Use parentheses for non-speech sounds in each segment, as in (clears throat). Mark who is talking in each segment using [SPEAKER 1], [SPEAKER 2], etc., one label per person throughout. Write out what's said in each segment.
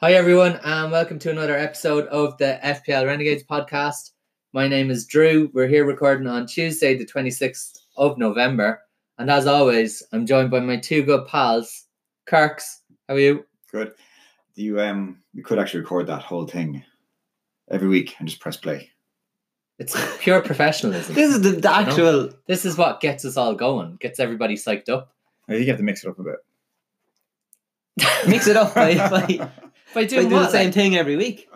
[SPEAKER 1] Hi, everyone, and welcome to another episode of the FPL Renegades podcast. My name is Drew. We're here recording on Tuesday, the 26th of November. And as always, I'm joined by my two good pals, Kirks. How are you?
[SPEAKER 2] Good. You um, we could actually record that whole thing every week and just press play.
[SPEAKER 1] It's
[SPEAKER 3] (laughs)
[SPEAKER 1] pure professionalism.
[SPEAKER 3] This is the, the actual.
[SPEAKER 1] This is what gets us all going, gets everybody psyched up.
[SPEAKER 2] I think Oh, you have to mix it up a bit.
[SPEAKER 3] Mix it up
[SPEAKER 1] (laughs)
[SPEAKER 2] (laughs)
[SPEAKER 3] by, by,
[SPEAKER 1] By
[SPEAKER 3] by
[SPEAKER 1] doing
[SPEAKER 3] doing
[SPEAKER 1] what,
[SPEAKER 3] the same
[SPEAKER 1] like,
[SPEAKER 3] thing every week.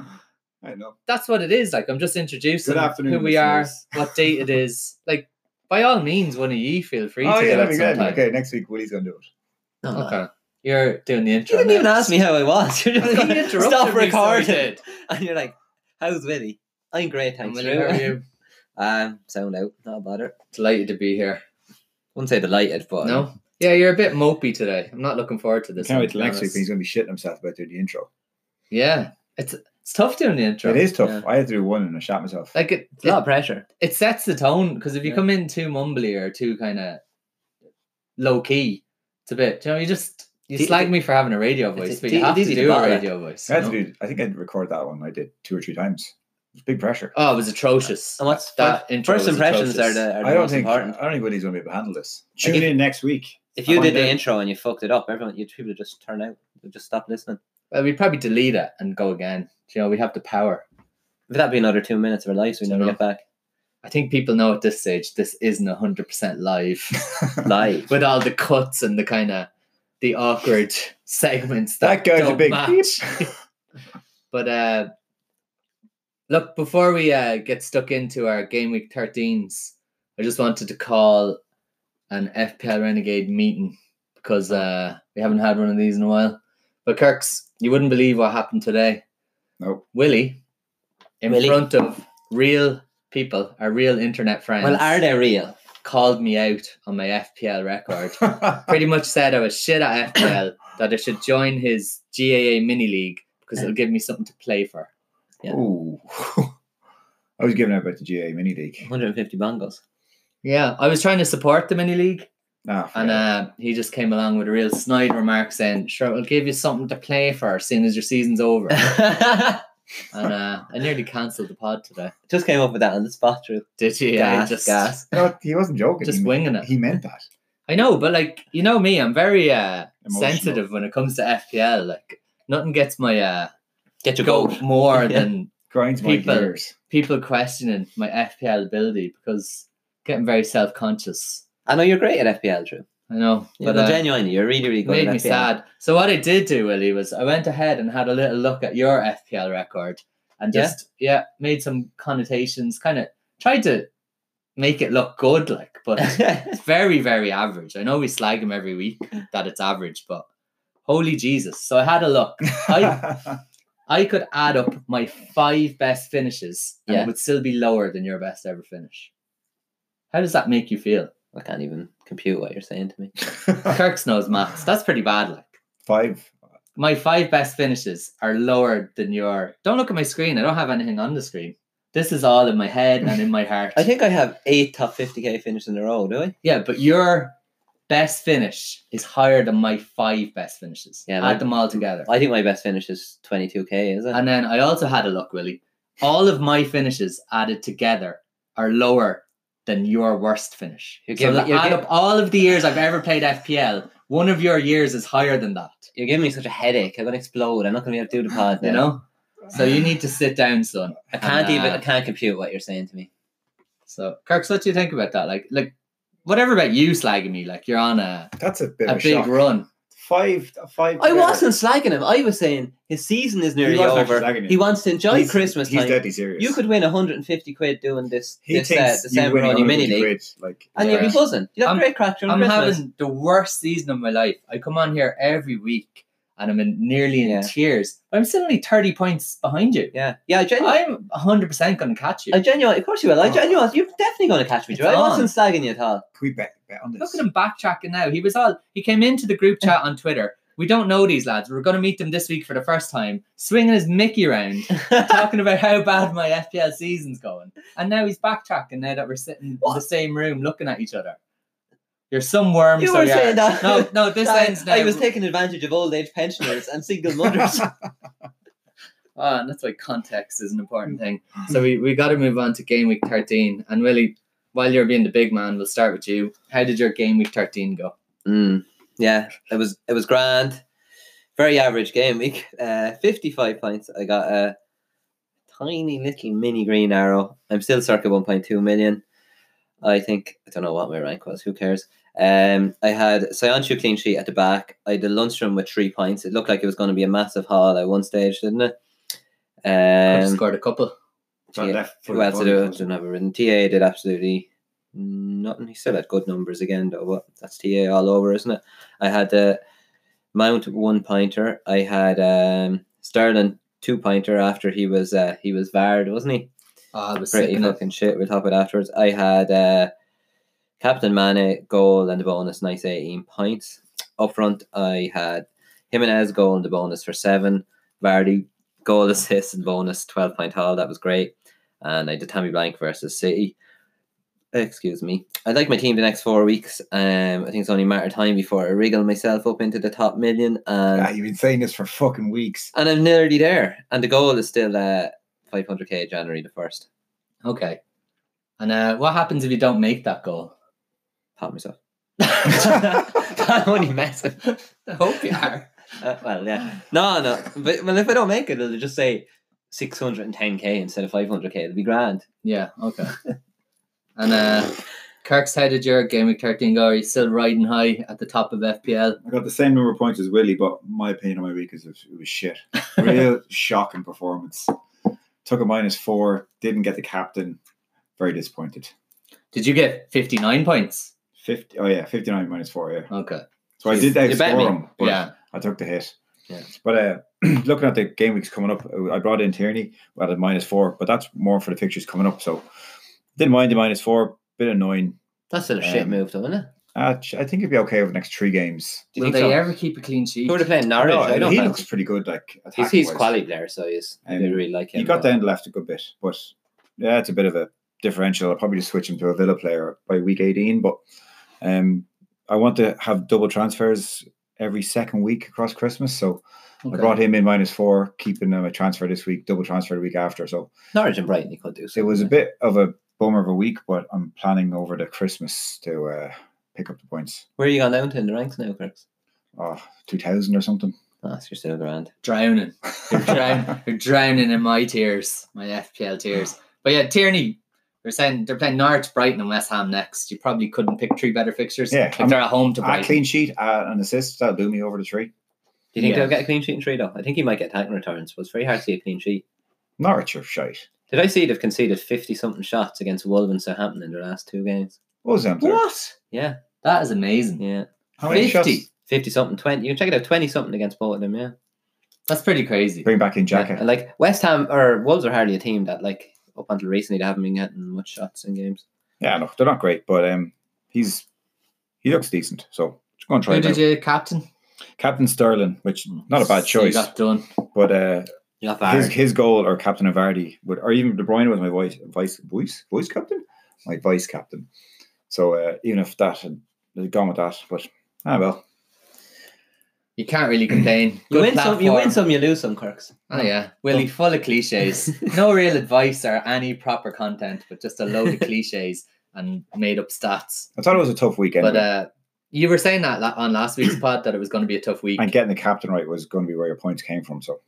[SPEAKER 2] I know.
[SPEAKER 1] that's what it is. Like I'm just introducing
[SPEAKER 2] Good afternoon,
[SPEAKER 1] who we are,
[SPEAKER 2] listeners.
[SPEAKER 1] what date it
[SPEAKER 2] (laughs)
[SPEAKER 1] is. Like by all means, one of you feel free
[SPEAKER 2] Oh
[SPEAKER 1] to
[SPEAKER 2] yeah,
[SPEAKER 1] do
[SPEAKER 2] that'd
[SPEAKER 1] it
[SPEAKER 2] be good.
[SPEAKER 1] sometime.
[SPEAKER 2] Okay, next week Willie's gonna do it.
[SPEAKER 3] No, no.
[SPEAKER 1] okay. You're doing the
[SPEAKER 3] You
[SPEAKER 1] intro.
[SPEAKER 3] didn't even
[SPEAKER 1] now.
[SPEAKER 3] ask me how I was. (laughs) You're just
[SPEAKER 1] He
[SPEAKER 3] like,
[SPEAKER 1] interrupted
[SPEAKER 3] stop
[SPEAKER 1] me, so he
[SPEAKER 3] recording.
[SPEAKER 1] did.
[SPEAKER 3] (laughs) And you're like, how's Willie? I'm great, thanks.
[SPEAKER 1] And Willie, how are
[SPEAKER 3] Drew."
[SPEAKER 1] you?
[SPEAKER 3] (laughs) Um, sound out, not a bother.
[SPEAKER 1] Delighted to be here.
[SPEAKER 3] Wouldn't say delighted, but
[SPEAKER 1] No? Yeah, you're a bit mopey today. I'm not looking forward to this.
[SPEAKER 2] Can't
[SPEAKER 1] one,
[SPEAKER 2] wait
[SPEAKER 1] to
[SPEAKER 2] till
[SPEAKER 1] be
[SPEAKER 2] next week
[SPEAKER 1] honest.
[SPEAKER 2] when he's gonna be shitting himself about doing the intro.
[SPEAKER 1] Yeah. It's it's tough doing the intro.
[SPEAKER 2] It is tough.
[SPEAKER 3] Yeah.
[SPEAKER 2] I had to do one and I shot myself.
[SPEAKER 1] Like it
[SPEAKER 3] it's a lot
[SPEAKER 1] it,
[SPEAKER 3] of pressure.
[SPEAKER 1] it sets the tone because if you
[SPEAKER 3] Yeah.
[SPEAKER 1] come in too mumbly or too kind of low key, it's a bit. You know, you just you
[SPEAKER 3] Do you-
[SPEAKER 1] slag me for having a radio
[SPEAKER 3] It's-
[SPEAKER 1] voice,
[SPEAKER 3] it-
[SPEAKER 1] but you
[SPEAKER 3] it
[SPEAKER 1] have to
[SPEAKER 3] is easy to
[SPEAKER 1] do a
[SPEAKER 3] bottle it.
[SPEAKER 1] radio voice.
[SPEAKER 2] I
[SPEAKER 1] you
[SPEAKER 2] had to
[SPEAKER 1] know?
[SPEAKER 2] do. I think I record that one. I did two or three times. It's big pressure.
[SPEAKER 1] Oh, it was atrocious.
[SPEAKER 3] And what's
[SPEAKER 1] That intro
[SPEAKER 3] first
[SPEAKER 1] was
[SPEAKER 3] impressions are
[SPEAKER 1] atrocious.
[SPEAKER 3] the, are the
[SPEAKER 2] I don't
[SPEAKER 3] most
[SPEAKER 2] think.
[SPEAKER 3] important.
[SPEAKER 2] I don't think Willie's gonna be able to handle this.
[SPEAKER 3] Like,
[SPEAKER 2] Tune
[SPEAKER 3] if-
[SPEAKER 2] in next (laughs) week.
[SPEAKER 3] If you
[SPEAKER 2] Find
[SPEAKER 3] did the
[SPEAKER 2] out.
[SPEAKER 3] intro and you fucked it up, everyone, you people would just turn out, would just stop listening.
[SPEAKER 1] Well, we'd probably delete it and go again. You know, we have the power.
[SPEAKER 3] But that'd be another two minutes of our lives we never
[SPEAKER 1] Dunno.
[SPEAKER 3] get back
[SPEAKER 1] I think people know at this stage this isn't hundred percent live
[SPEAKER 3] live.
[SPEAKER 1] with all the cuts and the kind of the awkward (laughs) segments. That,
[SPEAKER 2] That guy's a
[SPEAKER 1] don't
[SPEAKER 2] big beep.
[SPEAKER 1] match.
[SPEAKER 2] (laughs)
[SPEAKER 1] But uh, look, before we uh, get stuck into our game week 13s, I just wanted to call an FPL Renegade meeting because uh, we haven't had one of these in a while. But Kirks, you wouldn't believe what happened today.
[SPEAKER 2] Nope.
[SPEAKER 1] Willie, in
[SPEAKER 3] Willie.
[SPEAKER 1] front of real people, our real internet friends,
[SPEAKER 3] Well, are they real?
[SPEAKER 1] called me out on my FPL record. Pretty much said I was shit
[SPEAKER 3] (coughs)
[SPEAKER 1] at FPL, that I should join his GAA mini league because it'll give me something to play for.
[SPEAKER 3] Yeah.
[SPEAKER 2] Ooh. (laughs) I was giving out about the GA mini league.
[SPEAKER 1] (laughs)
[SPEAKER 3] 150 bongos.
[SPEAKER 1] Yeah, I was trying to support the mini league,
[SPEAKER 2] Nah,
[SPEAKER 1] and uh, he just came along with a real snide remark saying, "Sure, we'll give you something to play for, seeing as your season's
[SPEAKER 3] (laughs)
[SPEAKER 1] over." and uh, I nearly cancelled the pod today.
[SPEAKER 3] just came up with that on the spot, Drew.
[SPEAKER 1] Did you?
[SPEAKER 3] Yeah,
[SPEAKER 1] Yeah,
[SPEAKER 3] gas,
[SPEAKER 1] just
[SPEAKER 3] gas.
[SPEAKER 2] No, he wasn't joking.
[SPEAKER 1] just
[SPEAKER 2] he,
[SPEAKER 1] winging it.
[SPEAKER 2] he meant that.
[SPEAKER 1] I know, but like you know me, I'm very uh,
[SPEAKER 2] Emotional.
[SPEAKER 1] sensitive when it comes to FPL. Like nothing gets my uh,
[SPEAKER 3] Get your
[SPEAKER 1] goat
[SPEAKER 3] goat.
[SPEAKER 1] more
[SPEAKER 3] (laughs) Yeah.
[SPEAKER 1] than
[SPEAKER 2] Grinds my
[SPEAKER 1] People.
[SPEAKER 2] gears.
[SPEAKER 1] people questioning my FPL ability because getting very self conscious.
[SPEAKER 3] I know you're great at FPL, Drew.
[SPEAKER 1] I know,
[SPEAKER 3] But
[SPEAKER 1] uh,
[SPEAKER 3] genuinely, you're really, really
[SPEAKER 1] It
[SPEAKER 3] good
[SPEAKER 1] made
[SPEAKER 3] at
[SPEAKER 1] me
[SPEAKER 3] FPL.
[SPEAKER 1] sad. So what I did do, Willie, was I went ahead and had a little look at your FPL record and
[SPEAKER 3] Yeah?
[SPEAKER 1] just yeah, made some connotations, kind of tried to make it look good, like, but
[SPEAKER 3] (laughs)
[SPEAKER 1] it's very, very average. I know we slag him every week that it's average, but holy Jesus. So I had a look.
[SPEAKER 3] (laughs)
[SPEAKER 1] I- I could add up my five best finishes and
[SPEAKER 3] Yeah.
[SPEAKER 1] it would still be lower than your best ever finish. How does that make you
[SPEAKER 3] (laughs)
[SPEAKER 1] feel?
[SPEAKER 3] I can't even compute what you're saying to me.
[SPEAKER 1] Kirk's knows maths. That's pretty bad, like.
[SPEAKER 2] (laughs) Five.
[SPEAKER 1] my five best finishes are lower than your. Don't look at my screen. I don't have anything on the screen. This is all in my head and in my heart.
[SPEAKER 3] I think I have eight top 50k finishes in a row, do I?
[SPEAKER 1] yeah, but your best finish is higher than my five best finishes.
[SPEAKER 3] Yeah,
[SPEAKER 1] add
[SPEAKER 3] my-
[SPEAKER 1] them all together.
[SPEAKER 3] I think my best finish is 22k, is it?
[SPEAKER 1] and then I also had a look, Willie. All of my finishes added together are lower than your worst finish.
[SPEAKER 3] You're
[SPEAKER 1] so
[SPEAKER 3] giving-
[SPEAKER 1] li-
[SPEAKER 3] you're
[SPEAKER 1] add
[SPEAKER 3] gi-
[SPEAKER 1] up all of the years I've ever played FPL. One of your years is higher than that.
[SPEAKER 3] you're giving me such a headache. I'm gonna explode. I'm not gonna be able to do the pod. Now.
[SPEAKER 1] (laughs) You know. So you need to sit down, son.
[SPEAKER 3] I can't
[SPEAKER 1] and,
[SPEAKER 3] even.
[SPEAKER 1] uh,
[SPEAKER 3] I can't compute what you're saying to me.
[SPEAKER 1] So, Kirk, so what do you think about that? Like, like whatever about you slagging me, like you're on a,
[SPEAKER 2] That's a bit
[SPEAKER 1] a
[SPEAKER 2] of a
[SPEAKER 1] big
[SPEAKER 2] shock.
[SPEAKER 1] run.
[SPEAKER 2] Five. Five.
[SPEAKER 3] I
[SPEAKER 2] together.
[SPEAKER 3] wasn't slagging him. I was saying his season is nearly
[SPEAKER 2] wasn't actually
[SPEAKER 3] over.
[SPEAKER 2] slagging you.
[SPEAKER 3] He wants to enjoy
[SPEAKER 2] He's-
[SPEAKER 3] Christmas
[SPEAKER 2] He's
[SPEAKER 3] time.
[SPEAKER 2] deadly serious.
[SPEAKER 3] You could win 150 quid doing this
[SPEAKER 2] He
[SPEAKER 3] this uh,
[SPEAKER 2] thinks you
[SPEAKER 3] December
[SPEAKER 2] win
[SPEAKER 3] on your
[SPEAKER 2] 150
[SPEAKER 3] mini league,
[SPEAKER 2] quid, Like
[SPEAKER 3] and you'd
[SPEAKER 1] Yeah.
[SPEAKER 3] be buzzing. You have
[SPEAKER 1] I'm-
[SPEAKER 3] a great crack during
[SPEAKER 1] I'm
[SPEAKER 3] Christmas.
[SPEAKER 1] having the worst season of my life. I come on here every week and I'm in, nearly in
[SPEAKER 3] Yeah.
[SPEAKER 1] tears, but I'm still only 30 points behind you.
[SPEAKER 3] Yeah, yeah. I genuinely,
[SPEAKER 1] I'm 100% going to catch you.
[SPEAKER 3] I genuinely, of course you will. I
[SPEAKER 2] Oh.
[SPEAKER 3] genuinely, you're definitely going to catch me.
[SPEAKER 1] It's
[SPEAKER 3] Drew. I
[SPEAKER 1] on.
[SPEAKER 3] wasn't slagging you at all.
[SPEAKER 2] can we bet, bet on this?
[SPEAKER 1] Look at him backtracking now. He was all, he came into the group chat on Twitter. We don't know these lads. We're going to meet them this week for the first time, swinging his Mickey around, talking about how bad my FPL season's going. And now he's backtracking now that we're sitting in the
[SPEAKER 3] What?
[SPEAKER 1] same room looking at each other. You're some worm.
[SPEAKER 3] You
[SPEAKER 1] so
[SPEAKER 3] were
[SPEAKER 1] you
[SPEAKER 3] saying
[SPEAKER 1] are.
[SPEAKER 3] that.
[SPEAKER 1] No, no, this
[SPEAKER 3] (laughs) I,
[SPEAKER 1] ends now. (laughs)
[SPEAKER 3] I was taking advantage of old age pensioners and single mothers.
[SPEAKER 1] Ah, and that's why context is an important
[SPEAKER 3] Mm.
[SPEAKER 1] thing. So we, we got to move on to game week 13. And Willie, while you're being the big man, we'll start with you. How did your game week 13 go?
[SPEAKER 3] Mm, yeah, it was it was grand. Very average game week. Uh, fifty-five points. I got a tiny little mini green arrow. I'm still circa one point two million. I think I don't know what my rank was. Who cares? Um, I had Sionchu clean sheet at the back. I had a lunchroom with three points. It looked like it was going to be a massive haul at one stage, didn't it?
[SPEAKER 1] I
[SPEAKER 3] Um,
[SPEAKER 1] scored a couple.
[SPEAKER 2] So
[SPEAKER 3] Yeah,
[SPEAKER 2] left foot
[SPEAKER 3] who else
[SPEAKER 2] volley
[SPEAKER 3] did I
[SPEAKER 2] comes in.
[SPEAKER 3] didn't have a written. TA did absolutely nothing. He still had good numbers again, though. But that's TA all over, isn't it? I had uh, Mount one pointer. I had um, Sterling two pointer after he was uh, he was varred, wasn't he?
[SPEAKER 1] Ah, I was
[SPEAKER 3] Pretty
[SPEAKER 1] sitting
[SPEAKER 3] fucking shit. We'll talk about it afterwards. I had uh, Captain Mane goal and the bonus, nice eighteen points. Up front, I had Jimenez goal and the bonus for seven. Vardy goal (laughs) assist and bonus twelve point haul. That was great. And I did Tammy Blank versus City. Excuse me. I'd like my team the next four weeks. Um, I think it's only a matter of time before I wriggle myself up into the top million. And
[SPEAKER 2] Ah, you've been saying this for fucking weeks.
[SPEAKER 3] and I'm nearly there. And the goal is still uh, 500k January the first.
[SPEAKER 1] Okay. And uh, what happens if you don't make that goal?
[SPEAKER 3] Pat myself.
[SPEAKER 1] I
[SPEAKER 3] (laughs) I'm
[SPEAKER 1] (laughs)
[SPEAKER 3] only messing.
[SPEAKER 1] hope you are.
[SPEAKER 3] Uh, well, yeah. No, no. But well, if I don't make it, it'll just say 610k instead of 500k. It'll be grand.
[SPEAKER 1] Yeah,
[SPEAKER 3] (laughs)
[SPEAKER 1] okay. And uh, Kirk's, how did your game week 13 go? Are you still riding high at the top of FPL?
[SPEAKER 2] I got the same number of points as Willie, but my opinion on my week is it was, it
[SPEAKER 1] (laughs)
[SPEAKER 2] was shit. Real shocking performance. Took a minus four, didn't get the captain. Very disappointed.
[SPEAKER 1] Did you get 59 points?
[SPEAKER 2] 50, oh yeah, 59 minus four, yeah.
[SPEAKER 1] Okay.
[SPEAKER 2] So I did
[SPEAKER 3] You bet me.
[SPEAKER 2] outscore him, but
[SPEAKER 1] yeah.
[SPEAKER 2] I took the hit.
[SPEAKER 3] Yeah.
[SPEAKER 2] But uh, (clears throat) looking at the game weeks coming up, uh, I brought in Tierney at a minus four, but that's more for the fixtures coming up. So didn't mind the minus four, bit annoying.
[SPEAKER 3] That's still a
[SPEAKER 2] Um,
[SPEAKER 3] shit move, though, isn't it?
[SPEAKER 2] Uh, ch- I think he'll be okay over the next three games.
[SPEAKER 3] Do you
[SPEAKER 1] Will
[SPEAKER 3] think
[SPEAKER 1] they
[SPEAKER 3] so?
[SPEAKER 1] ever keep a clean sheet?
[SPEAKER 3] Who are they playing? Norwich.
[SPEAKER 2] No,
[SPEAKER 3] I don't
[SPEAKER 2] he
[SPEAKER 3] fancy-
[SPEAKER 2] looks pretty good. Like
[SPEAKER 3] He's, he's
[SPEAKER 2] attacking-wise.
[SPEAKER 3] quality player, so he's. I
[SPEAKER 2] Um,
[SPEAKER 3] really like him.
[SPEAKER 2] He got
[SPEAKER 3] but-
[SPEAKER 2] down the left a good bit, but yeah, it's a bit of a differential. I'll probably just switch him to a Villa player by week eighteen. But um, I want to have double transfers every second week across Christmas, so I
[SPEAKER 1] Okay.
[SPEAKER 2] brought him in minus four, keeping him a transfer this week, double transfer the week after. So
[SPEAKER 3] Norwich and Brighton. He could do.
[SPEAKER 2] it was a
[SPEAKER 3] something.
[SPEAKER 2] bit of a bummer of a week, but I'm planning over the Christmas to uh, pick up the points.
[SPEAKER 3] Where are you going down to in the ranks now, Kirks?
[SPEAKER 2] Oh, 2000 or something.
[SPEAKER 3] Oh, so you're still grand.
[SPEAKER 1] Drowning. You're, drown- you're drowning in my tears, my FPL tears. But yeah, Tierney, they're saying they're playing Norwich, Brighton, and West Ham next. You probably couldn't pick three better fixtures.
[SPEAKER 2] Yeah,
[SPEAKER 1] If
[SPEAKER 2] I'm-
[SPEAKER 1] they're at home to
[SPEAKER 2] (laughs) a
[SPEAKER 1] Brighton.
[SPEAKER 2] clean sheet, uh, an assist, that'll do me over the three.
[SPEAKER 3] Do you think
[SPEAKER 1] Yeah.
[SPEAKER 3] they'll get a clean sheet in three though? I think he might get attacking returns, but it's very hard to see a clean sheet.
[SPEAKER 2] Norwich are shite.
[SPEAKER 3] Did I see they've conceded fifty something shots against Wolves and Southampton in their last two games?
[SPEAKER 2] What was that?
[SPEAKER 1] What?
[SPEAKER 3] Yeah,
[SPEAKER 1] That is amazing.
[SPEAKER 3] yeah,
[SPEAKER 2] How many shots?
[SPEAKER 1] 50.
[SPEAKER 3] fifty something, twenty. You can check it out, twenty something against both of them. Yeah,
[SPEAKER 1] That's pretty crazy.
[SPEAKER 2] Bring back in
[SPEAKER 3] Yeah,
[SPEAKER 2] Jacket.
[SPEAKER 3] and like West Ham or Wolves are hardly a team that like up until recently they haven't been getting much shots in games.
[SPEAKER 2] Yeah, no, they're not great, but um, he's he looks decent. So just go and try
[SPEAKER 1] Who
[SPEAKER 2] him
[SPEAKER 1] did
[SPEAKER 2] out.
[SPEAKER 1] you Mm, captain?
[SPEAKER 2] Captain Sterling, which not a bad
[SPEAKER 1] So you
[SPEAKER 2] choice,
[SPEAKER 1] got done.
[SPEAKER 2] but uh,
[SPEAKER 3] You got
[SPEAKER 2] his,
[SPEAKER 3] Vardy.
[SPEAKER 2] his goal or captain of Vardy would, or even De Bruyne was my vice vice voice voice captain, my vice captain. So uh, even if that had they'd gone with that, but ah well,
[SPEAKER 1] You can't
[SPEAKER 2] (clears throat)
[SPEAKER 1] really complain.
[SPEAKER 3] You
[SPEAKER 1] Good
[SPEAKER 3] win some, you win
[SPEAKER 1] platform.
[SPEAKER 3] some, you lose some, Kirks.
[SPEAKER 1] Oh yeah, Willie, full of cliches.
[SPEAKER 3] (laughs)
[SPEAKER 1] no real advice or any proper content, but just a load of cliches and made up stats.
[SPEAKER 2] I thought it was a tough weekend.
[SPEAKER 1] But uh, you were saying that la- on last week's (clears throat) pod that it was going to be a tough week.
[SPEAKER 2] and getting the captain right was going to be where your points came from. So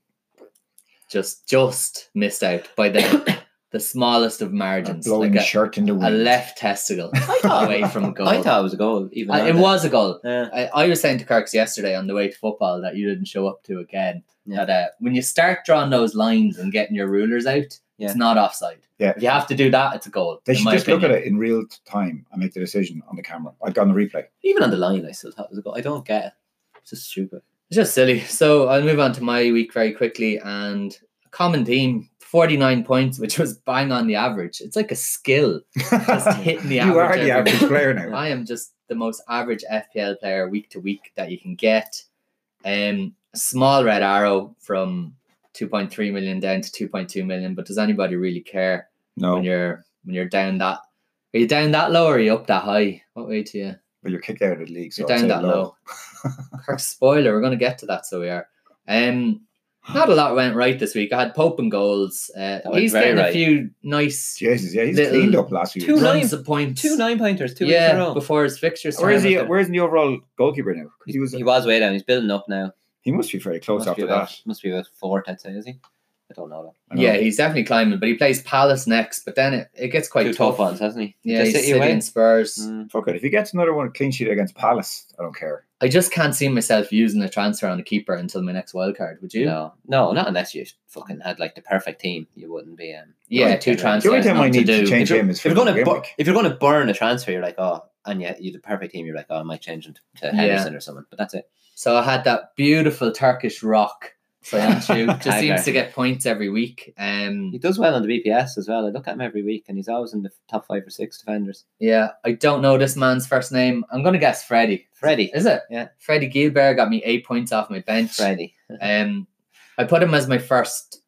[SPEAKER 1] Just just missed out by
[SPEAKER 2] (coughs)
[SPEAKER 1] the the smallest of
[SPEAKER 2] a
[SPEAKER 1] margins,
[SPEAKER 2] blowing
[SPEAKER 1] like a,
[SPEAKER 2] shirt in the
[SPEAKER 1] a
[SPEAKER 2] wind.
[SPEAKER 1] left
[SPEAKER 2] (laughs)
[SPEAKER 1] testicle
[SPEAKER 3] thought-
[SPEAKER 1] away from a goal.
[SPEAKER 3] (laughs) I thought it was a goal. Even
[SPEAKER 1] Uh,
[SPEAKER 3] on
[SPEAKER 1] it
[SPEAKER 3] that.
[SPEAKER 1] was a goal.
[SPEAKER 3] Yeah.
[SPEAKER 1] I, I was saying to Kirks yesterday on the way to football that you didn't show up to again.
[SPEAKER 3] Yeah.
[SPEAKER 1] That uh, when you start drawing those lines and getting your rulers out,
[SPEAKER 3] Yeah.
[SPEAKER 1] it's not offside.
[SPEAKER 2] Yeah.
[SPEAKER 1] If you have to do that, it's a goal.
[SPEAKER 2] They
[SPEAKER 1] in
[SPEAKER 2] should
[SPEAKER 1] my
[SPEAKER 2] just look at
[SPEAKER 1] opinion.
[SPEAKER 2] it in real time and make the decision on the camera. I'd gone the replay.
[SPEAKER 3] even on the line, I still thought it was a goal. I don't get it. It's just stupid.
[SPEAKER 1] It's just silly. So I'll move on to my week very quickly and a common theme 49 points, which was bang on the average. It's like a skill just hitting the average.
[SPEAKER 2] (laughs) you are the
[SPEAKER 1] every
[SPEAKER 2] average
[SPEAKER 1] week.
[SPEAKER 2] player now.
[SPEAKER 1] I am just the most average FPL player week to week that you can get. Um, small red arrow from 2.3 million down to 2.2 million. But does anybody really care when
[SPEAKER 2] No,
[SPEAKER 1] you're when you're down that? Are you down that low or are you up that high? What way to you?
[SPEAKER 2] but you're kicked out of the league. So (laughs)
[SPEAKER 1] You're down
[SPEAKER 2] I'd say
[SPEAKER 1] that low. Kirk spoiler. We're going to get to that, so we are. Um, Not a lot went right this week. I had Pope and goals. Uh,
[SPEAKER 3] went
[SPEAKER 1] he's
[SPEAKER 3] very
[SPEAKER 1] getting a
[SPEAKER 3] right.
[SPEAKER 1] few nice
[SPEAKER 2] Jesus, yeah, he's
[SPEAKER 1] Little-
[SPEAKER 2] cleaned up last few
[SPEAKER 3] Two
[SPEAKER 2] weeks.
[SPEAKER 3] nine-
[SPEAKER 1] runs of points.
[SPEAKER 3] Two nine pointers, two in a
[SPEAKER 1] yeah,
[SPEAKER 3] row.
[SPEAKER 1] before his fixtures.
[SPEAKER 2] Where is
[SPEAKER 1] turn,
[SPEAKER 2] he?
[SPEAKER 1] I think.
[SPEAKER 2] Where's the overall goalkeeper now? 'Cause
[SPEAKER 3] He,
[SPEAKER 2] He was.
[SPEAKER 3] he was way down. He's building up now.
[SPEAKER 2] He must be fairly close
[SPEAKER 3] must be
[SPEAKER 2] after
[SPEAKER 3] about,
[SPEAKER 2] that.
[SPEAKER 3] Must be about fourth, I'd say, is he? I don't know.
[SPEAKER 2] I know.
[SPEAKER 1] Yeah, he's definitely climbing, but he plays Palace next. But then it, it gets
[SPEAKER 3] Though.
[SPEAKER 1] quite
[SPEAKER 3] Two tough ones, hasn't he?
[SPEAKER 1] Yeah,
[SPEAKER 3] Just
[SPEAKER 1] he's
[SPEAKER 3] City
[SPEAKER 1] City
[SPEAKER 3] away?
[SPEAKER 1] and Spurs.
[SPEAKER 3] Mm.
[SPEAKER 2] Fuck it. If he gets another one clean sheet against Palace, I don't care.
[SPEAKER 1] I just can't see myself using a transfer on a keeper until my next wild card. Would you?
[SPEAKER 3] No, no, not unless you fucking had like the perfect team. You wouldn't be. Um,
[SPEAKER 1] Yeah,
[SPEAKER 3] going
[SPEAKER 1] two
[SPEAKER 3] to Tenerife.
[SPEAKER 1] So
[SPEAKER 2] The only
[SPEAKER 1] it's
[SPEAKER 2] time
[SPEAKER 1] not
[SPEAKER 2] I
[SPEAKER 1] to
[SPEAKER 2] need to,
[SPEAKER 1] do.
[SPEAKER 2] change
[SPEAKER 3] if
[SPEAKER 2] him is
[SPEAKER 3] you're,
[SPEAKER 2] for
[SPEAKER 3] going to
[SPEAKER 2] game
[SPEAKER 3] bu-
[SPEAKER 2] week.
[SPEAKER 3] if you're going to burn a transfer, you're like, oh, and yet you're the perfect team. You're like, oh, I might change it to Henderson or someone. But that's it.
[SPEAKER 1] So I had that beautiful Turkish rock.
[SPEAKER 3] (laughs)
[SPEAKER 1] Soyuncu just seems
[SPEAKER 3] Tiger.
[SPEAKER 1] to get points every week. Um,
[SPEAKER 3] He does well on the BPS as well. I look at him every week, and he's always in the top five or six defenders.
[SPEAKER 1] yeah, I don't know this man's first name. I'm gonna guess Freddie.
[SPEAKER 3] Freddie,
[SPEAKER 1] Is it?
[SPEAKER 3] Yeah.
[SPEAKER 1] Freddie Gilbert got me eight points off my bench.
[SPEAKER 3] Freddie.
[SPEAKER 1] Um, I put him as my first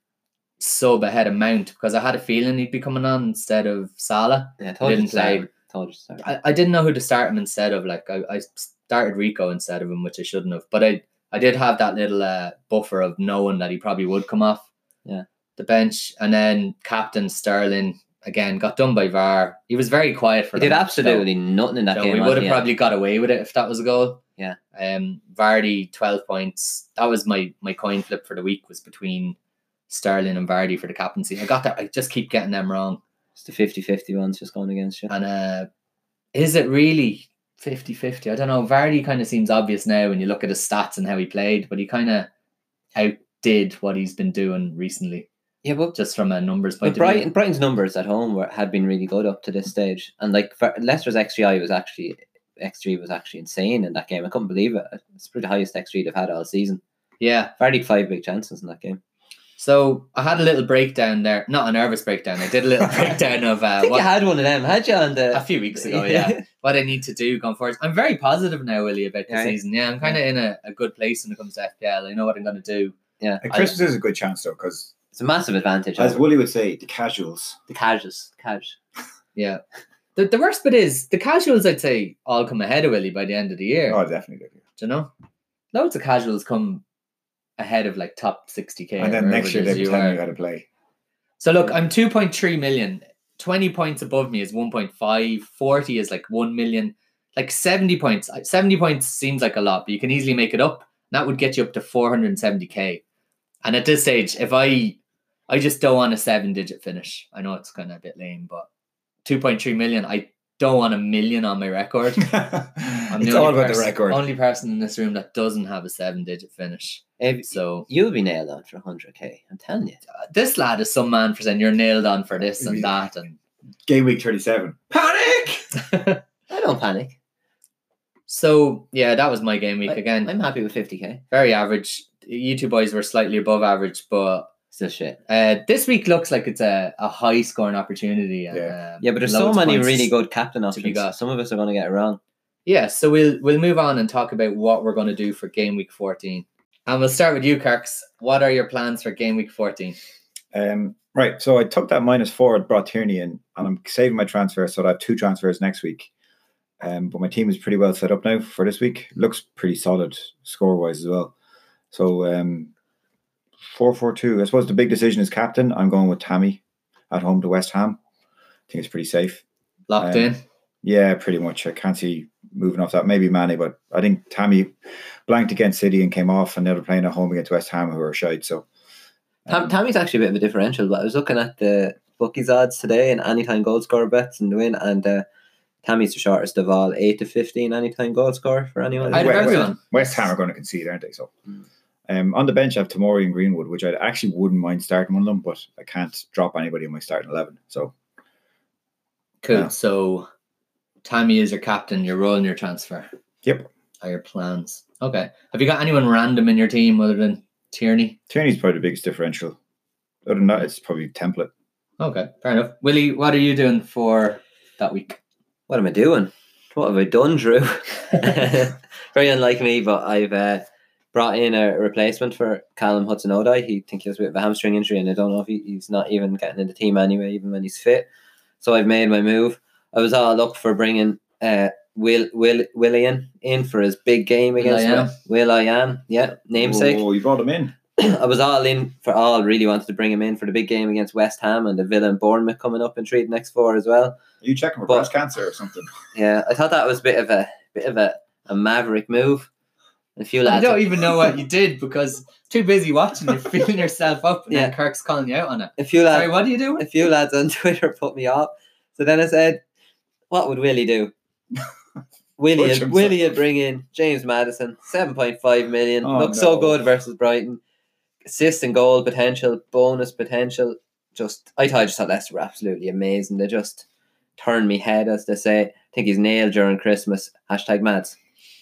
[SPEAKER 1] sub ahead of Mount because I had a feeling he'd be coming on instead of Salah.
[SPEAKER 3] Yeah, I told you
[SPEAKER 1] Didn't
[SPEAKER 3] to start
[SPEAKER 1] play.
[SPEAKER 3] him. Told you to start him.
[SPEAKER 1] I, I didn't know who to start him instead of. Like I, I started Rico instead of him, which I shouldn't have. But I I did have that little uh, buffer of knowing that he probably would come off.
[SPEAKER 3] Yeah.
[SPEAKER 1] The bench and then captain Sterling again got done by VAR. He was very quiet for
[SPEAKER 3] He
[SPEAKER 1] the
[SPEAKER 3] did
[SPEAKER 1] match,
[SPEAKER 3] absolutely nothing in
[SPEAKER 1] So,
[SPEAKER 3] that
[SPEAKER 1] so
[SPEAKER 3] game.
[SPEAKER 1] we
[SPEAKER 3] on
[SPEAKER 1] would have
[SPEAKER 3] the end.
[SPEAKER 1] probably got away with it if that was a goal.
[SPEAKER 3] Yeah.
[SPEAKER 1] Um, Vardy twelve points. That was my my coin flip for the week was between Sterling and Vardy for the captaincy. I got that. I just keep getting them wrong.
[SPEAKER 3] It's the 50-50 ones just going against you.
[SPEAKER 1] And uh, is it really 50 50? I don't know. Vardy kind of seems obvious now when you look at his stats and how he played, but he kind of outdid what he's been doing recently,
[SPEAKER 3] Yeah, but,
[SPEAKER 1] just from a numbers
[SPEAKER 3] but
[SPEAKER 1] point of
[SPEAKER 3] Brighton,
[SPEAKER 1] view.
[SPEAKER 3] Brighton's numbers at home were, had been really good up to this stage, and like for, Leicester's XGI was actually XG was actually insane in that game. I couldn't believe it. It's probably the highest XG they've had all season.
[SPEAKER 1] Yeah.
[SPEAKER 3] Vardy had five big chances in that game.
[SPEAKER 1] So I had a little breakdown there. Not a nervous breakdown. I did a little (laughs) breakdown of
[SPEAKER 3] I
[SPEAKER 1] uh,
[SPEAKER 3] think
[SPEAKER 1] what,
[SPEAKER 3] you had one of them, had you? uh, On the
[SPEAKER 1] a few weeks ago,
[SPEAKER 3] (laughs)
[SPEAKER 1] yeah. what I need to do going forward. I'm very positive now, Willie, about the
[SPEAKER 3] Yeah.
[SPEAKER 1] season. Yeah, I'm kind of in a, a good place when it comes to FPL. I know what I'm going to do.
[SPEAKER 2] Like, Christmas is a good chance though, because
[SPEAKER 3] it's a massive advantage.
[SPEAKER 2] as
[SPEAKER 3] As
[SPEAKER 2] Willie would say, the casuals.
[SPEAKER 3] the casuals, cash.
[SPEAKER 1] Yeah. The, the worst bit is the casuals, I'd say, all come ahead of Willie by the end of the year.
[SPEAKER 2] Oh, definitely. do.
[SPEAKER 1] Do you know? Loads of casuals come ahead of like top 60k.
[SPEAKER 2] and
[SPEAKER 1] or
[SPEAKER 2] then next
[SPEAKER 1] wherever
[SPEAKER 2] year
[SPEAKER 1] it is
[SPEAKER 2] they
[SPEAKER 1] you
[SPEAKER 2] will tell
[SPEAKER 1] are.
[SPEAKER 2] you how to play. (laughs)
[SPEAKER 1] So look, I'm 2.3 million. 20 points above me is 1.5. 40 is like 1 million. Like 70 points. I- 70 points seems like a lot, but you can easily make it up. That would get you up to 470k. And at this stage, if I I just don't want a seven digit finish. I know it's kind of a bit lame, but 2.3 million, I don't want a million on my
[SPEAKER 2] (laughs)
[SPEAKER 1] record. I'm
[SPEAKER 2] it's
[SPEAKER 1] the only
[SPEAKER 2] all about the
[SPEAKER 1] person-
[SPEAKER 2] record.
[SPEAKER 1] Only person in this room that doesn't have a seven digit finish.
[SPEAKER 3] If,
[SPEAKER 1] So
[SPEAKER 3] you'll be nailed on for 100k. I'm telling you.
[SPEAKER 1] uh, this lad is some man for saying you're nailed on for this and
[SPEAKER 2] Yeah.
[SPEAKER 1] that, and
[SPEAKER 2] Game week 37. Panic! (laughs)
[SPEAKER 3] I don't panic.
[SPEAKER 1] so yeah, that was my game week
[SPEAKER 3] I-
[SPEAKER 1] again.
[SPEAKER 3] I'm happy with 50k.
[SPEAKER 1] Very average. You two boys were slightly above average, but
[SPEAKER 3] Still shit.
[SPEAKER 1] uh, this week looks like it's a, a high scoring opportunity. And, um,
[SPEAKER 3] Yeah, but there's so
[SPEAKER 1] loads of
[SPEAKER 3] many
[SPEAKER 1] points.
[SPEAKER 3] really good captain
[SPEAKER 1] be
[SPEAKER 3] options.
[SPEAKER 1] got.
[SPEAKER 3] Some of us are going to get it wrong.
[SPEAKER 1] Yeah, so we'll we'll move on and talk about what we're going to do for game week fourteen, and we'll start with you, Kirks. What are your plans for game week fourteen?
[SPEAKER 2] Um, right, so I took that minus four and brought Tierney in, and I'm saving my transfer, so I have two transfers next week. Um, but my team is pretty well set up now for this week. Looks pretty solid score wise as well. So um, four four two. I suppose the big decision is captain. I'm going with Tammy at home to West Ham. I think it's pretty safe.
[SPEAKER 1] Locked
[SPEAKER 2] Um,
[SPEAKER 1] in.
[SPEAKER 2] Yeah, pretty much. I can't see moving off that. Maybe Manny, but I think Tammy blanked against City and came off, and they're playing at home against West Ham, who are shite. So
[SPEAKER 3] Tam-
[SPEAKER 2] um,
[SPEAKER 3] Tammy's actually a bit of a differential, but I was looking at the bookies odds today and anytime goal scorer bets and the win, and uh, Tammy's the shortest of all, 8 to 15 anytime goal scorer for anyone.
[SPEAKER 1] Out of
[SPEAKER 2] Wait, wait.
[SPEAKER 1] everyone.
[SPEAKER 2] West Ham are going to concede, aren't they? So,
[SPEAKER 3] Mm.
[SPEAKER 2] um, on the bench, I have Tamori and Greenwood, which I actually wouldn't mind starting one of them, but I can't drop anybody in my starting eleven. So,
[SPEAKER 1] Cool.
[SPEAKER 2] Yeah.
[SPEAKER 1] So, Tammy is your captain. Your role in your transfer.
[SPEAKER 2] Yep.
[SPEAKER 1] Are your plans okay? Have you got anyone random in your team other than Tierney?
[SPEAKER 2] Tierney's probably the biggest differential. Other than that, it's probably template.
[SPEAKER 1] Okay, fair enough. Willie, what are you doing for that week?
[SPEAKER 3] What am I doing? What have I
[SPEAKER 1] (laughs)
[SPEAKER 3] done, Drew? (laughs) Very unlike me, but I've uh, brought in a replacement for Callum Hudson Odoi. He think he has a bit of a hamstring injury, and I don't know if he, he's not even getting in the team anyway, even when he's fit. So I've made my move. I was all up for bringing uh, Will Will Willian in for his big game
[SPEAKER 1] Will
[SPEAKER 3] against
[SPEAKER 1] I Am.
[SPEAKER 3] Will I Am. Yeah, namesake.
[SPEAKER 2] Oh, you brought him in.
[SPEAKER 3] (clears throat) I was all in for all. Really wanted to bring him in for the big game against West Ham and the Villa and Bournemouth coming up in three of the next four as well.
[SPEAKER 2] Are you checking for
[SPEAKER 3] But-
[SPEAKER 2] breast cancer or something?
[SPEAKER 3] (laughs) Yeah, I thought that was a bit of a bit of a, a maverick move. A few
[SPEAKER 1] I
[SPEAKER 3] lads.
[SPEAKER 1] don't even know what you did because too busy watching (laughs) it, feeling yourself up, and
[SPEAKER 3] Yeah.
[SPEAKER 1] then Kirk's calling you out on it.
[SPEAKER 3] A few lads.
[SPEAKER 1] Sorry, what are you doing?
[SPEAKER 3] a few lads on (laughs) Twitter put me off. So then I said, "What would Willie do?
[SPEAKER 1] (laughs)
[SPEAKER 3] Willie,
[SPEAKER 2] Punch himself.
[SPEAKER 3] Willie would bring in James Madison, seven point five million.
[SPEAKER 2] Oh,
[SPEAKER 3] Looks so
[SPEAKER 2] no.
[SPEAKER 3] good versus Brighton. Assist and goal potential, bonus potential. Just I thought I just thought Leicester were absolutely amazing. They just turned me head, as they say. I think he's nailed during Christmas. Hashtag Mads.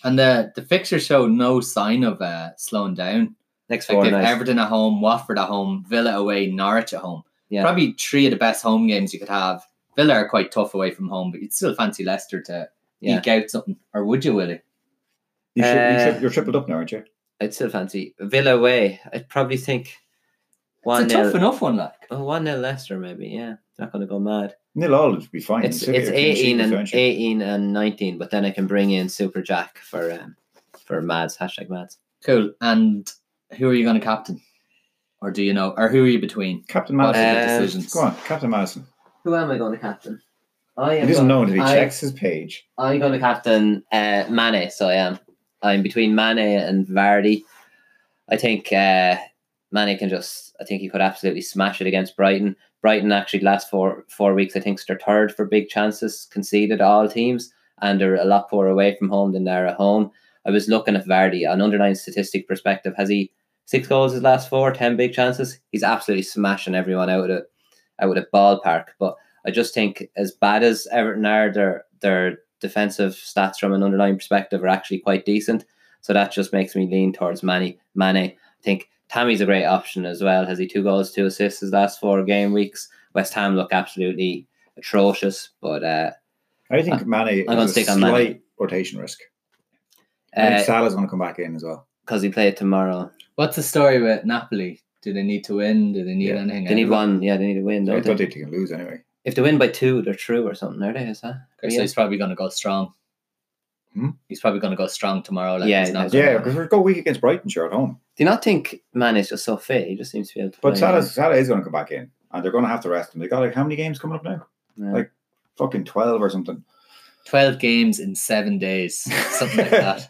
[SPEAKER 1] And the the fixture showed no sign of uh, slowing down.
[SPEAKER 3] Next
[SPEAKER 1] Like
[SPEAKER 3] four
[SPEAKER 1] they've
[SPEAKER 3] nights.
[SPEAKER 1] Everton at home, Watford at home, Villa away, Norwich at home.
[SPEAKER 3] Yeah.
[SPEAKER 1] Probably three of the best home games you could have. Villa are quite tough away from home, but you'd still fancy Leicester to
[SPEAKER 3] Yeah.
[SPEAKER 1] eke out something. Or would you, Willie?
[SPEAKER 2] You should, you
[SPEAKER 3] Uh,
[SPEAKER 2] should, you're tripled up now, aren't you?
[SPEAKER 3] I'd still fancy Villa away. I'd probably think one
[SPEAKER 1] it's a tough
[SPEAKER 3] nil.
[SPEAKER 1] enough one, like.
[SPEAKER 3] Oh, one nil Leicester maybe. Yeah, not gonna go mad.
[SPEAKER 2] Nil all would be fine.
[SPEAKER 3] It's
[SPEAKER 2] City
[SPEAKER 3] it's
[SPEAKER 2] are clean
[SPEAKER 3] eighteen
[SPEAKER 2] sheets,
[SPEAKER 3] and
[SPEAKER 2] aren't you?
[SPEAKER 3] eighteen and nineteen, but then I can bring in Super Jack for um, for Mads hashtag Mads.
[SPEAKER 1] Cool. And who are you going to captain? Or do you know? Or who are you between?
[SPEAKER 2] Captain
[SPEAKER 1] What
[SPEAKER 2] Madison.
[SPEAKER 1] are
[SPEAKER 3] Um,
[SPEAKER 1] the decisions?
[SPEAKER 2] Go on, Captain Madison.
[SPEAKER 3] Who am I going to captain? I
[SPEAKER 2] He
[SPEAKER 3] am.
[SPEAKER 2] doesn't know until he
[SPEAKER 3] I-
[SPEAKER 2] checks his page.
[SPEAKER 3] I'm going to captain uh, Mane, so I am. I'm between Mane and Vardy. I think uh, Mane can just. I think he could absolutely smash it against Brighton. Brighton actually the last four four weeks. I think they're third for big chances conceded to all teams, and they're a lot poor away from home than they're at home. I was looking at Vardy an underlying statistic perspective. Has he six goals his last four, ten big chances? He's absolutely smashing everyone out of the out of the ballpark. But I just think as bad as Everton are, their their defensive stats from an underlying perspective are actually quite decent. So that just makes me lean towards Manny Mane. I think Tammy's a great option as well. Has he two goals, two assists his last four game weeks? West Ham look absolutely atrocious, but uh,
[SPEAKER 2] I think Manny
[SPEAKER 3] I'm gonna
[SPEAKER 2] is a
[SPEAKER 3] stick on
[SPEAKER 2] slight
[SPEAKER 3] Mane.
[SPEAKER 2] rotation risk. I think
[SPEAKER 3] because
[SPEAKER 2] Salah's going to come back in as well.
[SPEAKER 3] uh, he played tomorrow,
[SPEAKER 1] What's the story with Napoli? Do they need to win? Do they need
[SPEAKER 2] Yeah.
[SPEAKER 1] anything?
[SPEAKER 3] they need one. Yeah, they need a win.
[SPEAKER 2] I
[SPEAKER 3] Don't
[SPEAKER 2] don't
[SPEAKER 3] they?
[SPEAKER 2] think he can lose anyway.
[SPEAKER 3] If they win by two, they're through or something. Are they? Is that?
[SPEAKER 1] Chris,
[SPEAKER 3] Yeah.
[SPEAKER 1] he's probably going to go strong.
[SPEAKER 2] Hmm?
[SPEAKER 1] He's probably going to go strong tomorrow. Like
[SPEAKER 3] Yeah,
[SPEAKER 1] he's not
[SPEAKER 3] he
[SPEAKER 1] gonna-
[SPEAKER 2] Yeah, because we've got a week against Brighton, sure, at home.
[SPEAKER 3] Do you not think Mane is just so fit? He just seems to be able to.
[SPEAKER 1] Oh,
[SPEAKER 2] But
[SPEAKER 3] play,
[SPEAKER 2] Salah, Salah is going to come back in, and they're going to have to rest him. They got like how many games coming up now?
[SPEAKER 3] yeah.
[SPEAKER 2] like- Fucking twelve or something.
[SPEAKER 1] 12 games in seven
[SPEAKER 2] (laughs)
[SPEAKER 1] days, something like that.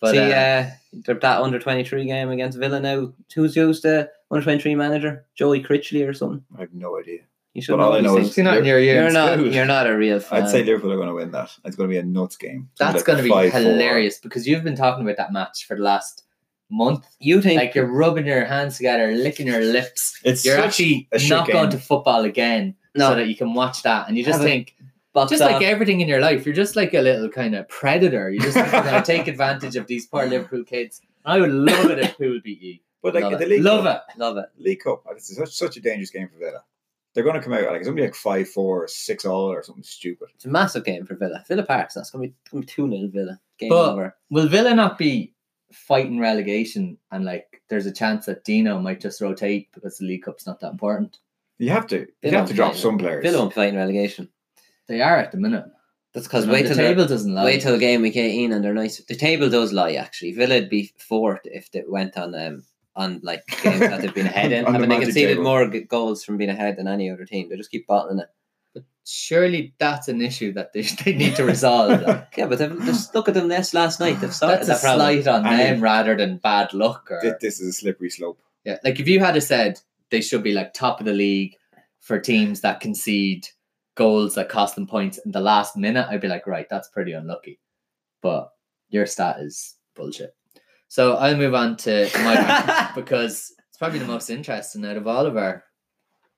[SPEAKER 1] But
[SPEAKER 3] See,
[SPEAKER 1] uh,
[SPEAKER 3] uh, they're that under twenty three game against Villa now. Who's used the under twenty three manager? Joey Critchley or something.
[SPEAKER 2] I have no idea.
[SPEAKER 3] You should
[SPEAKER 2] But
[SPEAKER 3] know
[SPEAKER 2] all I
[SPEAKER 3] these
[SPEAKER 2] know
[SPEAKER 3] things.
[SPEAKER 2] is- you're-
[SPEAKER 1] your
[SPEAKER 3] You're
[SPEAKER 1] in
[SPEAKER 3] not.
[SPEAKER 1] school.
[SPEAKER 3] You're not a real fan.
[SPEAKER 2] I'd say Liverpool are going to win that. It's going to be a nuts game.
[SPEAKER 1] Uh, That's
[SPEAKER 2] Something
[SPEAKER 1] going
[SPEAKER 2] like
[SPEAKER 1] to be
[SPEAKER 2] 5-4.
[SPEAKER 1] hilarious because you've been talking about that match for the last month.
[SPEAKER 3] you think
[SPEAKER 1] Like you're rubbing your hands together, licking your lips.
[SPEAKER 2] It's
[SPEAKER 1] You're
[SPEAKER 2] such
[SPEAKER 1] actually
[SPEAKER 2] a shit
[SPEAKER 1] not going to
[SPEAKER 2] game.
[SPEAKER 1] football again
[SPEAKER 3] no,
[SPEAKER 1] so that you can watch that. And you just
[SPEAKER 3] Have a
[SPEAKER 1] think,
[SPEAKER 3] box
[SPEAKER 1] just
[SPEAKER 3] off.
[SPEAKER 1] like everything in your life, you're just like a little kind of predator. You just think you're going to take advantage of these poor Liverpool kids. I would love it if Pool beat you.
[SPEAKER 2] But
[SPEAKER 3] Love
[SPEAKER 2] like
[SPEAKER 3] it.
[SPEAKER 2] the league,
[SPEAKER 1] Love
[SPEAKER 2] Cup,
[SPEAKER 1] it.
[SPEAKER 3] love it.
[SPEAKER 2] League Cup, it's such, such a dangerous game for Villa. They're going to come out like it's going to be like five four or six all or something stupid.
[SPEAKER 3] It's a massive game for Villa. Villa Parks. That's gonna be, gonna be two 0 Villa. Game
[SPEAKER 1] But-
[SPEAKER 3] over.
[SPEAKER 1] Will Villa not be fighting relegation and like there's a chance that Dino might just rotate because the League Cup's not that important?
[SPEAKER 2] You have to,
[SPEAKER 3] They
[SPEAKER 2] you have
[SPEAKER 3] don't
[SPEAKER 2] to drop
[SPEAKER 3] play
[SPEAKER 2] some players.
[SPEAKER 3] Villa won't play in relegation.
[SPEAKER 1] They are at the minute.
[SPEAKER 3] That's because
[SPEAKER 1] And
[SPEAKER 3] wait
[SPEAKER 1] the
[SPEAKER 3] till they're-
[SPEAKER 1] table doesn't lie.
[SPEAKER 3] Wait till game week eighteen, and they're nice. The table does lie actually. Villa'd be fourth if they went on um on like games that they've been
[SPEAKER 2] (laughs)
[SPEAKER 3] ahead in.
[SPEAKER 2] On the
[SPEAKER 3] I mean, they
[SPEAKER 2] magic
[SPEAKER 3] conceded
[SPEAKER 2] table.
[SPEAKER 3] more g- goals from being ahead than any other team. They just keep bottling it.
[SPEAKER 1] Surely that's an issue that they, they need to (laughs) resolve. like.
[SPEAKER 3] Yeah, but they've, just look at them this last night. They've sorted
[SPEAKER 1] That's a
[SPEAKER 3] that problem.
[SPEAKER 1] slight on
[SPEAKER 2] I mean-
[SPEAKER 1] them rather than bad luck. Or,
[SPEAKER 2] Thi- This is a slippery slope.
[SPEAKER 1] yeah, like if you had a said they should be like top of the league for teams that concede goals that cost them points in the last minute, I'd be like, right, that's pretty unlucky. But your stat is bullshit. So I'll move on to my (laughs) because it's probably the most interesting out of all of our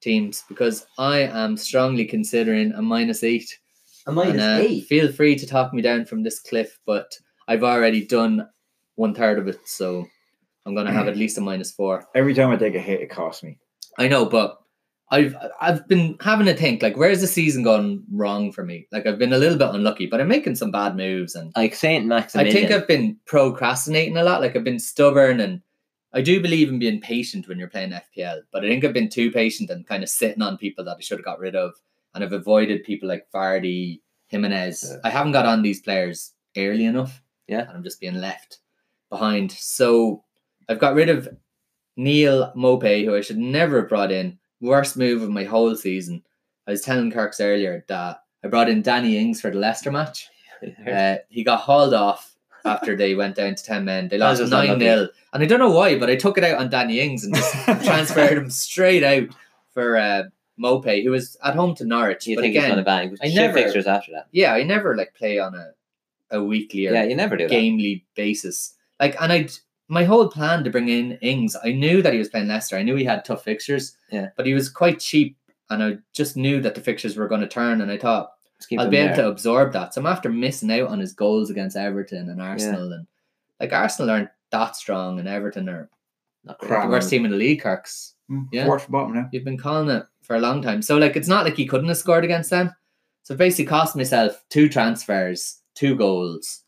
[SPEAKER 1] teams because I am strongly considering a minus eight
[SPEAKER 3] A
[SPEAKER 1] And, uh, Feel free to talk me down from this cliff, but I've already done one third of it, so I'm gonna have at least a minus four.
[SPEAKER 2] Every time I take a hit, it costs me.
[SPEAKER 1] I know, but I've I've been having a think like where's the season gone wrong for me? Like I've been a little bit unlucky, but I'm making some bad moves and
[SPEAKER 3] Like Saint
[SPEAKER 1] I
[SPEAKER 3] Maximilian.
[SPEAKER 1] think I've been procrastinating a lot. Like I've been stubborn and I do believe in being patient when you're playing FPL, but I think I've been too patient and kind of sitting on people that I should have got rid of. And I've avoided people like Vardy, Jimenez.
[SPEAKER 2] Yeah.
[SPEAKER 1] I haven't got on these players early enough.
[SPEAKER 3] Yeah.
[SPEAKER 1] And I'm just being left behind. So I've got rid of Neil Mope, who I should never have brought in, worst move of my whole season. I was telling Kirks earlier that I brought in Danny Ings for the Leicester match.
[SPEAKER 3] (laughs)
[SPEAKER 1] Uh, he got hauled off after they went down to 10 men. They lost
[SPEAKER 3] was unlucky.
[SPEAKER 1] 9 0. And I don't know why, but I took it out on Danny Ings
[SPEAKER 3] (laughs)
[SPEAKER 1] and just
[SPEAKER 2] (laughs)
[SPEAKER 1] transferred him straight out for uh, Mope, who was at home to Norwich.
[SPEAKER 3] you
[SPEAKER 1] but
[SPEAKER 3] think he's
[SPEAKER 1] again,
[SPEAKER 3] going to bang?
[SPEAKER 1] I
[SPEAKER 3] Shit
[SPEAKER 1] never-
[SPEAKER 3] fixtures after that.
[SPEAKER 1] yeah, I never like play on a, a weekly or
[SPEAKER 3] Yeah, you never do that.
[SPEAKER 1] gamely basis. Like, and I, my whole plan to bring in Ings, I knew that he was playing Leicester. I knew he had tough fixtures.
[SPEAKER 3] Yeah.
[SPEAKER 1] But he was quite cheap, and I just knew that the fixtures were going to turn. And I thought
[SPEAKER 3] Just keep
[SPEAKER 1] I'll
[SPEAKER 3] him
[SPEAKER 1] be able
[SPEAKER 3] there.
[SPEAKER 1] to absorb that. So I'm after missing out on his goals against Everton and Arsenal, and like Arsenal aren't that strong, and Everton are
[SPEAKER 3] Not great.
[SPEAKER 1] the
[SPEAKER 2] Crap.
[SPEAKER 1] worst team in the league. Kirk's
[SPEAKER 2] Mm,
[SPEAKER 1] Yeah.
[SPEAKER 2] Fourth from bottom now.
[SPEAKER 1] you've been calling it for a long time. So like it's not like he couldn't have scored against them. So it basically cost myself two transfers, two goals.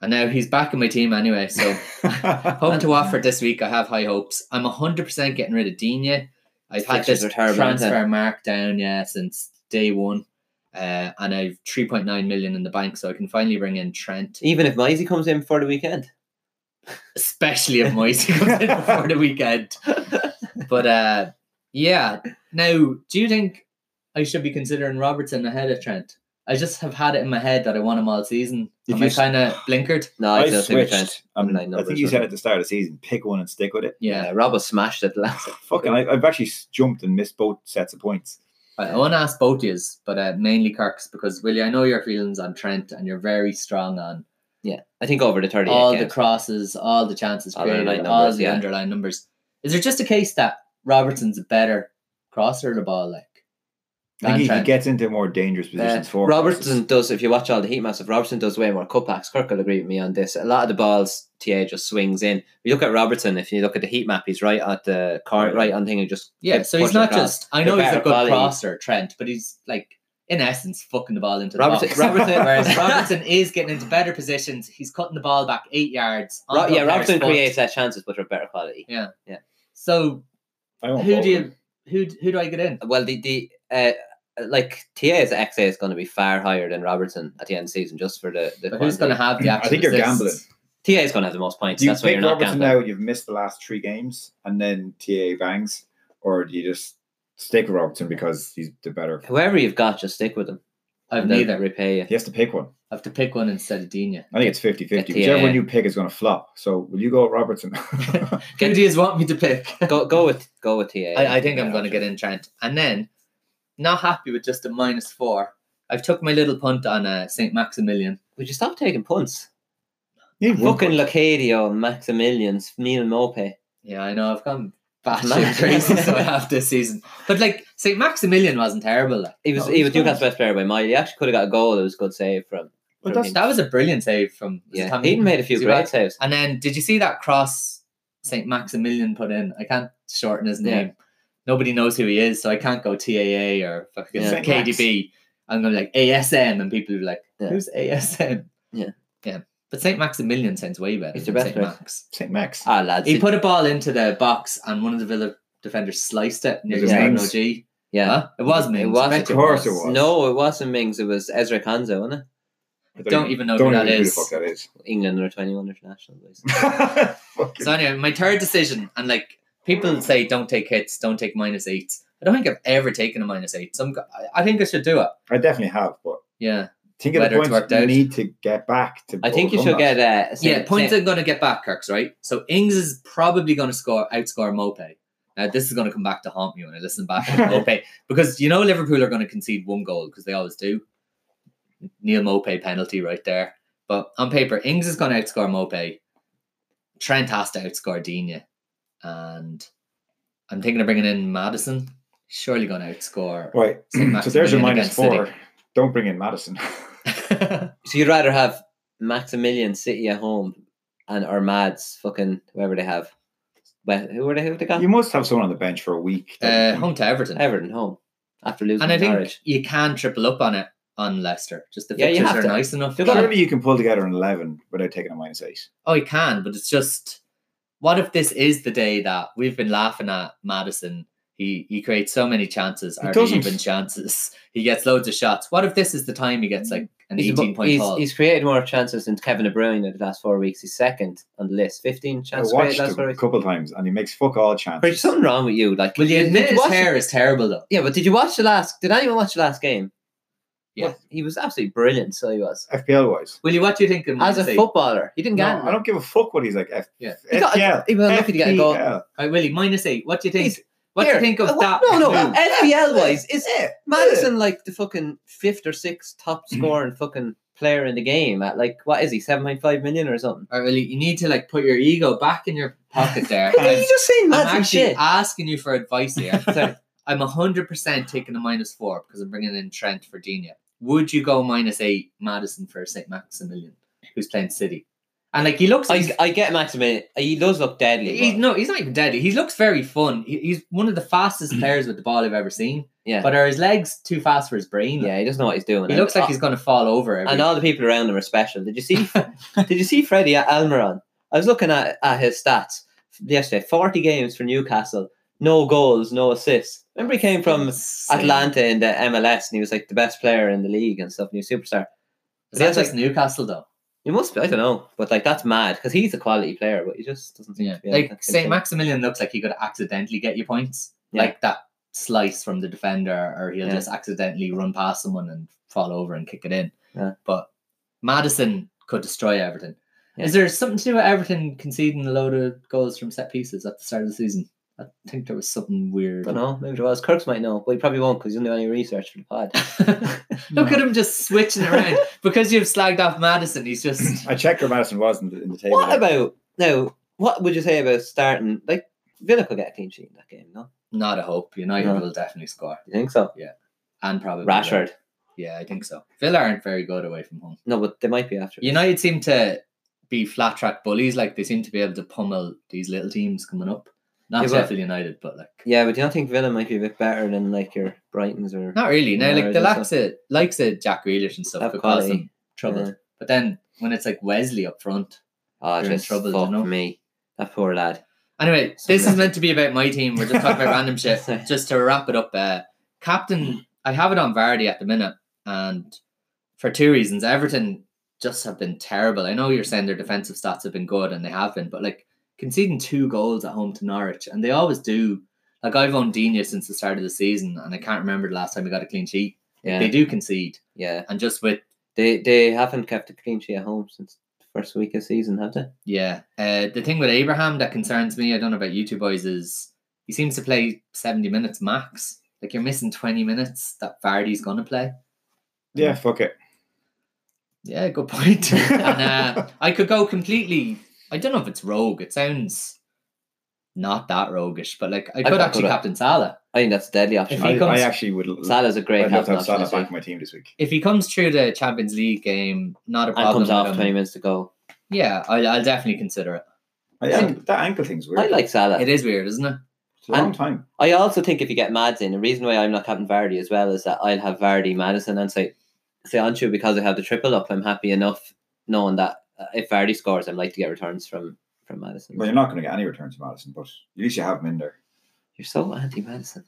[SPEAKER 1] And now he's back in my team anyway. (laughs)
[SPEAKER 2] (laughs)
[SPEAKER 1] So home to Watford this week. I have high hopes. I'm 100% getting rid of Dina. I've had
[SPEAKER 3] Fixtures
[SPEAKER 1] this
[SPEAKER 3] are terrible, aren't they?
[SPEAKER 1] transfer mark down, yeah, since day one. Uh, and I've 3.9 million in the bank, so I can finally bring in Trent,
[SPEAKER 3] Even if Maisie comes in before the weekend.
[SPEAKER 1] especially if Moise
[SPEAKER 2] (laughs)
[SPEAKER 1] comes in before the weekend. But uh, yeah, now, do you think I should be considering Robertson ahead of Trent? I just have had it in my head that I want him all season.
[SPEAKER 2] If
[SPEAKER 1] Am
[SPEAKER 2] you
[SPEAKER 1] I
[SPEAKER 2] s-
[SPEAKER 1] kind of blinkered?
[SPEAKER 3] No, I,
[SPEAKER 2] I
[SPEAKER 3] still think Trent.
[SPEAKER 2] switched. Um,
[SPEAKER 3] Nine
[SPEAKER 2] I
[SPEAKER 3] numbers,
[SPEAKER 2] think you said
[SPEAKER 3] wasn't
[SPEAKER 2] at the start of the season, pick one and stick with it.
[SPEAKER 1] Yeah.
[SPEAKER 3] Uh, Robbo smashed it last.
[SPEAKER 2] Fucking, I, I've actually s- jumped and missed both sets of points.
[SPEAKER 1] I, I want to ask both of you, but uh, mainly Kirk's, because Willie, I know your feelings on Trent, and you're very strong on
[SPEAKER 3] I think over the 38.
[SPEAKER 1] all the
[SPEAKER 3] games.
[SPEAKER 1] crosses, all the chances
[SPEAKER 3] All the
[SPEAKER 1] created,
[SPEAKER 3] underlying
[SPEAKER 1] all
[SPEAKER 3] numbers,
[SPEAKER 1] the
[SPEAKER 3] yeah.
[SPEAKER 1] underlying numbers. Is there just a case that Robertson's a better crosser of the ball? Like,
[SPEAKER 2] I think he, he
[SPEAKER 1] Trent.
[SPEAKER 2] gets into more dangerous
[SPEAKER 3] Uh,
[SPEAKER 2] positions for
[SPEAKER 3] Robertson does, if you watch all the heat maps of Robertson does way more cutbacks. Kirk will agree with me on this. A lot of the balls TA just swings in. If you look at Robertson, if you look at the heat map, he's right at the car,
[SPEAKER 2] Right.
[SPEAKER 3] right on thing and just
[SPEAKER 1] yeah,
[SPEAKER 3] puts
[SPEAKER 1] so he's
[SPEAKER 3] it
[SPEAKER 1] not
[SPEAKER 3] across.
[SPEAKER 1] just. I know he's a
[SPEAKER 3] better
[SPEAKER 1] good
[SPEAKER 3] quality.
[SPEAKER 1] crosser, Trent, but he's like in essence fucking the ball into the
[SPEAKER 3] Robertson,
[SPEAKER 1] box.
[SPEAKER 3] Robertson,
[SPEAKER 1] Whereas (laughs) Robertson is getting into better positions. He's cutting the ball back eight yards.
[SPEAKER 3] Ro-
[SPEAKER 1] onto a
[SPEAKER 3] yeah,
[SPEAKER 1] player's
[SPEAKER 3] Robertson
[SPEAKER 1] foot.
[SPEAKER 3] creates that chances, but they're better quality.
[SPEAKER 1] So
[SPEAKER 2] I won't
[SPEAKER 1] who
[SPEAKER 2] vote
[SPEAKER 1] do
[SPEAKER 2] him.
[SPEAKER 1] you who who do I get in?
[SPEAKER 3] Well, the the uh, like TA's XA is going to be far higher than Robertson at the end of the season, just for the. the
[SPEAKER 1] But who's going to have the
[SPEAKER 2] I
[SPEAKER 1] actual?
[SPEAKER 2] think you're
[SPEAKER 1] assists?
[SPEAKER 2] gambling.
[SPEAKER 3] TA is going to have the most points.
[SPEAKER 2] Do you
[SPEAKER 3] That's why
[SPEAKER 2] pick
[SPEAKER 3] you're not
[SPEAKER 2] Robertson
[SPEAKER 3] gambling.
[SPEAKER 2] now? You've missed the last three games, and then TA bangs, or do you just stick with Robertson because he's the better?
[SPEAKER 3] Whoever you've got, just stick with them.
[SPEAKER 1] I've
[SPEAKER 3] and they'll
[SPEAKER 1] neither.
[SPEAKER 3] repay you.
[SPEAKER 2] He has to pick one.
[SPEAKER 1] I have to pick one instead of Dina.
[SPEAKER 2] I
[SPEAKER 1] (laughs)
[SPEAKER 2] think it's 50 50.
[SPEAKER 3] Yeah,
[SPEAKER 2] Whichever
[SPEAKER 3] yeah.
[SPEAKER 2] one you pick is going to flop. So will you go with Robertson? (laughs)
[SPEAKER 1] Who do you want me to pick?
[SPEAKER 3] Go go with go with TA.
[SPEAKER 1] I, I think I'm going to get in Trent. And then, not happy with just a minus four, I've took my little punt on uh, St. Maximilian.
[SPEAKER 3] Would you stop taking punts?
[SPEAKER 2] He won't.
[SPEAKER 3] Fucking Locadio, Maximilians, Neil Mope.
[SPEAKER 1] Yeah, I know, I've gone
[SPEAKER 2] (laughs)
[SPEAKER 1] batshit
[SPEAKER 3] Mad.
[SPEAKER 1] crazy, so I have this season. But like, St. Maximilian wasn't terrible. Like.
[SPEAKER 3] He was
[SPEAKER 2] No,
[SPEAKER 3] he
[SPEAKER 2] he's
[SPEAKER 3] was
[SPEAKER 2] fine.
[SPEAKER 3] Newcastle's best player by mile. He actually could have got a goal. It was a good save from.
[SPEAKER 2] But
[SPEAKER 3] from
[SPEAKER 2] that's-
[SPEAKER 3] him.
[SPEAKER 1] That was a brilliant save from was it
[SPEAKER 3] yeah.
[SPEAKER 1] Tom
[SPEAKER 3] Heaton
[SPEAKER 1] Heaton?
[SPEAKER 3] made a few
[SPEAKER 1] Is he
[SPEAKER 3] great
[SPEAKER 1] back?
[SPEAKER 3] saves.
[SPEAKER 1] And then, did you see that cross St. Maximilian put in? I can't shorten his
[SPEAKER 3] Yeah.
[SPEAKER 1] name. Nobody knows who he is, so I can't go TAA or fucking
[SPEAKER 3] Yeah.
[SPEAKER 2] Saint Max.
[SPEAKER 1] KDB. I'm going to be like ASM, and people will be like,
[SPEAKER 3] Yeah.
[SPEAKER 1] who's ASM?
[SPEAKER 3] Yeah.
[SPEAKER 1] Yeah. But St. Maximilian sounds way better
[SPEAKER 3] He's
[SPEAKER 1] than
[SPEAKER 3] the
[SPEAKER 1] St.
[SPEAKER 3] best player.
[SPEAKER 1] Max.
[SPEAKER 2] St. Max.
[SPEAKER 3] Ah, lads.
[SPEAKER 1] He
[SPEAKER 3] did-
[SPEAKER 1] put a ball into the box, and one of the Villa defenders sliced it. Near
[SPEAKER 2] Was
[SPEAKER 3] it
[SPEAKER 1] yeah.
[SPEAKER 2] Mings?
[SPEAKER 1] no G.
[SPEAKER 3] yeah.
[SPEAKER 1] Huh? It was me.
[SPEAKER 3] was, of
[SPEAKER 2] course it was.
[SPEAKER 3] No, it wasn't Mings. It was Ezra Kanza, wasn't
[SPEAKER 2] I
[SPEAKER 1] don't even know who that is.
[SPEAKER 2] Who the fuck that is. (laughs)
[SPEAKER 3] it? England under 21 international. basically.
[SPEAKER 2] Fucking-
[SPEAKER 1] So anyway, my third decision, and like people say, don't take hits, don't take minus eights. I don't think I've ever taken a minus eight. So I'm, go- I- I think I should do it.
[SPEAKER 2] I definitely have, but
[SPEAKER 1] Yeah,
[SPEAKER 2] think of
[SPEAKER 1] Whether
[SPEAKER 2] the
[SPEAKER 1] it's
[SPEAKER 2] points
[SPEAKER 1] worked
[SPEAKER 2] you
[SPEAKER 1] out.
[SPEAKER 2] need to get back to.
[SPEAKER 3] I think you should
[SPEAKER 2] overcome
[SPEAKER 3] get
[SPEAKER 2] that.
[SPEAKER 3] uh, Saint-
[SPEAKER 1] yeah. Points
[SPEAKER 3] Saint-
[SPEAKER 1] I'm going to get back, Kirks. Right. So Ings is probably going to score outscore Mope. Now this is going to come back to haunt me when I listen back to Mope because you know Liverpool are going to concede one goal because they always do. Neil Mope penalty right there. But on paper, Ings is going to outscore Mope. Trent has to outscore Dina, and I'm thinking of bringing in Madison. Surely going to outscore. (laughs)
[SPEAKER 3] (clears throat)
[SPEAKER 2] Right.
[SPEAKER 1] Saint
[SPEAKER 2] so there's your
[SPEAKER 1] Maximilian
[SPEAKER 2] minus
[SPEAKER 1] against City.
[SPEAKER 2] four. Don't bring in
[SPEAKER 3] (laughs)
[SPEAKER 2] Madison.
[SPEAKER 3] So you'd rather have Maximilian City at home and or Mads, fucking whoever they have. Well, who were they? Who they got?
[SPEAKER 2] you must have someone on the bench for a week.
[SPEAKER 1] uh, home to Everton.
[SPEAKER 3] Everton home after losing
[SPEAKER 1] And I
[SPEAKER 3] to
[SPEAKER 1] think
[SPEAKER 3] Norwich.
[SPEAKER 1] you can triple up on it on Leicester. Just the
[SPEAKER 3] Yeah, you
[SPEAKER 1] fixtures
[SPEAKER 3] have
[SPEAKER 1] are
[SPEAKER 3] to.
[SPEAKER 1] nice enough.
[SPEAKER 3] They've
[SPEAKER 1] that-
[SPEAKER 2] Surely you can pull together an 11 without taking a minus eight.
[SPEAKER 1] oh, you can, but it's just what if this is the day that we've been laughing at Madison? He he creates so many chances,
[SPEAKER 2] He
[SPEAKER 1] are
[SPEAKER 2] doesn't.
[SPEAKER 1] even chances. (laughs) He gets loads of shots. What if this is the time he gets like an
[SPEAKER 3] He's, abo-
[SPEAKER 1] eighteen point
[SPEAKER 3] he's,
[SPEAKER 1] haul?
[SPEAKER 3] he's created more chances than Kevin De Bruyne in the last four weeks. He's second on the list. 15
[SPEAKER 2] I
[SPEAKER 3] chances created
[SPEAKER 2] watched
[SPEAKER 3] last
[SPEAKER 2] him
[SPEAKER 3] four
[SPEAKER 2] a
[SPEAKER 3] weeks.
[SPEAKER 2] couple times, and he makes fuck all
[SPEAKER 3] There's
[SPEAKER 2] chances.
[SPEAKER 3] something wrong with you. Like,
[SPEAKER 1] Will you
[SPEAKER 3] did
[SPEAKER 1] admit his
[SPEAKER 3] watch-
[SPEAKER 1] hair is terrible though?
[SPEAKER 3] Yeah, but did you watch the last? Did anyone watch the last game?
[SPEAKER 1] Yeah.
[SPEAKER 3] Well, he was absolutely brilliant. So he was
[SPEAKER 2] FPL wise,
[SPEAKER 1] Will you what do you think of
[SPEAKER 3] as a
[SPEAKER 1] Lindsay?
[SPEAKER 3] footballer. He didn't
[SPEAKER 2] no,
[SPEAKER 3] get.
[SPEAKER 2] I don't give a fuck what he's like. F-
[SPEAKER 1] Yeah.
[SPEAKER 3] He got-
[SPEAKER 2] FPL.
[SPEAKER 3] he was lucky to get a goal.
[SPEAKER 2] FPL.
[SPEAKER 1] Right, Willie, minus eight. What do you think?
[SPEAKER 3] He's-
[SPEAKER 1] What do you
[SPEAKER 3] Here,
[SPEAKER 1] think of
[SPEAKER 3] uh,
[SPEAKER 1] that?
[SPEAKER 3] No, no.
[SPEAKER 1] move?
[SPEAKER 3] FPL wise, is
[SPEAKER 2] Yeah.
[SPEAKER 3] Madison like the fucking fifth or sixth top scoring fucking player in the game at like what is he seven point five million or something?
[SPEAKER 1] All right, Willie, you need to like put your ego back in your pocket
[SPEAKER 3] (laughs)
[SPEAKER 1] there.
[SPEAKER 3] What are you
[SPEAKER 1] because
[SPEAKER 3] just saying
[SPEAKER 1] I'm
[SPEAKER 3] Madison
[SPEAKER 1] actually
[SPEAKER 3] shit?
[SPEAKER 1] asking you for advice
[SPEAKER 3] (laughs)
[SPEAKER 1] here.
[SPEAKER 3] Sorry.
[SPEAKER 1] I'm 100% taking a minus four because I'm bringing in Trent for Dina. Would you go minus eight Madison for St. Maximilian, who's playing City? And like he looks, he's,
[SPEAKER 3] I, I get Maximilian. He does look deadly.
[SPEAKER 1] he's-
[SPEAKER 3] but-
[SPEAKER 1] no, he's not even deadly. He looks very fun. He, he's one of the
[SPEAKER 3] (clears throat)
[SPEAKER 1] fastest players with the ball I've ever seen.
[SPEAKER 3] yeah,
[SPEAKER 1] But are his legs too fast for his brain?
[SPEAKER 3] yeah, he doesn't know what he's doing.
[SPEAKER 1] He
[SPEAKER 3] And-
[SPEAKER 1] looks like
[SPEAKER 3] uh,
[SPEAKER 1] he's going to fall over. Every,
[SPEAKER 3] and all the people around him are special. Did you see?
[SPEAKER 1] (laughs)
[SPEAKER 3] did you see Freddie Almiron? I was looking at, at his stats yesterday. Forty games for Newcastle, no goals, no assists. Remember, he came from
[SPEAKER 1] Insane.
[SPEAKER 3] Atlanta in the MLS, and he was like the best player in the league and stuff. New superstar.
[SPEAKER 1] Is that
[SPEAKER 3] That's
[SPEAKER 1] just Newcastle though?
[SPEAKER 3] He must be. I don't know, but like that's mad because he's a quality player, but he just doesn't seem
[SPEAKER 1] Yeah.
[SPEAKER 3] to be. able to
[SPEAKER 1] Like St.
[SPEAKER 3] continue.
[SPEAKER 1] Maximilian looks like he could accidentally get you points.
[SPEAKER 3] Yeah.
[SPEAKER 1] Like that slice from the defender, or he'll
[SPEAKER 3] Yeah.
[SPEAKER 1] just accidentally run past someone and fall over and kick it in.
[SPEAKER 3] Yeah.
[SPEAKER 1] But Madison could destroy Everton.
[SPEAKER 3] Yeah.
[SPEAKER 1] Is there something to do with Everton conceding a load of goals from set pieces at the start of the season? I think there was something
[SPEAKER 3] I
[SPEAKER 1] weird.
[SPEAKER 3] don't know. Maybe it was. Kirk's might know, but he probably won't because he doesn't do any research for the
[SPEAKER 1] (laughs)
[SPEAKER 3] pod.
[SPEAKER 1] (laughs) Look at him just switching
[SPEAKER 3] (laughs)
[SPEAKER 1] around. because you've slagged off Madison, he's
[SPEAKER 3] (clears throat)
[SPEAKER 1] just
[SPEAKER 2] I checked where Madison was in the, in the table.
[SPEAKER 3] what about now? What would you say about starting? Like Villa could get a clean sheet in that game, no?
[SPEAKER 1] not a hope. United
[SPEAKER 3] No.
[SPEAKER 1] will definitely score.
[SPEAKER 3] You think so?
[SPEAKER 1] And probably will.
[SPEAKER 3] Rashford.
[SPEAKER 1] Yeah, I think so. Villa aren't very good away from home.
[SPEAKER 3] No, but they might be after. this.
[SPEAKER 1] United seem to be flat track bullies. Like they seem to be able to pummel these little teams coming up. Not
[SPEAKER 3] Yeah, but-
[SPEAKER 1] Sheffield United, but like
[SPEAKER 3] Yeah, but do you not think Villa might be a bit better than like your Brightons or
[SPEAKER 1] not really. Now,
[SPEAKER 3] No,
[SPEAKER 1] like the
[SPEAKER 3] there's
[SPEAKER 1] likes of likes of Jack Grealish and stuff
[SPEAKER 3] Have
[SPEAKER 1] could cause
[SPEAKER 3] quality.
[SPEAKER 1] them trouble.
[SPEAKER 3] Yeah.
[SPEAKER 1] But then when it's like Wesley up front.
[SPEAKER 3] oh,
[SPEAKER 1] You're in
[SPEAKER 3] just
[SPEAKER 1] trouble,
[SPEAKER 3] fuck
[SPEAKER 1] you know?
[SPEAKER 3] me, that poor lad.
[SPEAKER 1] Anyway,
[SPEAKER 3] Something
[SPEAKER 1] this is
[SPEAKER 3] like
[SPEAKER 1] meant to be about my team. We're just talking about random shit. Just to wrap it up, uh, captain, I have it on Vardy at the minute, and for two reasons. Everton just have been terrible. I know you're saying their defensive stats have been good, and they have been, but like conceding two goals at home to Norwich, and they always do. Like I've owned Dina since the start of the season, and I can't remember the last time we got a clean sheet.
[SPEAKER 3] Yeah,
[SPEAKER 1] They do concede,
[SPEAKER 3] yeah.
[SPEAKER 1] and just with
[SPEAKER 3] They they haven't kept a clean sheet at home since the first week of season, have they?
[SPEAKER 1] Yeah. Uh, the thing with Abraham that concerns me, I don't know about you two boys, is he seems to play 70 minutes max. Like you're missing 20 minutes that Vardy's going to play.
[SPEAKER 2] Yeah, fuck it.
[SPEAKER 1] Yeah, good
[SPEAKER 3] (laughs)
[SPEAKER 1] point. and uh, I could go completely, I don't know if it's rogue. It sounds not that roguish, but like I
[SPEAKER 3] I
[SPEAKER 1] could
[SPEAKER 3] got
[SPEAKER 1] actually
[SPEAKER 3] good at-
[SPEAKER 1] captain Salah.
[SPEAKER 3] I think that's a deadly option.
[SPEAKER 1] If he
[SPEAKER 2] I,
[SPEAKER 1] comes-
[SPEAKER 2] I actually would. l-
[SPEAKER 3] Salah's a great
[SPEAKER 2] I'd love to
[SPEAKER 3] captain
[SPEAKER 2] have Salah
[SPEAKER 3] option. this week.
[SPEAKER 2] back in my team this week.
[SPEAKER 1] If he comes through the Champions League game, not a
[SPEAKER 3] And
[SPEAKER 1] problem.
[SPEAKER 3] comes
[SPEAKER 1] with
[SPEAKER 3] off
[SPEAKER 1] him.
[SPEAKER 3] twenty minutes to go.
[SPEAKER 1] Yeah, I'll, I'll definitely consider it.
[SPEAKER 2] I,
[SPEAKER 3] Yeah.
[SPEAKER 2] I, that ankle thing's weird.
[SPEAKER 3] I like Salah.
[SPEAKER 1] It is weird, isn't it?
[SPEAKER 2] It's a long
[SPEAKER 3] and-
[SPEAKER 2] time.
[SPEAKER 3] I also think if you get Mads in, the reason why I'm not having Vardy as well is that I'll have Vardy, Madison, and say Sancho because I have the triple up. I'm happy enough knowing that uh, if Vardy scores, I'm like to get returns from from Madison.
[SPEAKER 2] Well, you're not going to get any returns from Madison, but at least you have him in there.
[SPEAKER 3] You're so anti Madison.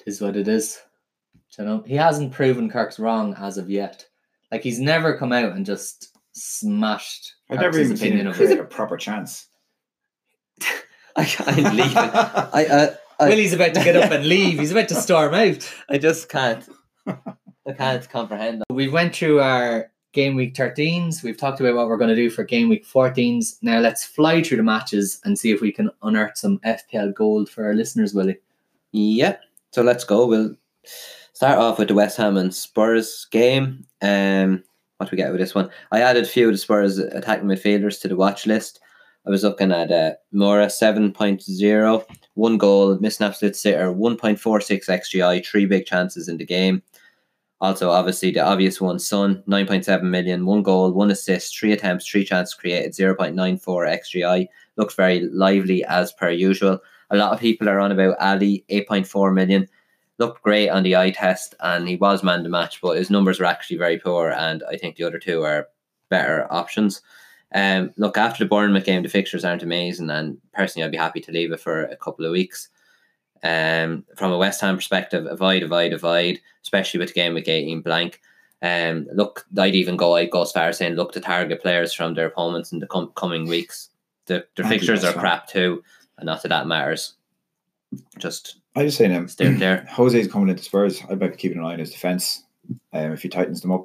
[SPEAKER 1] It is what it is. Do You know, he hasn't proven Kirk's wrong as of yet. Like he's never come out and just smashed.
[SPEAKER 2] I've
[SPEAKER 1] Kirk's
[SPEAKER 2] never even seen
[SPEAKER 1] opinion
[SPEAKER 2] him
[SPEAKER 1] of
[SPEAKER 2] create
[SPEAKER 1] it.
[SPEAKER 2] a
[SPEAKER 1] (laughs)
[SPEAKER 2] proper chance.
[SPEAKER 3] (laughs) I
[SPEAKER 2] (laughs)
[SPEAKER 3] can't leave it. I, uh, I-
[SPEAKER 1] Willie's about to get up and leave. He's about to storm out.
[SPEAKER 3] I just can't. I can't comprehend that.
[SPEAKER 1] We went through our game week 13s. We've talked about what we're going to do for game week 14s. Now let's fly through the matches and see if we can unearth some FPL gold for our listeners, Willie.
[SPEAKER 3] Yep. So let's go. We'll start off with the West Ham and Spurs game. Um, what do we get with this one? I added a few of the Spurs attacking midfielders to the watch list. I was looking at uh, Mora 7.0, one goal, missed an absolute sitter, 1.46 XGI, three big chances in the game. Also, obviously, the obvious one, Son, 9.7 million, one goal, one assist, three attempts, three chances created, 0.94 XGI. Looks very lively as per usual. A lot of people are on about Ali, 8.4 million. Looked great on the eye test, and he was man of the match, but his numbers were actually very poor, and I think the other two are better options. Um, look, after the Bournemouth game, the fixtures aren't amazing, and personally, I'd be happy to leave it for a couple of weeks. Um, from a West Ham perspective, avoid, avoid, avoid, especially with the game with 18 blank. Um, look, I'd even go, I'd go as far as saying, look to target players from their opponents in the com- coming weeks. The, their
[SPEAKER 2] Anti-West
[SPEAKER 3] fixtures are
[SPEAKER 2] Ham.
[SPEAKER 3] crap too, and not that that matters. Just
[SPEAKER 2] I just saying him.
[SPEAKER 3] stay clear.
[SPEAKER 2] (clears throat) Jose's coming into Spurs. I might be keeping an eye on his defense. Um, if he tightens them up,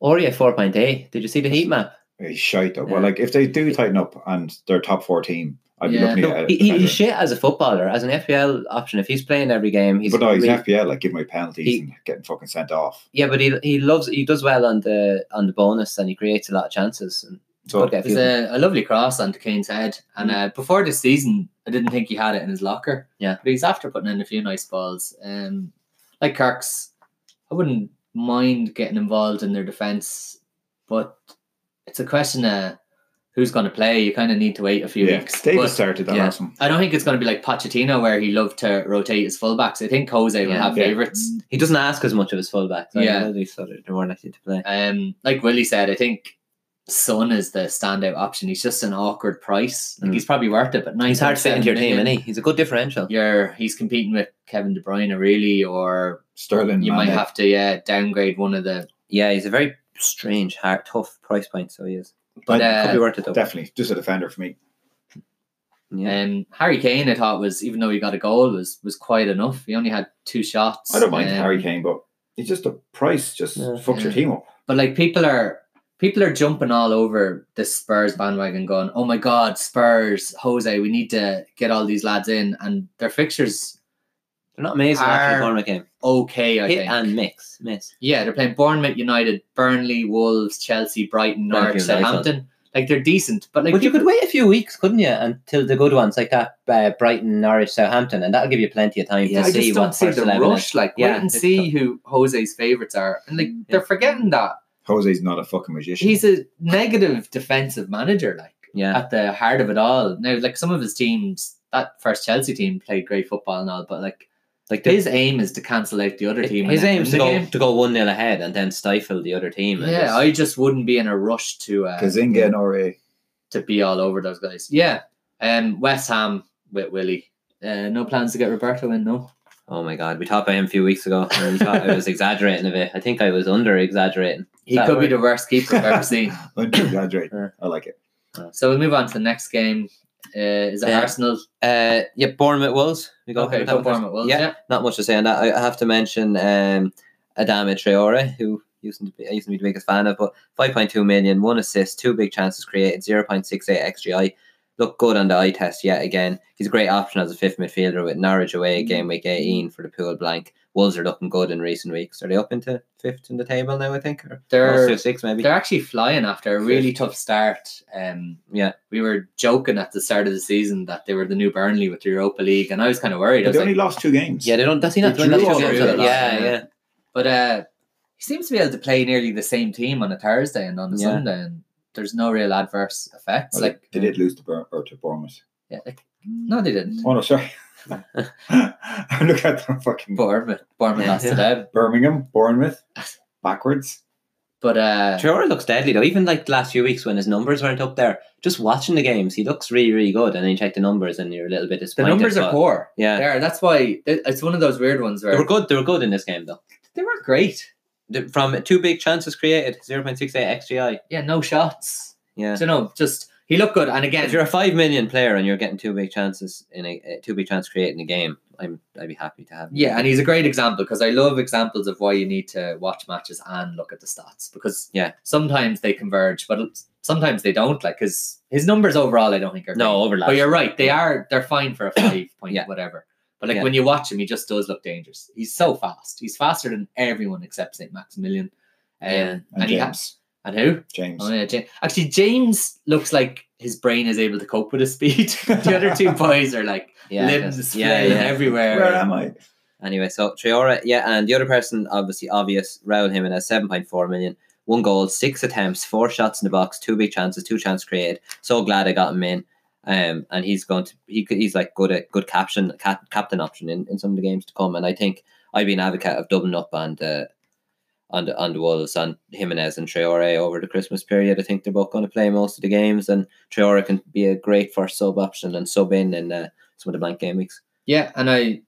[SPEAKER 3] Or yeah, 4.8. Did you see the heat map?
[SPEAKER 2] he's shite though. Well,
[SPEAKER 3] Yeah.
[SPEAKER 2] like if they do tighten up and they're top four team, I'd be
[SPEAKER 1] Yeah.
[SPEAKER 2] looking
[SPEAKER 3] No,
[SPEAKER 2] at
[SPEAKER 3] he,
[SPEAKER 2] it.
[SPEAKER 3] he- he's shit as a footballer, as an FPL option. If he's playing every game, he's
[SPEAKER 2] but no, he's
[SPEAKER 3] really-
[SPEAKER 2] an FPL. Like give him my penalties
[SPEAKER 3] He-
[SPEAKER 2] and getting fucking sent off.
[SPEAKER 3] yeah, but he he loves he does well on the on the bonus and he creates a lot of chances and
[SPEAKER 2] So
[SPEAKER 3] good get
[SPEAKER 1] It was
[SPEAKER 3] few.
[SPEAKER 1] a, a lovely cross onto Kane's head. And uh, before this season, I didn't think he had it in his locker.
[SPEAKER 3] Yeah.
[SPEAKER 1] But he's after putting in a few nice balls. Um, like Kirk's, I wouldn't mind getting involved in their defence, but it's a question of who's going to play. You kind of need to wait a few
[SPEAKER 2] yeah,
[SPEAKER 1] weeks.
[SPEAKER 2] Davis
[SPEAKER 1] But
[SPEAKER 2] started that
[SPEAKER 3] yeah.
[SPEAKER 2] last one.
[SPEAKER 1] I don't think it's going to be like Pochettino where he loved to rotate his fullbacks. I think Jose will
[SPEAKER 3] Yeah.
[SPEAKER 1] have
[SPEAKER 2] Yeah.
[SPEAKER 1] favourites.
[SPEAKER 3] he doesn't ask as much of his fullbacks.
[SPEAKER 1] Yeah.
[SPEAKER 3] Yeah, so they're more likely to play.
[SPEAKER 1] Um, like Willie said, I think Son is the standout option. He's just an awkward price. Like
[SPEAKER 3] Mm.
[SPEAKER 1] he's probably worth it, but nine.
[SPEAKER 3] He's hard to fit into your team,
[SPEAKER 1] million,
[SPEAKER 3] isn't he? He's a good differential.
[SPEAKER 1] You're he's competing with Kevin De Bruyne, really, or
[SPEAKER 2] Sterling,
[SPEAKER 1] you
[SPEAKER 2] Mane.
[SPEAKER 1] might have to yeah downgrade one of the.
[SPEAKER 3] Yeah, he's a very strange, hard, tough price point. So he is.
[SPEAKER 1] But
[SPEAKER 2] I-
[SPEAKER 3] Could be
[SPEAKER 1] uh,
[SPEAKER 3] worth it though.
[SPEAKER 2] definitely just a defender for me.
[SPEAKER 3] yeah.
[SPEAKER 1] um, Harry Kane, I thought was even though he got a goal was was quite enough. He only had two shots.
[SPEAKER 2] I don't mind
[SPEAKER 1] um,
[SPEAKER 2] Harry Kane, but he's just a price. Just
[SPEAKER 3] Yeah.
[SPEAKER 2] fucks your
[SPEAKER 1] Yeah.
[SPEAKER 2] team up.
[SPEAKER 1] But like people are people are jumping all over this Spurs bandwagon going, Oh my god, Spurs, Jose, we need to get all these lads in and their fixtures
[SPEAKER 3] They're not amazing after
[SPEAKER 1] Are-
[SPEAKER 3] the Bournemouth game.
[SPEAKER 1] okay, I
[SPEAKER 3] Hit
[SPEAKER 1] think.
[SPEAKER 3] and mix, miss.
[SPEAKER 1] yeah, they're playing Bournemouth United, Burnley, Wolves, Chelsea, Brighton, Norwich,
[SPEAKER 3] Burnley United.
[SPEAKER 1] Southampton. Like they're decent. But like
[SPEAKER 3] but you
[SPEAKER 1] people-
[SPEAKER 3] could wait a few weeks, couldn't you, until the good ones like that, uh, Brighton, Norwich, Southampton, and that'll give you plenty of time
[SPEAKER 1] yeah,
[SPEAKER 3] to
[SPEAKER 1] I
[SPEAKER 3] see
[SPEAKER 1] just
[SPEAKER 3] what
[SPEAKER 1] don't see
[SPEAKER 3] first
[SPEAKER 1] the
[SPEAKER 3] eleven is.
[SPEAKER 1] rush. Like
[SPEAKER 3] Yeah,
[SPEAKER 1] wait and
[SPEAKER 3] it's
[SPEAKER 1] see who Jose's favourites are. And like
[SPEAKER 3] Mm.
[SPEAKER 1] they're forgetting that.
[SPEAKER 2] Jose's not a fucking magician.
[SPEAKER 1] He's a negative defensive manager, like
[SPEAKER 3] Yeah,
[SPEAKER 1] at the heart of it all. Now, like some of his teams, that first Chelsea team played great football and all, but like
[SPEAKER 3] like the-
[SPEAKER 1] his aim is to cancel out the other team.
[SPEAKER 3] His
[SPEAKER 1] and
[SPEAKER 3] aim
[SPEAKER 1] win
[SPEAKER 3] is to
[SPEAKER 1] the
[SPEAKER 3] go
[SPEAKER 1] game.
[SPEAKER 3] to go one 0 ahead and then stifle the other team. and
[SPEAKER 1] Yeah,
[SPEAKER 3] just-
[SPEAKER 1] I just wouldn't be in a rush to uh,
[SPEAKER 2] Kazinga and RA.
[SPEAKER 1] to be all over those guys. Yeah, um, West Ham with Willie. Uh, no plans to get Roberto in, no.
[SPEAKER 3] oh my god, we talked about him a few weeks ago, and we thought I was exaggerating a bit. I think I was under exaggerating.
[SPEAKER 1] He
[SPEAKER 3] That
[SPEAKER 1] could be
[SPEAKER 3] would-
[SPEAKER 1] the worst keeper I've ever seen.
[SPEAKER 2] Under exaggerate.
[SPEAKER 3] Yeah.
[SPEAKER 2] I like it.
[SPEAKER 1] So we'll move on to the next game. Uh, is it
[SPEAKER 3] Yeah.
[SPEAKER 1] Arsenal?
[SPEAKER 3] Uh, yeah, Bournemouth Wolves. We go
[SPEAKER 1] Okay,
[SPEAKER 3] with
[SPEAKER 1] go
[SPEAKER 3] that one first.
[SPEAKER 1] Bournemouth. Wolves,
[SPEAKER 3] Yeah,
[SPEAKER 1] yeah.
[SPEAKER 3] not much to say on that. I I have to mention um, Adama Traore, who used to be, I used to be the biggest fan of, but 5.2 million, one assist, two big chances created, 0.68 XGI. Looked good on the eye test yet again. He's a great option as a fifth midfielder with Norwich away,
[SPEAKER 1] Mm.
[SPEAKER 3] game week 18 for the pool blank. Wolves are looking good in recent weeks. Are they up into fifth in the table now, I think? Or
[SPEAKER 1] They're-
[SPEAKER 3] or two, six maybe?
[SPEAKER 1] They're actually flying after a really tough start. Um,
[SPEAKER 3] Yeah.
[SPEAKER 1] we were joking at the start of the season that they were the new Burnley with the Europa League, and I was kind of worried. I
[SPEAKER 2] But
[SPEAKER 1] was
[SPEAKER 2] they only
[SPEAKER 1] like,
[SPEAKER 2] lost two games.
[SPEAKER 3] Yeah, they don't. That's not
[SPEAKER 2] They
[SPEAKER 3] doing that
[SPEAKER 2] drew
[SPEAKER 3] two
[SPEAKER 2] all
[SPEAKER 3] games.
[SPEAKER 1] three of
[SPEAKER 3] Yeah,
[SPEAKER 1] them.
[SPEAKER 3] yeah,
[SPEAKER 1] Yeah. but uh, he seems to be able to play nearly the same team on a Thursday and on a
[SPEAKER 3] Yeah.
[SPEAKER 1] Sunday, and there's no real adverse effects.
[SPEAKER 2] Well,
[SPEAKER 1] like,
[SPEAKER 2] they did lose to Bur- or to Bournemouth.
[SPEAKER 1] yeah, like, no, they didn't.
[SPEAKER 2] Oh no, sorry. (laughs) I'm looking at the fucking
[SPEAKER 1] Bournemouth, Bournemouth lost to
[SPEAKER 3] Yeah.
[SPEAKER 1] them,
[SPEAKER 2] Birmingham, Bournemouth, backwards.
[SPEAKER 1] but uh,
[SPEAKER 3] Traore looks deadly though. Even like the last few weeks when his numbers weren't up there, just watching the games, he looks really, really good. And then you check the numbers, and you're a little bit
[SPEAKER 1] the
[SPEAKER 3] disappointed.
[SPEAKER 1] numbers are
[SPEAKER 3] but-
[SPEAKER 1] poor.
[SPEAKER 3] Yeah,
[SPEAKER 1] There, that's why it- it's one of those weird ones where
[SPEAKER 3] they were good. They were good in this game though.
[SPEAKER 1] they were great.
[SPEAKER 3] The- From two big chances created, zero point six eight xgi.
[SPEAKER 1] Yeah, no shots.
[SPEAKER 3] Yeah.
[SPEAKER 1] So you know, just he looked good, and again,
[SPEAKER 3] If you're a five million player and you're getting two big chances in a uh, two big chances created in a game, I'm I'd be happy to have. him.
[SPEAKER 1] Yeah, and he's a great example because I love examples of why you need to watch matches and look at the stats because
[SPEAKER 3] Yeah.
[SPEAKER 1] sometimes they converge, but it's- sometimes they don't. Like his his numbers overall, I don't think are
[SPEAKER 3] no
[SPEAKER 1] Great.
[SPEAKER 3] overlap.
[SPEAKER 1] But you're right; they are they're fine
[SPEAKER 3] (coughs)
[SPEAKER 1] for a five point
[SPEAKER 3] Yeah.
[SPEAKER 1] whatever. But like
[SPEAKER 3] Yeah.
[SPEAKER 1] when you watch him, he just does look dangerous. He's so fast. He's faster than everyone except Saint Maximilian. Um,
[SPEAKER 3] Yeah.
[SPEAKER 1] and,
[SPEAKER 2] And
[SPEAKER 1] he has
[SPEAKER 2] James.
[SPEAKER 1] and who?
[SPEAKER 2] James.
[SPEAKER 1] Oh yeah, James. Actually, James looks like his brain is able to cope with his speed. (laughs) the other
[SPEAKER 3] (laughs)
[SPEAKER 1] two boys are like
[SPEAKER 3] yeah,
[SPEAKER 1] limbs
[SPEAKER 3] 'cause- yeah,
[SPEAKER 1] flailing
[SPEAKER 3] yeah.
[SPEAKER 1] everywhere.
[SPEAKER 2] Where am I?
[SPEAKER 3] Anyway, so Traore, yeah, and the other person, obviously obvious, Raul Jimenez, 7.4 million, one goal, six attempts, four shots in the box, two big chances, two chances created. So glad I got him in. Um, and he's going to, he, could- he's like good at good caption, cap, captain option in, in some of the games to come. And I think I'd be an advocate of doubling up and uh, on the on the Wolves on Jimenez and Traore over the Christmas period. I think they're both going to play most of the games, and Traore can be a great first sub option and sub in in uh, some of the blank game weeks.
[SPEAKER 1] Yeah, and I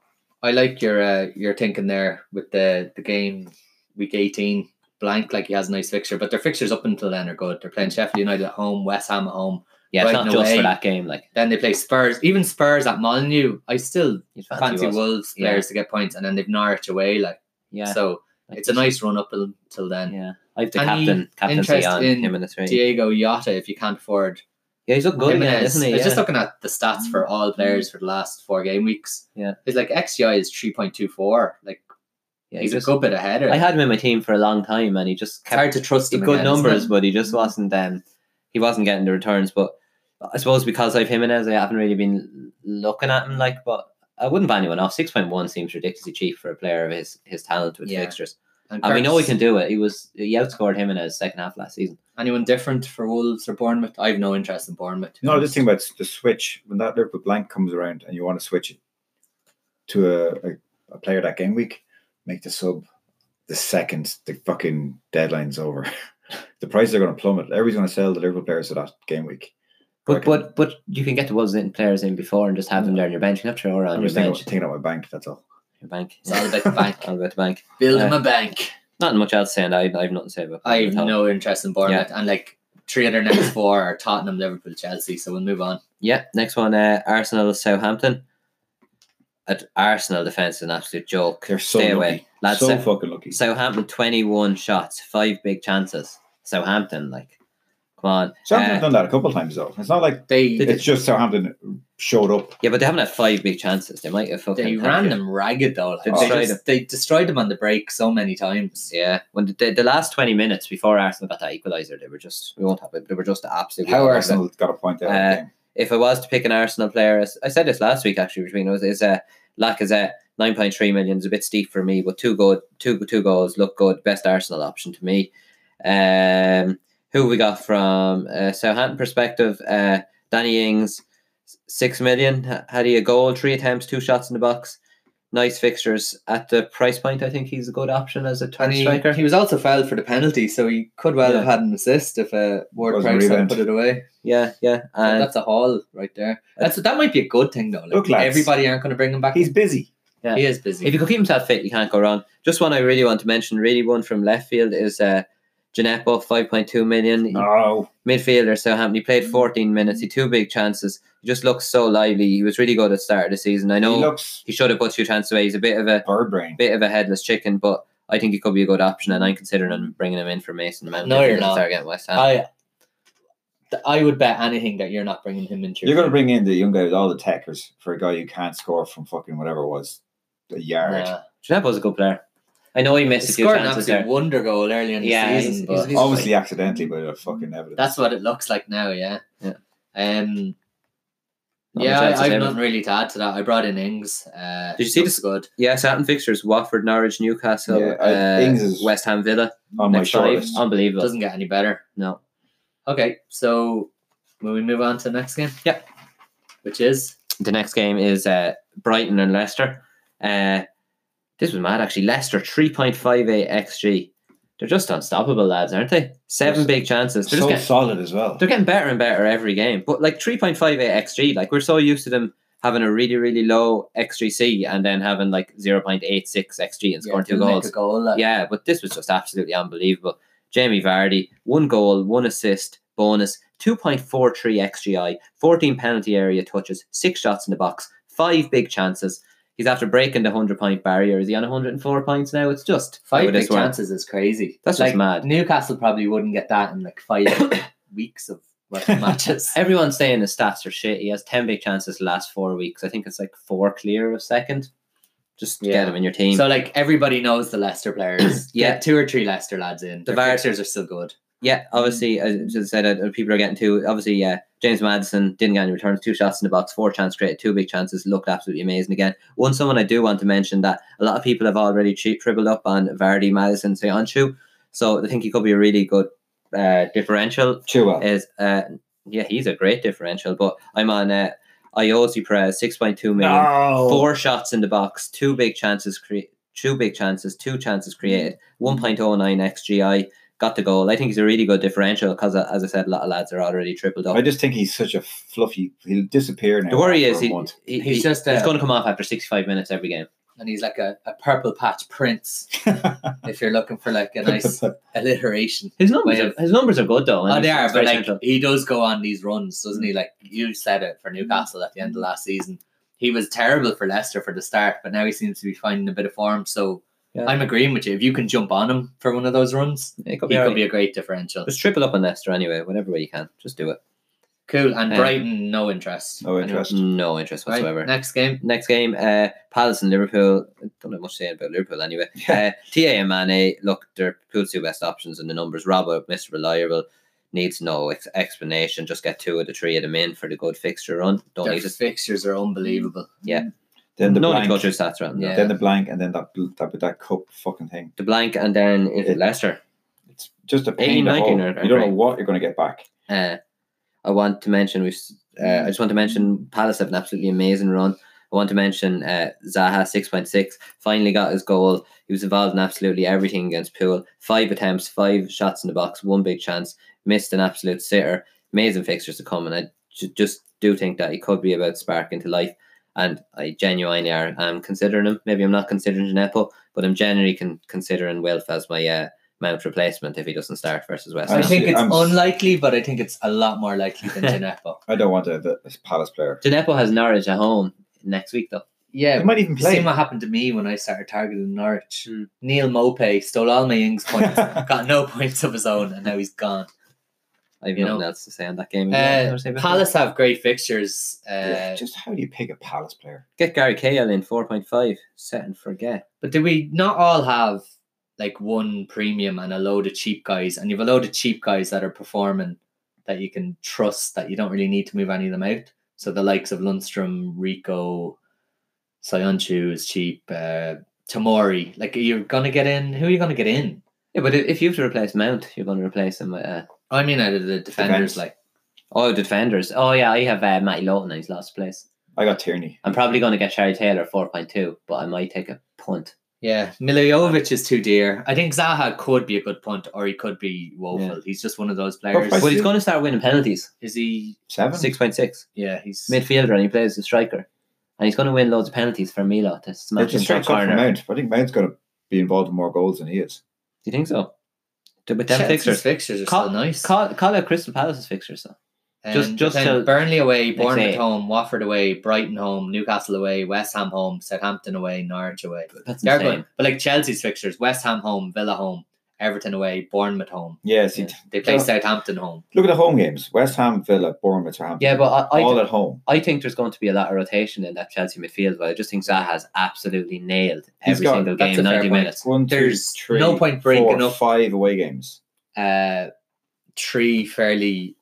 [SPEAKER 1] I like your uh, your thinking there with the the game week eighteen blank. Like he has a nice fixture, but their fixtures up until then are good. They're playing Sheffield United at home, West Ham at home.
[SPEAKER 3] Yeah, it's
[SPEAKER 1] Right,
[SPEAKER 3] not
[SPEAKER 1] no
[SPEAKER 3] just
[SPEAKER 1] way.
[SPEAKER 3] for that game. Like
[SPEAKER 1] Then they play Spurs, even Spurs at Molyneux. I still
[SPEAKER 3] you'd
[SPEAKER 1] fancy,
[SPEAKER 3] us.
[SPEAKER 1] Wolves
[SPEAKER 3] Yeah.
[SPEAKER 1] players to get points, and then they've Norwich away. Like
[SPEAKER 3] Yeah,
[SPEAKER 1] so,
[SPEAKER 3] like
[SPEAKER 1] it's a
[SPEAKER 3] this-
[SPEAKER 1] nice run up until then.
[SPEAKER 3] Yeah, I have the
[SPEAKER 1] Any
[SPEAKER 3] captain captaincy
[SPEAKER 1] interest
[SPEAKER 3] on
[SPEAKER 1] in
[SPEAKER 3] Jimenez. Right?
[SPEAKER 1] Diego Yota, if you can't afford
[SPEAKER 3] yeah, he's looking good, man,
[SPEAKER 1] Jimenez.
[SPEAKER 3] isn't
[SPEAKER 1] I
[SPEAKER 3] he?
[SPEAKER 1] was
[SPEAKER 3] Yeah.
[SPEAKER 1] just looking at the stats for all players for the last four game weeks.
[SPEAKER 3] Yeah.
[SPEAKER 1] It's like XGI is 3.24. Like,
[SPEAKER 3] yeah,
[SPEAKER 1] he's
[SPEAKER 3] he just-
[SPEAKER 1] a good bit ahead.
[SPEAKER 3] I had him in my team for a long time, and he just
[SPEAKER 1] it's hard
[SPEAKER 3] kept
[SPEAKER 1] to trust him.
[SPEAKER 3] good
[SPEAKER 1] again, isn't
[SPEAKER 3] numbers,
[SPEAKER 1] it?
[SPEAKER 3] but he just wasn't. Um, he wasn't getting the returns. But I suppose because I've Jimenez, I haven't really been looking at him like. But I wouldn't value him off. Six point one seems ridiculously cheap for a player of his his talent with
[SPEAKER 1] Yeah.
[SPEAKER 3] fixtures, and we
[SPEAKER 1] Kirk's-
[SPEAKER 3] know he can do it. He was he outscored Jimenez second half last season.
[SPEAKER 1] Anyone different for Wolves or Bournemouth? I have no interest in Bournemouth.
[SPEAKER 2] No, this thing about s- the switch when that Liverpool blank comes around and you want to switch it to a, a, a player that game week, make the sub the second the fucking deadline's over. (laughs) the prices are going to plummet. Everybody's going to sell the Liverpool players for that game week.
[SPEAKER 3] But
[SPEAKER 2] Reckon.
[SPEAKER 3] but but you can get the Wolves in players in before and just have them there on your bench. You can have Traore on
[SPEAKER 2] I'm
[SPEAKER 3] your
[SPEAKER 2] just thinking,
[SPEAKER 3] bench.
[SPEAKER 2] about- thinking about my bank. That's all.
[SPEAKER 3] Your bank.
[SPEAKER 1] It's all about the
[SPEAKER 3] (laughs)
[SPEAKER 1] bank.
[SPEAKER 3] All about the bank.
[SPEAKER 1] Build
[SPEAKER 3] Uh,
[SPEAKER 1] him a bank.
[SPEAKER 3] Not much else saying. I, I have nothing to say about.
[SPEAKER 1] I have
[SPEAKER 3] Bournemouth at all.
[SPEAKER 1] no interest in Bournemouth. And like three of their next four are Tottenham, Liverpool, Chelsea. So we'll move on.
[SPEAKER 3] Yeah, next one, uh, Arsenal Southampton. At Arsenal defense is an absolute joke.
[SPEAKER 2] They're so lucky.
[SPEAKER 3] Stay away, lads.
[SPEAKER 2] so
[SPEAKER 3] Sou-
[SPEAKER 2] fucking lucky.
[SPEAKER 3] Southampton twenty-one shots, five big chances. Southampton, like, come on.
[SPEAKER 2] Southampton
[SPEAKER 3] Uh,
[SPEAKER 2] have done that a couple of times though. It's not like
[SPEAKER 1] They
[SPEAKER 3] They
[SPEAKER 1] they,
[SPEAKER 2] it's just Southampton showed up.
[SPEAKER 3] yeah, but they haven't had five big chances. They might have fucking. had
[SPEAKER 1] ran
[SPEAKER 3] it.
[SPEAKER 1] them ragged though. Like,
[SPEAKER 3] They
[SPEAKER 1] they,
[SPEAKER 3] destroyed
[SPEAKER 1] just-
[SPEAKER 3] them.
[SPEAKER 1] they destroyed them on the break so many times.
[SPEAKER 3] Yeah, when the, the, the last twenty minutes before Arsenal got that equaliser, they were just we won't have it. They were just absolutely.
[SPEAKER 2] How
[SPEAKER 3] all over them.
[SPEAKER 2] Arsenal got a point out of
[SPEAKER 3] Uh,
[SPEAKER 2] that game.
[SPEAKER 3] if I was to pick an Arsenal player, as- I said this last week actually between us, is uh, Lacazette. Nine point three million is a bit steep for me, but two good, two two goals look good. Best Arsenal option to me. Um, who we got from uh, Southampton perspective? Uh, Danny Ings, six million. ha- Had he a goal, three attempts, two shots in the box. Nice fixtures at the price point. I think he's a good option as a
[SPEAKER 1] And
[SPEAKER 3] turn
[SPEAKER 1] he,
[SPEAKER 3] striker.
[SPEAKER 1] he was also fouled for the penalty, so he could well
[SPEAKER 3] Yeah.
[SPEAKER 1] have had an assist if uh, Ward
[SPEAKER 2] Wasn't
[SPEAKER 1] Prowse had
[SPEAKER 2] rebound.
[SPEAKER 1] put it away.
[SPEAKER 3] Yeah, yeah,
[SPEAKER 1] So
[SPEAKER 3] and
[SPEAKER 1] that's a haul right there. That's that might be a good thing though. Like,
[SPEAKER 2] Look, lads.
[SPEAKER 1] everybody aren't going to bring him back.
[SPEAKER 2] He's busy.
[SPEAKER 1] he is busy.
[SPEAKER 3] If you can keep himself fit, you can't go wrong. Just one I really want to mention, really one from left field is uh, Gineppo, 5.2 million.
[SPEAKER 2] No, Mm.
[SPEAKER 3] Midfielder, Southampton. He played 14 minutes. He had two big chances. He just looks so lively. He was really good at the start of the season. I know
[SPEAKER 2] he
[SPEAKER 3] he,
[SPEAKER 2] looks
[SPEAKER 3] should have put two chances away. He's a bit of a
[SPEAKER 2] bird brain.
[SPEAKER 3] bit of a headless chicken, but I think he could be a good option, and I'm considering him bringing him in for Mason Mount.
[SPEAKER 1] No,
[SPEAKER 3] if he
[SPEAKER 1] you're
[SPEAKER 3] doesn't
[SPEAKER 1] not.
[SPEAKER 3] Start against West Ham.
[SPEAKER 1] I I would bet anything that you're not bringing him into. your
[SPEAKER 2] You're going to
[SPEAKER 1] team.
[SPEAKER 2] bring in the young guy with all the tackers for a guy who can't score from fucking whatever it was a yard.
[SPEAKER 1] Nah.
[SPEAKER 3] Gineppo's a good player. I know he
[SPEAKER 1] He
[SPEAKER 3] missed a few
[SPEAKER 1] scored an
[SPEAKER 3] chances
[SPEAKER 1] absolute
[SPEAKER 3] there.
[SPEAKER 1] wonder goal early in the
[SPEAKER 3] Yeah,
[SPEAKER 1] season,
[SPEAKER 3] he's-
[SPEAKER 1] but
[SPEAKER 3] he's- he's-
[SPEAKER 2] Obviously, accidentally, but a fucking evidence.
[SPEAKER 1] that's what it looks like now. Yeah.
[SPEAKER 3] Yeah.
[SPEAKER 1] Um.
[SPEAKER 3] Not
[SPEAKER 1] yeah,
[SPEAKER 3] much else to
[SPEAKER 1] I,
[SPEAKER 3] say
[SPEAKER 1] I've
[SPEAKER 3] about
[SPEAKER 1] nothing really to add to that. I brought in Ings. Uh,
[SPEAKER 3] Did you see
[SPEAKER 1] looks
[SPEAKER 3] this-
[SPEAKER 1] Good.
[SPEAKER 3] Yeah, Southampton fixtures: Watford, Norwich, Newcastle,
[SPEAKER 2] Yeah, I-
[SPEAKER 3] uh,
[SPEAKER 2] Ings is-
[SPEAKER 3] West Ham, Villa.
[SPEAKER 2] on my
[SPEAKER 3] Next five,
[SPEAKER 2] shortlist.
[SPEAKER 3] Unbelievable.
[SPEAKER 1] Doesn't get any better.
[SPEAKER 3] no.
[SPEAKER 1] Okay, so will we move on to the next game?
[SPEAKER 3] Yeah.
[SPEAKER 1] Which is
[SPEAKER 3] The next game is uh, Brighton and Leicester. Uh, this was mad actually. Leicester 3.58 XG. They're just unstoppable, lads, aren't they? Seven
[SPEAKER 2] Yes.
[SPEAKER 3] big chances. They're
[SPEAKER 2] so
[SPEAKER 3] just getting,
[SPEAKER 2] solid as well.
[SPEAKER 3] they're getting better and better every game. But like 3.58 XG, like we're so used to them having a really, really low XGC and then having like 0.86 XG and scoring
[SPEAKER 1] yeah,
[SPEAKER 3] two
[SPEAKER 1] make
[SPEAKER 3] goals.
[SPEAKER 1] a goal, like-
[SPEAKER 3] Yeah, but this was just absolutely unbelievable. Jamie Vardy, one goal, one assist, bonus, 2.43 XGI, 14 penalty area touches, six shots in the box, five big chances. He's after breaking the 100 point barrier. Is he on 104 points now? It's just out
[SPEAKER 1] Five
[SPEAKER 3] of
[SPEAKER 1] big
[SPEAKER 3] this world.
[SPEAKER 1] chances is crazy.
[SPEAKER 3] That's just
[SPEAKER 1] like,
[SPEAKER 3] mad.
[SPEAKER 1] Newcastle probably wouldn't get that in like
[SPEAKER 3] (coughs)
[SPEAKER 1] five weeks of
[SPEAKER 3] (laughs)
[SPEAKER 1] worth of matches.
[SPEAKER 3] Everyone's saying his stats are shit. He has 10 big chances the last four weeks. I think it's like four clear of second. Just
[SPEAKER 1] Yeah.
[SPEAKER 3] get him in your team.
[SPEAKER 1] So like everybody knows the Leicester players.
[SPEAKER 3] (coughs) Yeah.
[SPEAKER 1] Get two or three Leicester lads in.
[SPEAKER 3] The
[SPEAKER 1] The
[SPEAKER 3] Var-
[SPEAKER 1] Vargas are still good.
[SPEAKER 3] Yeah, obviously, as I said, uh, people are getting two. Obviously, yeah, James Madison didn't get any returns, two shots in the box, four chance created, two big chances, looked absolutely amazing again. One someone I do want to mention that a lot of people have already cheap tripled up on Vardy, Madison, Seanchu, so I think he could be a really good uh, differential.
[SPEAKER 2] Chilwell.
[SPEAKER 3] Is uh, yeah, he's a great differential, but I'm on uh, Iosi Perez, six point two million,
[SPEAKER 2] no.
[SPEAKER 3] four shots in the box, two big chances cre- two big chances, two chances created, 1.09 XGI, got the goal. I think he's a really good differential because, as I said, a lot of lads are already tripled up.
[SPEAKER 2] I just think he's such a fluffy. He'll disappear now.
[SPEAKER 3] The worry
[SPEAKER 2] after
[SPEAKER 3] is
[SPEAKER 2] a
[SPEAKER 3] he,
[SPEAKER 2] month.
[SPEAKER 3] he-
[SPEAKER 1] He's
[SPEAKER 3] he-
[SPEAKER 1] just,
[SPEAKER 3] he's
[SPEAKER 1] uh,
[SPEAKER 3] going to come off after 65 minutes every game.
[SPEAKER 1] and he's like a, a purple patch prince.
[SPEAKER 3] (laughs)
[SPEAKER 1] if you're looking for like a nice alliteration.
[SPEAKER 3] His numbers,
[SPEAKER 1] Way
[SPEAKER 3] are,
[SPEAKER 1] of-
[SPEAKER 3] his numbers are good though. and
[SPEAKER 1] Oh, they
[SPEAKER 3] he's-
[SPEAKER 1] are,
[SPEAKER 3] he's
[SPEAKER 1] but
[SPEAKER 3] very
[SPEAKER 1] like
[SPEAKER 3] central.
[SPEAKER 1] he does go on these runs, doesn't he? Like you said it for Newcastle at the end of last season. He was terrible for Leicester for the start, but now he seems to be finding a bit of form. So
[SPEAKER 3] Yeah.
[SPEAKER 1] I'm agreeing with you. If you can jump on him for one of those runs,
[SPEAKER 3] It could
[SPEAKER 1] he
[SPEAKER 3] be
[SPEAKER 1] could
[SPEAKER 3] alright.
[SPEAKER 1] be a great differential.
[SPEAKER 3] Just triple up on Leicester anyway, whatever way you can. Just do it.
[SPEAKER 1] Cool. And
[SPEAKER 3] Yeah.
[SPEAKER 1] Brighton, no interest.
[SPEAKER 2] No interest.
[SPEAKER 3] No interest
[SPEAKER 1] Anyway, right,
[SPEAKER 3] whatsoever.
[SPEAKER 1] next game.
[SPEAKER 3] Next game, uh, Palace and Liverpool. I don't have much to say about Liverpool anyway. Uh, TA and Mane, look, they're Pool's two best options in the numbers. Robbo, Mr. Reliable, needs no ex- explanation. Just get two of the three of them in for the good fixture run. Don't
[SPEAKER 1] Their
[SPEAKER 3] need to.
[SPEAKER 1] fixtures are unbelievable.
[SPEAKER 2] (laughs) Then the
[SPEAKER 3] no need
[SPEAKER 2] blank.
[SPEAKER 3] to go through stats around
[SPEAKER 1] Yeah.
[SPEAKER 3] yeah.
[SPEAKER 2] Then the blank, and then that bl- that with that cup fucking thing.
[SPEAKER 3] The blank and then is it Leicester.
[SPEAKER 2] It's just a pain.
[SPEAKER 3] 18,
[SPEAKER 2] to
[SPEAKER 3] 19
[SPEAKER 2] hold.
[SPEAKER 3] are- are
[SPEAKER 2] You don't know
[SPEAKER 3] great.
[SPEAKER 2] what you're going to get back.
[SPEAKER 3] Uh, I want to mention we. s- Uh, I just want to mention Palace have an absolutely amazing run. I want to mention uh, Zaha six point six finally got his goal. He was involved in absolutely everything against Poole. Five attempts, five shots in the box, one big chance, missed an absolute sitter. Amazing fixtures to come, and I ju- just do think that he could be about sparking to life. And I genuinely are am considering him. Maybe I'm not considering Gineppo, but I'm generally con- considering Wilf as my uh, mount replacement if he doesn't start versus West
[SPEAKER 1] I
[SPEAKER 3] Ham.
[SPEAKER 2] I'm
[SPEAKER 1] think
[SPEAKER 2] see-
[SPEAKER 1] it's
[SPEAKER 2] I'm s-
[SPEAKER 1] unlikely, but I think it's a lot more likely than Gineppo.
[SPEAKER 2] I don't want a, a Palace player.
[SPEAKER 3] Gineppo has Norwich at home next week, though.
[SPEAKER 1] Yeah,
[SPEAKER 2] He might even
[SPEAKER 1] You seen
[SPEAKER 2] play.
[SPEAKER 1] what happened to me when I started targeting Norwich.
[SPEAKER 3] Hmm.
[SPEAKER 1] Neil Mopey stole all my Ings
[SPEAKER 2] (laughs)
[SPEAKER 1] points, got no points of his own, and now he's gone.
[SPEAKER 3] I have
[SPEAKER 1] You
[SPEAKER 3] nothing
[SPEAKER 1] know.
[SPEAKER 3] else to say on that game.
[SPEAKER 1] Uh,
[SPEAKER 3] Say about
[SPEAKER 1] Palace have great fixtures, uh,
[SPEAKER 2] Yeah, just how do you pick a Palace player?
[SPEAKER 3] that? get Gary Cahill in four point five. Set and forget.
[SPEAKER 1] but do we not all have like one premium and a load of cheap guys? And you've a load of cheap guys that are performing that you can trust that you don't really need to move any of them out. So the likes of Lundstrom, Rico, Sionchu is cheap. Uh, Tamori, like you're gonna get in. Who are you gonna get in?
[SPEAKER 3] Yeah, but i- if you have to replace Mount, you're going to replace him. With, uh,
[SPEAKER 1] I mean, out of the defenders,
[SPEAKER 2] Defence.
[SPEAKER 1] like.
[SPEAKER 3] oh, defenders. Oh yeah, I have uh, Matty Lawton. and He's lost place.
[SPEAKER 2] I got Tierney.
[SPEAKER 3] I'm probably going to get Sherry Taylor four point two, but I might take a punt.
[SPEAKER 1] Yeah, Miljovic is too dear. I think Zaha could be a good punt, or he could be woeful.
[SPEAKER 3] Yeah.
[SPEAKER 1] He's just one of those players.
[SPEAKER 2] I
[SPEAKER 3] But he's
[SPEAKER 2] see.
[SPEAKER 3] going to start winning penalties.
[SPEAKER 1] Is he?
[SPEAKER 2] Seven.
[SPEAKER 3] Six point six
[SPEAKER 1] Yeah, he's.
[SPEAKER 3] midfielder, and he plays as a striker, and he's going to win loads of penalties for Milo to smash
[SPEAKER 2] It's a
[SPEAKER 3] him
[SPEAKER 2] straight
[SPEAKER 3] top
[SPEAKER 2] cut from
[SPEAKER 3] corner. Do
[SPEAKER 2] Mount. I think Mount's going to be involved in more goals than he is.
[SPEAKER 3] you think so? Do- With them
[SPEAKER 1] Chelsea's
[SPEAKER 3] fixtures,
[SPEAKER 1] fixtures are
[SPEAKER 3] Call-
[SPEAKER 1] still nice.
[SPEAKER 3] call call out Crystal Palace's fixtures though.
[SPEAKER 1] Um,
[SPEAKER 3] just- just
[SPEAKER 1] then
[SPEAKER 3] till-
[SPEAKER 1] Burnley away,
[SPEAKER 3] Next
[SPEAKER 1] Bournemouth
[SPEAKER 3] eight.
[SPEAKER 1] home, Watford away, Brighton home, Newcastle away, West Ham home, Southampton away, Norwich away.
[SPEAKER 3] That's
[SPEAKER 1] They're
[SPEAKER 3] insane.
[SPEAKER 1] good, but like Chelsea's fixtures: West Ham home, Villa home, Everton away, Bournemouth home.
[SPEAKER 2] Yeah, see,
[SPEAKER 3] Yeah.
[SPEAKER 1] They play
[SPEAKER 2] Yeah.
[SPEAKER 1] Southampton home.
[SPEAKER 2] look at the home games: West Ham, Villa, Bournemouth, Southampton.
[SPEAKER 3] Yeah, but I, I,
[SPEAKER 2] all
[SPEAKER 3] th-
[SPEAKER 2] at home.
[SPEAKER 3] I think there's going to be a lot of rotation in that Chelsea midfield. But I just think Zaha's absolutely nailed
[SPEAKER 2] He's
[SPEAKER 3] every
[SPEAKER 2] got-
[SPEAKER 3] single
[SPEAKER 1] that's
[SPEAKER 3] game,
[SPEAKER 1] a fair
[SPEAKER 3] ninety
[SPEAKER 1] point.
[SPEAKER 3] minutes.
[SPEAKER 2] One, two,
[SPEAKER 1] There's
[SPEAKER 2] three,
[SPEAKER 1] no point breaking
[SPEAKER 2] four,
[SPEAKER 1] up.
[SPEAKER 2] five away games.
[SPEAKER 1] uh, three fairly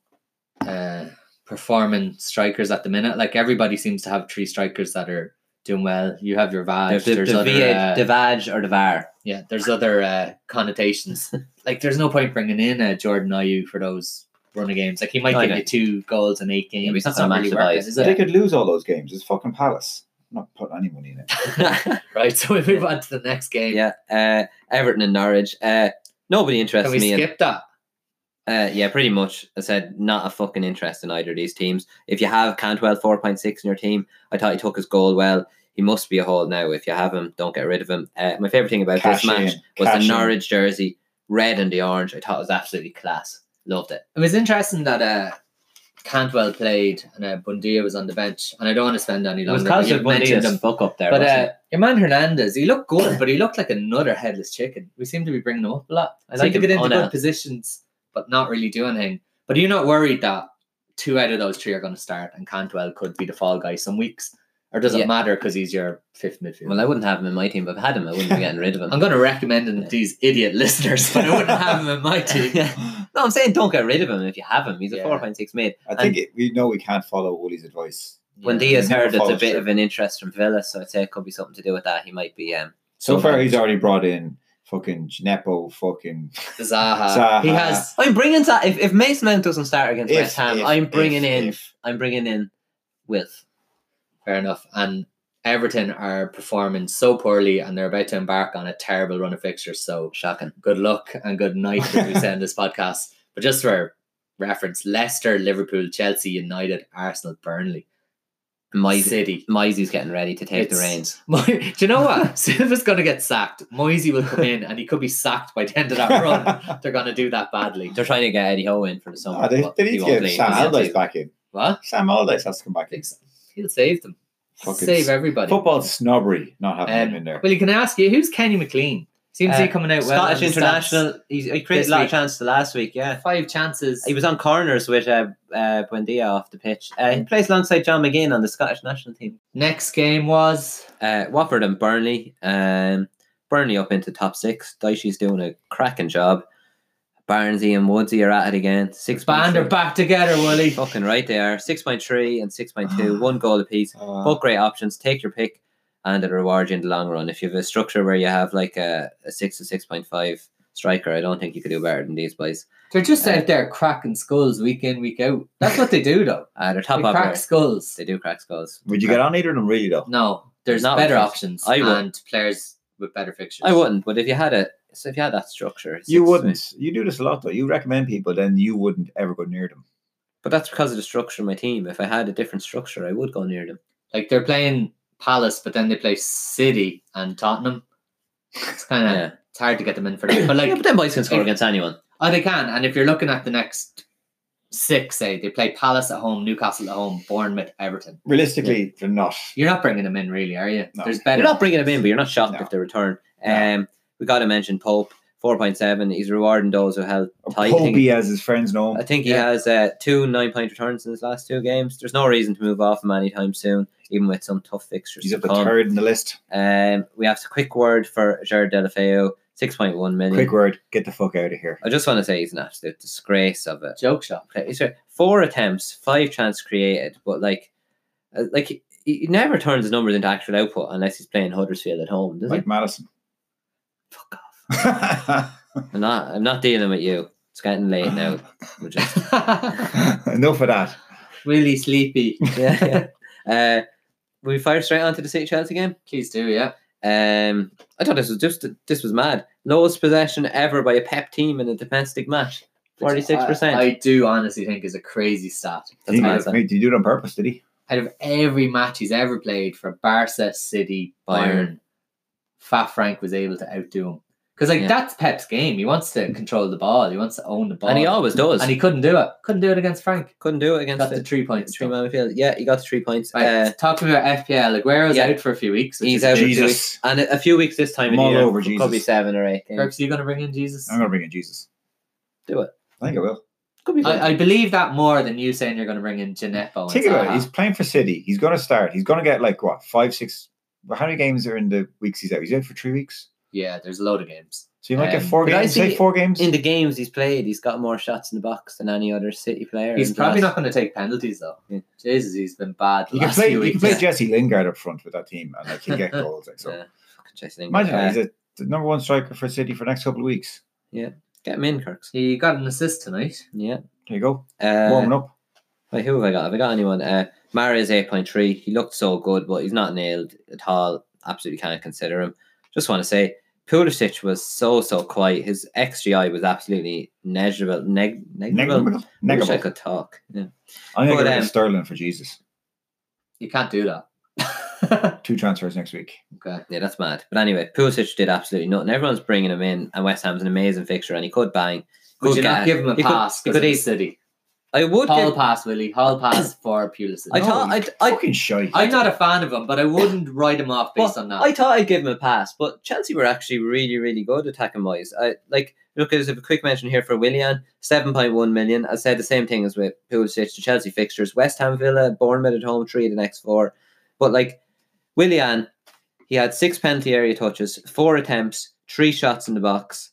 [SPEAKER 1] uh, performing strikers at the minute. Like everybody seems to have three strikers that are doing well. You have your
[SPEAKER 3] The,
[SPEAKER 1] Vaj.
[SPEAKER 3] the,
[SPEAKER 1] There's
[SPEAKER 3] the
[SPEAKER 1] other
[SPEAKER 3] VA
[SPEAKER 1] uh,
[SPEAKER 3] the Vaj or the VAR.
[SPEAKER 1] yeah. There's other uh,
[SPEAKER 3] (laughs)
[SPEAKER 1] connotations. like there's no point bringing in uh, Jordan Ayew for those running games. Like he might
[SPEAKER 3] No, I
[SPEAKER 1] give you two goals in eight games.
[SPEAKER 3] but he's not
[SPEAKER 1] That's
[SPEAKER 3] gonna
[SPEAKER 1] not
[SPEAKER 3] match
[SPEAKER 1] really
[SPEAKER 3] the
[SPEAKER 1] worth it,
[SPEAKER 3] buys.
[SPEAKER 1] is
[SPEAKER 2] They
[SPEAKER 1] it?
[SPEAKER 2] could lose all those games. It's fucking Palace. I'm not putting any money in it.
[SPEAKER 1] (laughs)
[SPEAKER 3] (laughs)
[SPEAKER 1] Right. So we move on to the next game.
[SPEAKER 3] yeah, uh, Everton and Norwich. Uh, nobody
[SPEAKER 1] Can
[SPEAKER 3] interests
[SPEAKER 1] we
[SPEAKER 3] me. in-
[SPEAKER 1] skip that?
[SPEAKER 3] uh, yeah, pretty much. I said not a fucking interest in either of these teams. If you have Cantwell four point six in your team, I thought he took his goal well. He must be a hold now. If you have him, don't get rid of him. Uh, my favorite thing about
[SPEAKER 2] Cash
[SPEAKER 3] this match
[SPEAKER 2] in,
[SPEAKER 3] was
[SPEAKER 2] cash
[SPEAKER 3] the
[SPEAKER 2] in.
[SPEAKER 3] Norwich jersey, red and the orange. I thought it was absolutely class. Loved it.
[SPEAKER 1] It was interesting that uh, Cantwell played and uh, Bundia was on the bench. And I don't want to spend any
[SPEAKER 3] It was
[SPEAKER 1] longer. but
[SPEAKER 3] because
[SPEAKER 1] you've
[SPEAKER 3] of mentioned him fuck up there.
[SPEAKER 1] But
[SPEAKER 3] wasn't
[SPEAKER 1] uh, your man Hernandez, he looked good, but he looked like another headless chicken. We seem to be bringing him up a lot.
[SPEAKER 3] I
[SPEAKER 1] I like
[SPEAKER 3] like
[SPEAKER 1] to
[SPEAKER 3] him.
[SPEAKER 1] get into
[SPEAKER 3] Oh, no.
[SPEAKER 1] good positions, but not really do anything. But are you not worried that two out of those three are going to start, and Cantwell could be the fall guy some weeks, or does
[SPEAKER 3] Yeah.
[SPEAKER 1] it matter because he's your fifth midfielder?
[SPEAKER 3] he? well, I wouldn't have him in my team, but if I had him, I wouldn't be getting rid of him.
[SPEAKER 1] I'm going to recommend him to these idiot (laughs) listeners, but I wouldn't have him in
[SPEAKER 3] (laughs)
[SPEAKER 1] my team.
[SPEAKER 3] no, I'm saying don't get rid of him if you have him. He's a
[SPEAKER 1] Yeah.
[SPEAKER 3] 4.6 mid.
[SPEAKER 2] I think it, we know we can't follow Wooly's advice.
[SPEAKER 3] When
[SPEAKER 1] Yeah.
[SPEAKER 3] Diaz
[SPEAKER 2] He's never
[SPEAKER 3] heard it's a
[SPEAKER 2] followed
[SPEAKER 3] bit
[SPEAKER 2] through.
[SPEAKER 3] of an interest from Villa, so I'd say it could be something to do with that. He might be. Um,
[SPEAKER 2] So
[SPEAKER 3] Don't
[SPEAKER 2] far,
[SPEAKER 3] mind.
[SPEAKER 2] he's already brought in fucking Gineppo, fucking
[SPEAKER 1] Zaha.
[SPEAKER 2] Zaha.
[SPEAKER 1] he has.
[SPEAKER 3] I'm bringing that if, if Mason Mount doesn't start against
[SPEAKER 2] If-
[SPEAKER 3] West Ham,
[SPEAKER 2] if-
[SPEAKER 3] I'm bringing
[SPEAKER 2] if-
[SPEAKER 3] in.
[SPEAKER 2] if.
[SPEAKER 3] I'm bringing in Wilf.
[SPEAKER 1] Fair enough. And Everton are performing so poorly and they're about to embark on a terrible run of fixtures. So
[SPEAKER 3] Shocking.
[SPEAKER 1] good luck and good night when we send this podcast. But just for reference, Leicester, Liverpool, Chelsea, United, Arsenal, Burnley,
[SPEAKER 3] Moisey,
[SPEAKER 1] City. (laughs)
[SPEAKER 3] Moisey's getting ready to take the
[SPEAKER 1] It's-
[SPEAKER 3] reins.
[SPEAKER 1] Mo- Do you know what? (laughs) Silva's going to get sacked. Moisey will come in and he could be sacked by the end of that
[SPEAKER 2] (laughs)
[SPEAKER 1] run. They're going to do that badly.
[SPEAKER 3] They're trying to get Eddie Howe in for the summer.
[SPEAKER 2] Ah, they,
[SPEAKER 3] but
[SPEAKER 2] they
[SPEAKER 3] he
[SPEAKER 2] need to
[SPEAKER 3] won't
[SPEAKER 2] get
[SPEAKER 3] play.
[SPEAKER 2] Sam
[SPEAKER 3] He's
[SPEAKER 2] Allardyce
[SPEAKER 3] not-
[SPEAKER 2] back in.
[SPEAKER 1] What?
[SPEAKER 2] Sam Allardyce has to come back in.
[SPEAKER 1] He'll save them.
[SPEAKER 2] Fucking
[SPEAKER 1] save everybody.
[SPEAKER 2] Football snobbery not having him
[SPEAKER 1] Um,
[SPEAKER 2] in there.
[SPEAKER 1] Willie, can I ask you who's Kenny McLean? Seems to
[SPEAKER 3] Uh,
[SPEAKER 1] be coming out well. on
[SPEAKER 3] Scottish
[SPEAKER 1] the stats.
[SPEAKER 3] international. He's, he created
[SPEAKER 1] This
[SPEAKER 3] a lot
[SPEAKER 1] week.
[SPEAKER 3] of chances last week. Yeah,
[SPEAKER 1] Five chances.
[SPEAKER 3] he was on corners with uh, uh, Buendia off the pitch. Uh, he plays alongside John McGinn on the Scottish national team.
[SPEAKER 1] Next game was
[SPEAKER 3] Uh, Watford and Burnley. Um, Burnley up into top six. Dicey's doing a cracking job. Barnsley and Woodsy are at it again. Six
[SPEAKER 1] band are back together, Willie.
[SPEAKER 3] Fucking right they are. Six point three and six point two. One goal apiece.
[SPEAKER 2] Uh,
[SPEAKER 3] both great options. Take your pick, and it'll reward you in the long run. If you have a structure where you have like a, a six to six point five striker, I don't think you could do better than these boys.
[SPEAKER 1] They're just
[SPEAKER 3] Uh,
[SPEAKER 1] out there cracking skulls week in, week out. That's what they do,
[SPEAKER 3] (laughs)
[SPEAKER 1] though.
[SPEAKER 3] Uh, they're top
[SPEAKER 1] They
[SPEAKER 3] up.
[SPEAKER 1] crack
[SPEAKER 3] there.
[SPEAKER 1] skulls.
[SPEAKER 3] They do crack skulls.
[SPEAKER 2] would you get on either of them really though?
[SPEAKER 1] No, there's
[SPEAKER 3] Not
[SPEAKER 1] better
[SPEAKER 3] with-
[SPEAKER 1] options
[SPEAKER 3] I would.
[SPEAKER 1] and players with better fixtures.
[SPEAKER 3] I wouldn't, but if you had a so if you had that structure,
[SPEAKER 2] You
[SPEAKER 3] six-
[SPEAKER 2] wouldn't. You do this a lot though. You recommend people, then you wouldn't ever go near them.
[SPEAKER 3] But that's because of the structure of my team. If I had a different structure, I would go near (coughs) them.
[SPEAKER 1] Like they're playing Palace, but then they play City and Tottenham. It's kind of
[SPEAKER 3] Yeah,
[SPEAKER 1] it's hard to get them in for that. But like
[SPEAKER 3] yeah but them boys can score
[SPEAKER 1] if-
[SPEAKER 3] against anyone.
[SPEAKER 1] Oh, they can. And if you're looking at the next six, say they play Palace at home, Newcastle at home, Bournemouth, Everton.
[SPEAKER 2] Realistically, they're not.
[SPEAKER 1] You're not bringing them in, really, are you?
[SPEAKER 2] No.
[SPEAKER 1] There's
[SPEAKER 3] You're
[SPEAKER 1] better.
[SPEAKER 3] not bringing them in, but you're not shocked
[SPEAKER 2] No.
[SPEAKER 3] if they return.
[SPEAKER 2] No.
[SPEAKER 3] Um, we got to mention Pope. 4.7 he's rewarding those who held tight I think-
[SPEAKER 2] Popey, as his friends know
[SPEAKER 3] I
[SPEAKER 2] him.
[SPEAKER 3] think he
[SPEAKER 1] Yeah.
[SPEAKER 3] has uh, two nine point returns in his last two games. There's no reason to move off him anytime soon, even with some tough fixtures.
[SPEAKER 2] He's
[SPEAKER 3] to
[SPEAKER 2] up the
[SPEAKER 3] come.
[SPEAKER 2] third in the list.
[SPEAKER 3] Um, we have a quick word for Jared Delafeo, 6.1 million.
[SPEAKER 2] Quick word, get the fuck out of here.
[SPEAKER 3] I just want to say he's an absolute disgrace of it.
[SPEAKER 1] joke shop. (laughs)
[SPEAKER 3] He's got four attempts, five chance created, but like, uh, like he, he never turns his numbers into actual output unless he's playing Huddersfield at home, does
[SPEAKER 2] Like Madison.
[SPEAKER 3] Fuck
[SPEAKER 2] off.
[SPEAKER 3] he? I'm not. I'm not dealing with you. It's getting late now. We're just
[SPEAKER 2] (laughs)
[SPEAKER 3] (laughs)
[SPEAKER 2] Enough of that.
[SPEAKER 1] really sleepy.
[SPEAKER 3] yeah. (laughs) yeah. Uh, we fire straight onto the City Chelsea game.
[SPEAKER 1] Please do, yeah.
[SPEAKER 3] Um, I thought this was just this was mad. Lowest possession ever by a Pep team in a domestic match. Forty six
[SPEAKER 1] I, I
[SPEAKER 3] percent.
[SPEAKER 1] do honestly think is a crazy stat.
[SPEAKER 3] That's
[SPEAKER 2] He-
[SPEAKER 3] mad.
[SPEAKER 2] Did he do it on purpose? Did he?
[SPEAKER 1] Out of every match he's ever played for Barca, City, Bayern,
[SPEAKER 3] Bayern.
[SPEAKER 1] Fat Frank was able to outdo him. Because like
[SPEAKER 3] Yeah.
[SPEAKER 1] that's Pep's game. He wants to control the ball. He wants to own the ball.
[SPEAKER 3] And he always does.
[SPEAKER 1] And he couldn't do it. Couldn't do it against Frank.
[SPEAKER 3] couldn't do it against
[SPEAKER 1] Got the
[SPEAKER 3] the
[SPEAKER 1] three points.
[SPEAKER 3] three man midfield. Yeah, he got the three points.
[SPEAKER 1] Right.
[SPEAKER 3] Uh,
[SPEAKER 1] Talk to me about FPL. Aguero's
[SPEAKER 3] yeah.
[SPEAKER 1] out for a few weeks. Which
[SPEAKER 3] he's
[SPEAKER 1] is
[SPEAKER 3] out for
[SPEAKER 1] big.
[SPEAKER 3] two
[SPEAKER 2] Jesus.
[SPEAKER 3] weeks. and a, a few weeks this time
[SPEAKER 2] I'm
[SPEAKER 3] of
[SPEAKER 2] all
[SPEAKER 3] year,
[SPEAKER 2] over
[SPEAKER 3] could
[SPEAKER 2] Jesus.
[SPEAKER 3] be seven or eight. Games.
[SPEAKER 1] Kirk, so you going to bring in Jesus?
[SPEAKER 2] I'm going to bring in Jesus.
[SPEAKER 3] Do it.
[SPEAKER 2] I think I will.
[SPEAKER 3] Could be good.
[SPEAKER 1] I, I believe that more than you saying you're going to bring in
[SPEAKER 3] Oh,
[SPEAKER 1] Gineppo.
[SPEAKER 2] Think about it. He's playing for City. He's going to start. He's going to get like what five, six. well, How many games are in the weeks he's out? He's out for three weeks,
[SPEAKER 1] yeah, there's a load of games.
[SPEAKER 2] so you might get
[SPEAKER 1] Um,
[SPEAKER 2] four
[SPEAKER 3] but I
[SPEAKER 2] games. Say
[SPEAKER 3] think
[SPEAKER 2] four games.
[SPEAKER 3] in the games he's played, he's got more shots in the box than any other City player.
[SPEAKER 1] He's
[SPEAKER 3] in the
[SPEAKER 1] probably
[SPEAKER 3] last-
[SPEAKER 1] not going to take penalties though.
[SPEAKER 3] Yeah.
[SPEAKER 1] Jesus, he's been bad. The
[SPEAKER 2] you can
[SPEAKER 1] last
[SPEAKER 2] play.
[SPEAKER 1] few
[SPEAKER 2] You can
[SPEAKER 1] weeks.
[SPEAKER 2] play
[SPEAKER 1] Yeah.
[SPEAKER 2] Jesse Lingard up front with that team, and like he
[SPEAKER 1] (laughs)
[SPEAKER 2] get goals. Like, so
[SPEAKER 3] Yeah. Fucking Jesse Lingard.
[SPEAKER 2] imagine
[SPEAKER 3] Uh,
[SPEAKER 2] that. he's a, the number one striker for City for the next couple of weeks.
[SPEAKER 3] get him in, Kirks.
[SPEAKER 1] He got an assist tonight.
[SPEAKER 3] Yeah.
[SPEAKER 2] There you go,
[SPEAKER 3] Uh,
[SPEAKER 2] warming up.
[SPEAKER 3] Like, who have I got? Have I got anyone? Uh, Mara's 8.3. He looked so good, but he's not nailed at all. Absolutely can't consider him. Just want to say, Pulisic was so, so quiet. His XGI was absolutely negligible. Neg- negligible?
[SPEAKER 2] Negable.
[SPEAKER 3] I wish I
[SPEAKER 2] Negable.
[SPEAKER 3] could talk. Yeah.
[SPEAKER 2] I'm going
[SPEAKER 3] But,
[SPEAKER 2] to get rid
[SPEAKER 3] um,
[SPEAKER 2] of Sterling for Jesus.
[SPEAKER 1] You can't do that.
[SPEAKER 3] (laughs)
[SPEAKER 2] Two transfers next week.
[SPEAKER 1] okay.
[SPEAKER 3] yeah, that's mad. But anyway, Pulisic did absolutely nothing. Everyone's bringing him in, and West Ham's an amazing fixture, and he could bang.
[SPEAKER 1] Would
[SPEAKER 3] Could
[SPEAKER 1] you not
[SPEAKER 3] get-
[SPEAKER 1] give him a
[SPEAKER 3] he could-
[SPEAKER 1] pass?
[SPEAKER 3] he
[SPEAKER 1] Because
[SPEAKER 3] could
[SPEAKER 1] he's
[SPEAKER 3] eas-
[SPEAKER 1] City.
[SPEAKER 3] I would.
[SPEAKER 1] Hall
[SPEAKER 3] give-
[SPEAKER 1] pass, Willie. Hall pass for Pulisic.
[SPEAKER 3] I
[SPEAKER 2] No,
[SPEAKER 3] thought
[SPEAKER 2] he's
[SPEAKER 3] I'd, I'd,
[SPEAKER 2] fucking shy.
[SPEAKER 1] I'm not a fan of him, but I wouldn't write him off based on that.
[SPEAKER 3] I thought I'd give him a pass, but Chelsea were actually really, really good attacking wise. I like look there's a quick mention here for Willian, seven point one million. I said the same thing as with Pulisic. The Chelsea fixtures: West Ham, Villa, Bournemouth at home, three of the next four. But like Willian, he had six penalty area touches, four attempts, three shots in the box.